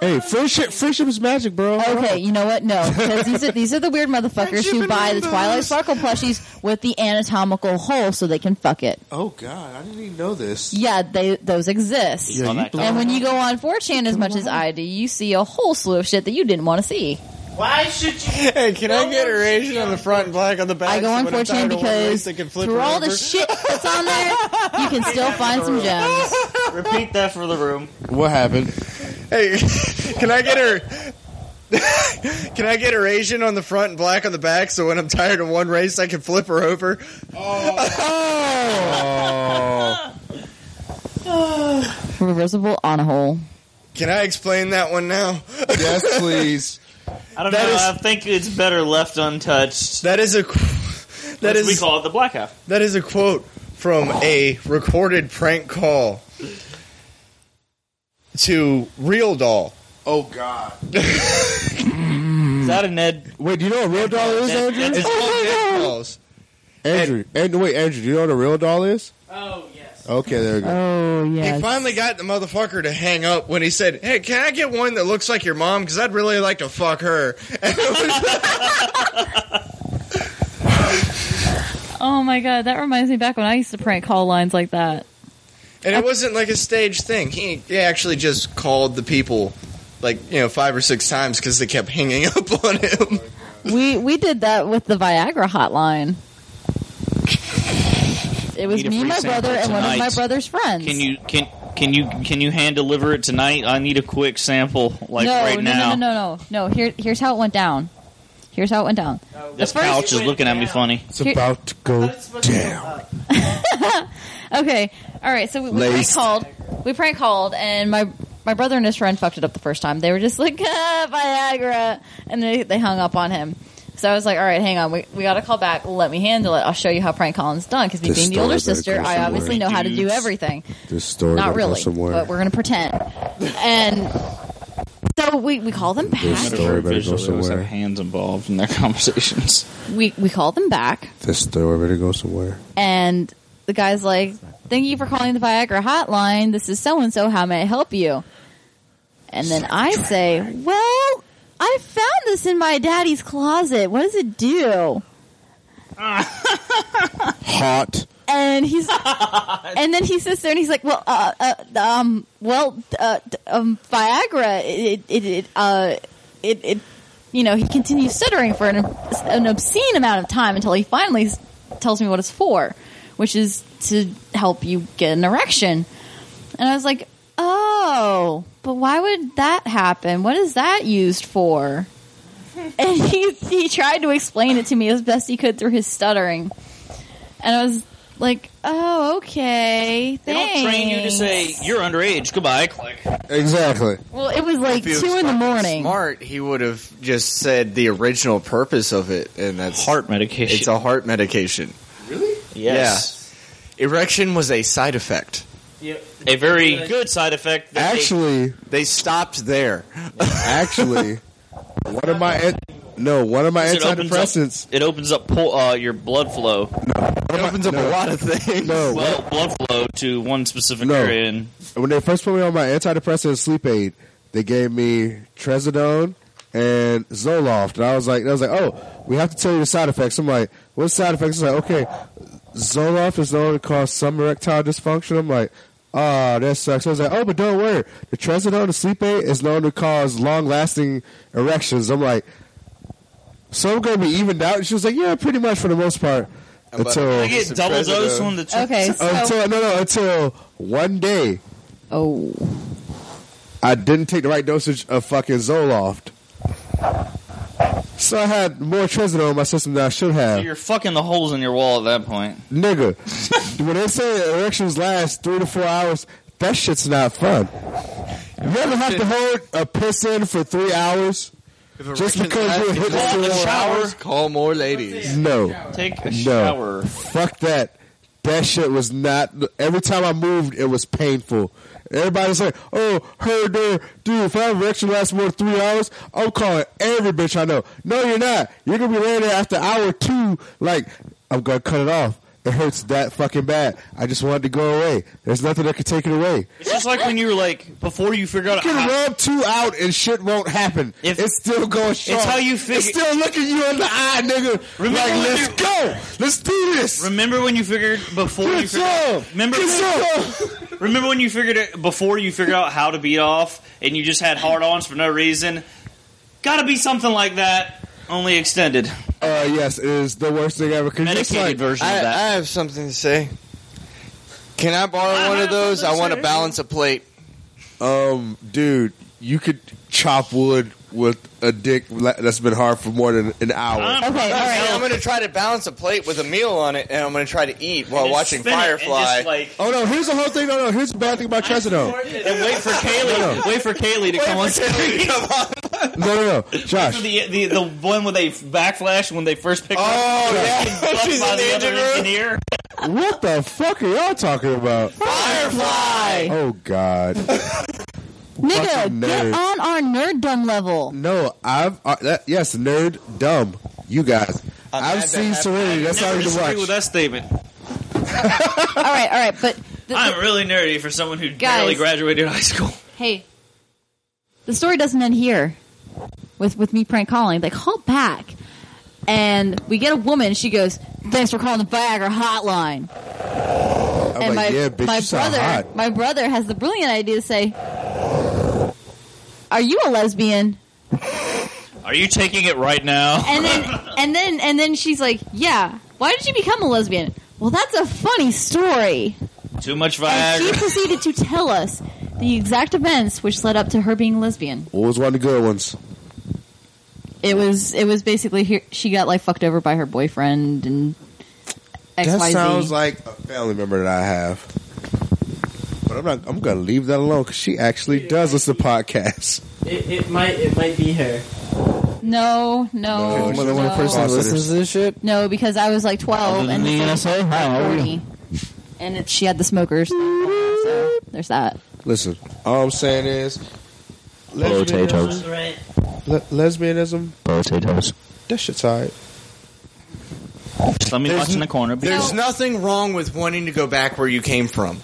Hey, friendship, friendship is magic, bro. Okay, you know what? No, because these are these are the weird motherfuckers who buy the Twilight Sparkle plushies with the anatomical hole so they can fuck it. Oh god, I didn't even know this. Yeah, they those exist. Yeah, you and when you go on 4chan as much as I do, you see a whole slew of shit that you didn't want to see. Why should you? Hey, can I get a Asian on the front and black on the back? I go on so when I'm 4chan tired of one race, because they can flip through it all the over? shit that's on there, you can still find some gems. Repeat that for the room. What happened? Hey, can I get her? Can I get her Asian on the front and black on the back? So when I'm tired of one race, I can flip her over. Oh. Reversible on a hole. Can I explain that one now? Yes, please. I don't That know. is- I think it's better left untouched. That is a. That we is- call it the black half. That is a quote from a recorded prank call to Real Doll. Oh god. Is that a Ned? Wait, do you know what real doll is, That- Andrew? that's- It's called Ned Dolls. Andrew, and wait, Andrew, do you know what a real doll is? Oh yes. Okay, there we go. Oh He finally got the motherfucker to hang up when he said, "Hey, can I get one that looks like your mom? Because I'd really like to fuck her." Oh my god, that reminds me back when I used to prank call lines like that. And it wasn't like a stage thing. He, he actually just called the people, like you know, five or six times because they kept hanging up on him. We we did that with the Viagra hotline. It was Need a me, free my sample brother, and one of my tonight. brother's friends. Can you can can you can you hand deliver it tonight? I need a quick sample, like no, right no, now. no, no, no, no, no. Here, here's how it went down. Here's how it went down. This couch is looking at me funny. It's about to go down. okay. All right. So we, we prank Laced. called. We prank called, and my my brother and his friend fucked it up the first time. They were just like ah, Viagra, and they they hung up on him. So I was like, all right, hang on. We, we got to call back. Let me handle it. I'll show you how prank calling's done. Because me This being the story older better sister, go I somewhere. obviously know how to do Dudes. everything. This story Not gotta go really, somewhere. but we're gonna pretend. And so we we call them This back. story better go Visually, we always somewhere. have hands involved in their conversations. We we call them back. This story better go somewhere. and the guy's like, "Thank you for calling the Viagra hotline. This is so and so. How may I help you?" And then I say, well, I found this in my daddy's closet. What does it do? Hot. And he's, and then he sits there and he's like, well, uh, uh, um, well, uh, d- um, Viagra, it, it, it, uh, it, it, you know, he continues stuttering for an, an obscene amount of time until he finally s- tells me what it's for, which is to help you get an erection. And I was like, oh, but why would that happen? What is that used for? And he, he tried to explain it to me as best he could through his stuttering. And I was like, oh, okay. They Thanks. don't train you to say you're underage. Goodbye. Click. Exactly. Well, it was like If he two was in the fucking morning. Smart, he would have just said the original purpose of it, and that's heart medication. It's a heart medication. Really? Yes. Yeah. Erection was a side effect. A very good side effect. That they- Actually, they stopped there. Actually, one of my an- no, one of my It opens up- antidepressants. It opens up po- uh, your blood flow. It opens up a lot of things. No, well, blood flow to one specific area. And When they first put me on my antidepressant and sleep aid, they gave me trazodone and Zoloft, and I was like, I was like, oh, we have to tell you the side effects. I'm like, what side effects? It's like, okay, Zoloft is known to cause some erectile dysfunction. I'm like. Ah, that sucks. I was like, oh, but don't worry. The trazodone and sleep aid is known to cause long-lasting erections. I'm like, so I'm going to be evened out. And she was like, yeah, pretty much for the most part. about Until to I get double dose on the tr- Okay, so- until no no until one day. Oh. I didn't take the right dosage of fucking Zoloft. So I had more trazodone in my system than I should have. you're fucking the holes in your wall at that point. Nigga, when they say erections last three to four hours, that shit's not fun. You ever have to hold a piss in for three hours just because you're hitting call the shower? Call more ladies. No, Take no. Fuck that. That shit was not. Every time I moved, it was painful. Everybody's like, "Oh, her there, dude. If I have erection lasts more than three hours, I'm calling every bitch I know." No, you're not. You're gonna be laying there after hour two, like I'm gonna cut it off. It hurts that fucking bad. I just wanted to go away. There's nothing that could take it away. It's just like when you were like before you figure You out. can how- rub two out and shit won't happen. it's still going strong. It's how you figure. It's still looking you in the eye, nigga. Remember like, when let's you- go. Let's do this. Remember when you figured before you Get figured. some! Remember. Remember when you figured it before you figured out how to beat off and you just had hard-ons for no reason. Got to be something like that, only extended. Uh, yes, it is the worst thing ever. 'Cause you're just like, I, I have something to say. Can I borrow one of those? I want to balance a plate. Um, dude, you could chop wood with a dick la- that's been hard for more than an hour. okay, all right. I'm going to try to balance a plate with a meal on it, and I'm going to try to eat while And just watching spin it and Firefly. just, oh no, here's the whole thing. No, no, here's the bad thing about trazodone. And wait for Kaylee. Wait for Kaylee to come on screen. No, no, no, Josh. The, the the one where they backflash when they first pick oh, up. yeah. She's by the, other engineer. What the fuck are y'all talking about? Firefly! Oh god. Fucking Nigga, nerd. get on our nerddom level. No, I've uh, that, yes, nerd, dumb. You guys, i have seen Serenity. That's all Never I need to disagree watch. with that statement. all right, all right, but I'm really nerdy for someone who Guys. barely graduated high school. hey, the story doesn't end here with with me prank calling. They call back, and we get a woman. She goes, "Thanks for calling the Viagra hotline." I'm and like, my yeah, bitch, my you sound brother, hot. my brother has the brilliant idea to say, "Are you a lesbian?" Are you taking it right now? and then and then and then she's like, "Yeah, why did you become a lesbian?" Well, that's a funny story. Too much And she Viagra. proceeded to tell us the exact events which led up to her being lesbian. What was one of the good ones? It was it was basically here, she got like fucked over by her boyfriend and X that Y Z. sounds like a family member that I have. But I'm not. I'm gonna leave that alone because she actually does listen to podcasts. It, it might it might be her. no, no, she's no, Awesome. to this shit? No, because I was like twelve and the this NSA? lady was, like, How old were 40. you? and it, she had the smokers. So there's that. Listen, all I'm saying is, Potatoes. Right. le- lesbianism, Potatoes. that shit's alright. Just let me There's watch in the corner. There's nothing wrong with wanting to go back where you came from.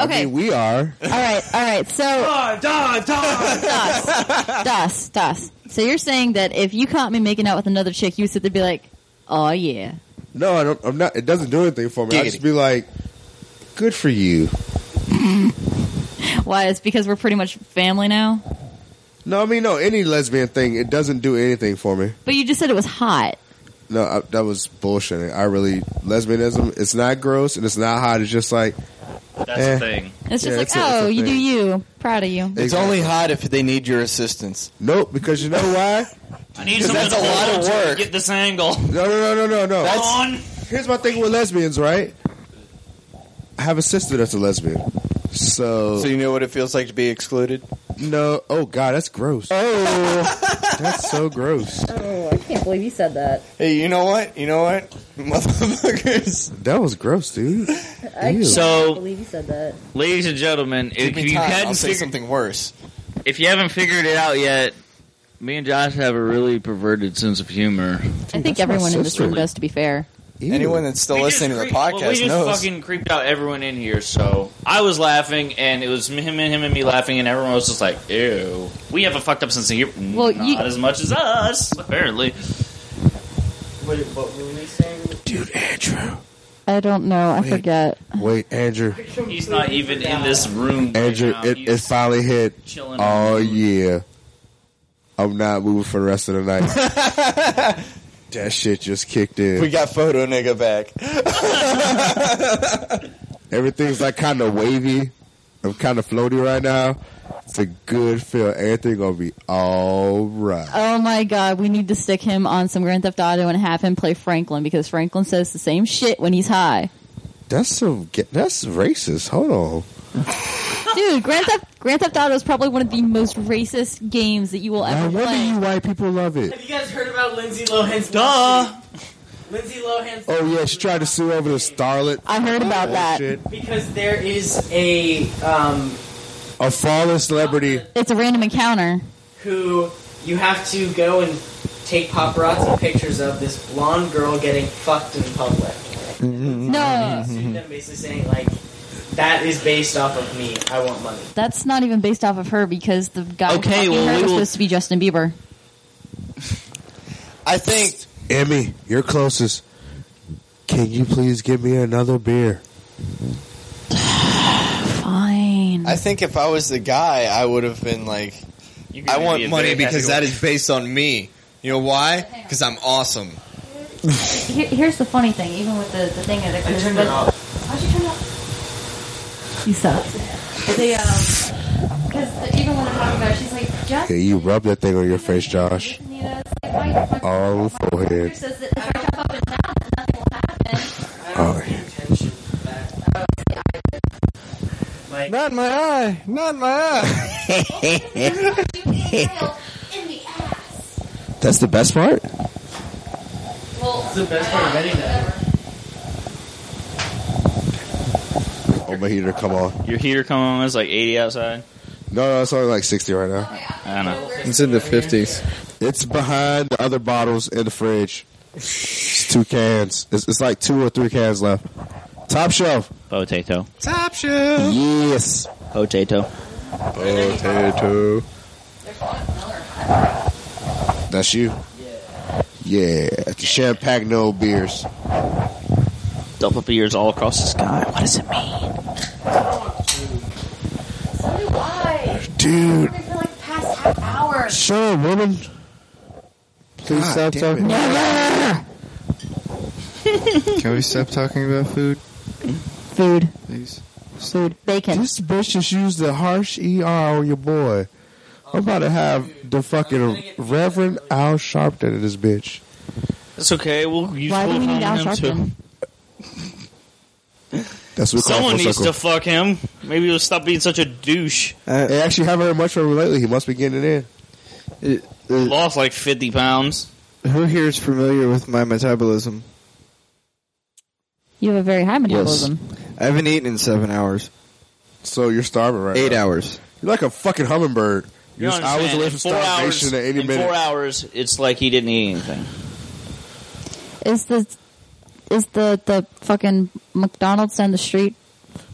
Okay. I mean, we are. All right, all right. So da da das das das. So you're saying that if you caught me making out with another chick, you would sit there and be like, "Oh yeah." No, I don't. I'm not. It doesn't do anything for me. I just be like, good for you. Why? It's because we're pretty much family now. No, I mean, no. Any lesbian thing, it doesn't do anything for me. But you just said it was hot. No, I, that was bullshitting. I really lesbianism. It's not gross and it's not hot. It's just like that's eh. thing. It's just Yeah, like, it's a- it's a oh, you do thing. you. Proud of you. It's only hot if they need your assistance. Nope, because you know why? I need 'Cause someone that's a to lot of hold to work. Get this angle. No, no, no, no, no, no. That's- On. Here's my thing with lesbians, right? I have a sister that's a lesbian, so So you know what it feels like to be excluded. no. Oh God, that's gross. Oh, that's so gross. Oh, I can't believe you said that. Hey, you know what? You know what, motherfuckers. That was gross, dude. Ew. So- believe you said that. Ladies and gentlemen, if me you time, hadn't I'll say figured- something worse. If you haven't figured it out yet, me and Josh have a really perverted sense of humor. I think that's my everyone in this room sister. does, to be fair. Anyone that's still listening to the podcast well, we just knows. fucking creeped out everyone in here. So I was laughing, and it was him and him and me laughing, and everyone was just like, "Ew, we have a fucked up sense of humor. Well, not you- as much as us, apparently." Wait, what were we saying? Dude, Andrew. I don't know. I Wait. forget. Wait, Andrew. He's not even in this room. Andrew, right now. it, it finally hit. chilling Oh yeah, I'm not moving for the rest of the night. that shit just kicked in. We got photo nigga back. Everything's like kind of wavy. I'm kind of floaty right now. It's a good feel. Everything gonna be all right. Oh my god, we need to stick him on some Grand Theft Auto and have him play Franklin because Franklin says the same shit when he's high. That's some. ge- That's racist. Hold on. Dude, Grand Theft Grand Theft Auto is probably one of the most racist games that you will I ever wonder play. you white people love it. Have you guys heard about Lindsay Lohan's Duh. Lindsay Lohan's Oh yeah, she tried to sue over the starlet. I heard about that. Bullshit. because there is a um, A fallen celebrity. It's a random encounter. who you have to go and take paparazzi pictures of this blonde girl getting fucked in public. Mm-hmm. No, Mm-hmm. Sued them basically saying like that is based off of me. I want money. that's not even based off of her because the guy Okay, fucking well, her we was will- supposed to be Justin Bieber. I think Emmy, you're closest. Can you please give me another beer? Fine. I think if I was the guy, I would have been like, I want money because that is based on me. You know why? Because I'm awesome. Here, here's the funny thing, even with the, the thing that I turned it off. Why'd you turn it off? You suck. The um, Because even when I'm talking about it, she's like, just Yeah, you rub that thing on your face, Josh. you know, it's like, why the fuck All Drew forehead. says that if I jump up and down, that nothing will Oh, happen. Not in my eye. Not in my eye. That's the best part. It's the best part of any network. Oh, my heater, come on. Your heater come on. It's like eighty outside. No, no, it's only like sixty right now. I don't know. It's in the 50s. It's behind the other bottles in the fridge. It's two cans. It's, it's like two or three cans left. Top shelf. Potato. Top shoe. Yes. Potato. Potato. That's you. Yeah. The Champagne beers. Double beers all across the sky. What does it mean? So do I. Dude. I've been for like the past half hour. Shut up, woman. Please stop talking. Can we stop talking about food, food, please? food, bacon. This bitch just used the harsh ER on your boy. I'm about to have the fucking Reverend Al Sharpton in this bitch. It's okay. We'll use Why do we'll we need find Al him too. Sharpton? That's what we call Someone full needs circle. to fuck him. Maybe he'll stop being such a douche. I actually haven't heard much from him lately. He must be getting it in. Lost like fifty pounds. Who here is familiar with my metabolism? You have a very high metabolism. I haven't eaten in seven hours. So you're starving right Eight now. hours. You're like a fucking hummingbird. You You're just understand? hours away In from four hours, starvation at any in minute. four hours, it's like he didn't eat anything. Is the is the the fucking McDonald's down the street?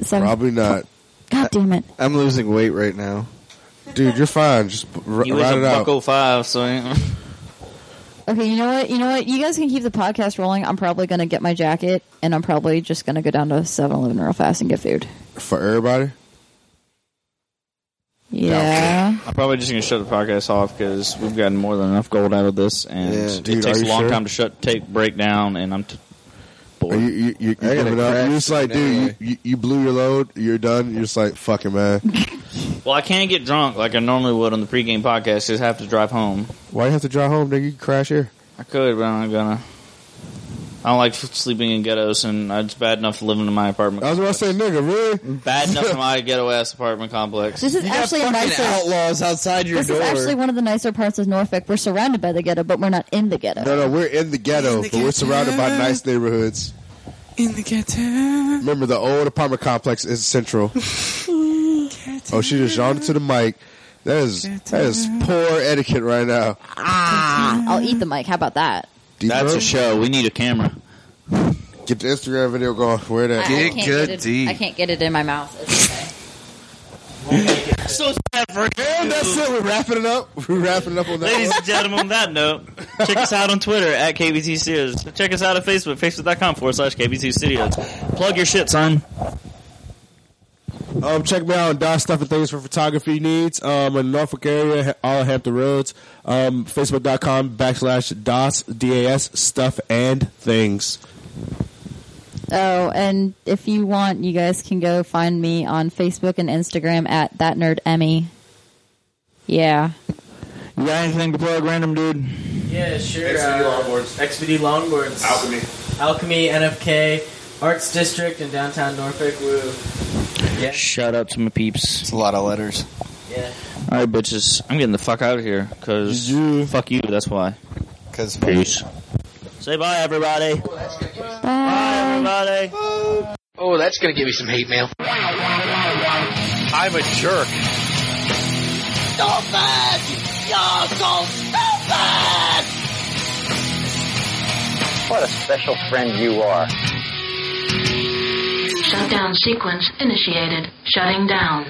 Seven, Probably not. God damn it. I'm losing weight right now. Dude, you're fine. Just r- You was ride a it out. bucko five, so yeah. Okay, you know what? You know what? You guys can keep the podcast rolling. I'm probably going to get my jacket, and I'm probably just going to go down to 7 Eleven real fast and get food. For everybody? Yeah. I'm probably just gonna shut the podcast off because we've gotten more than enough gold out of this, and Yeah, it dude, takes are a you long sure? time to shut tape break down. And I'm t- Are you you you, you I gotta giving up? crash You're just like, soon dude, anyway. you, you, you blew your load. You're done. You're just like, fucking man. well, I can't get drunk like I normally would on the pregame podcast. Just have to drive home. Why you have to drive home? Nigga, you can crash here. I could, but I'm not gonna. I don't like f- sleeping in ghettos, and it's bad enough living in my apartment. I was about to say, nigga, really? Bad enough in my ghetto ass apartment complex. This is actually a nicer. outlaws outside This is actually one of the nicer parts of Norfolk. We're surrounded by the ghetto, but we're not in the ghetto. No, no, we're in the ghetto, but we're surrounded by nice neighborhoods. In the ghetto. Remember, the old apartment complex is central. oh, she just yawned into the mic. That is that is poor etiquette right now. Ah, I'll eat the mic. How about that? That's a show. We need a camera. Get the Instagram video going. Where I- I that? can't get it, I can't get it in my mouth. It's so okay. sad for And Oh, that's it. We're wrapping it up. We're wrapping it up on that. Ladies one. and gentlemen, on that note, check us out on Twitter at KBT Studios. Check us out on Facebook, facebook.com forward slash KBT Studios. Plug your shit, son. Um, check me out on Dot Stuff and Things for Photography Needs. Um, in Norfolk area, Ha- all Hampton Roads. Um, Facebook.com backslash DOS, D-A-S, Stuff and Things. Oh, and if you want, you guys can go find me on Facebook and Instagram at that nerd Emmy. Yeah. You got anything to plug, random dude? Yeah, sure. XVD uh, Longboards. XVD Longboards. Alchemy. Alchemy, NFK, Arts District in downtown Norfolk. Woo. Yeah. Shout out to my peeps. It's a lot of letters. Yeah. All right, bitches. I'm getting the fuck out of here because fuck you. That's why. Because peace. Say bye, everybody. Bye, everybody. Oh, that's going to give me some hate mail. I'm a jerk. Stupid! You're so stupid! What a special friend you are. Shutdown sequence initiated. Shutting down.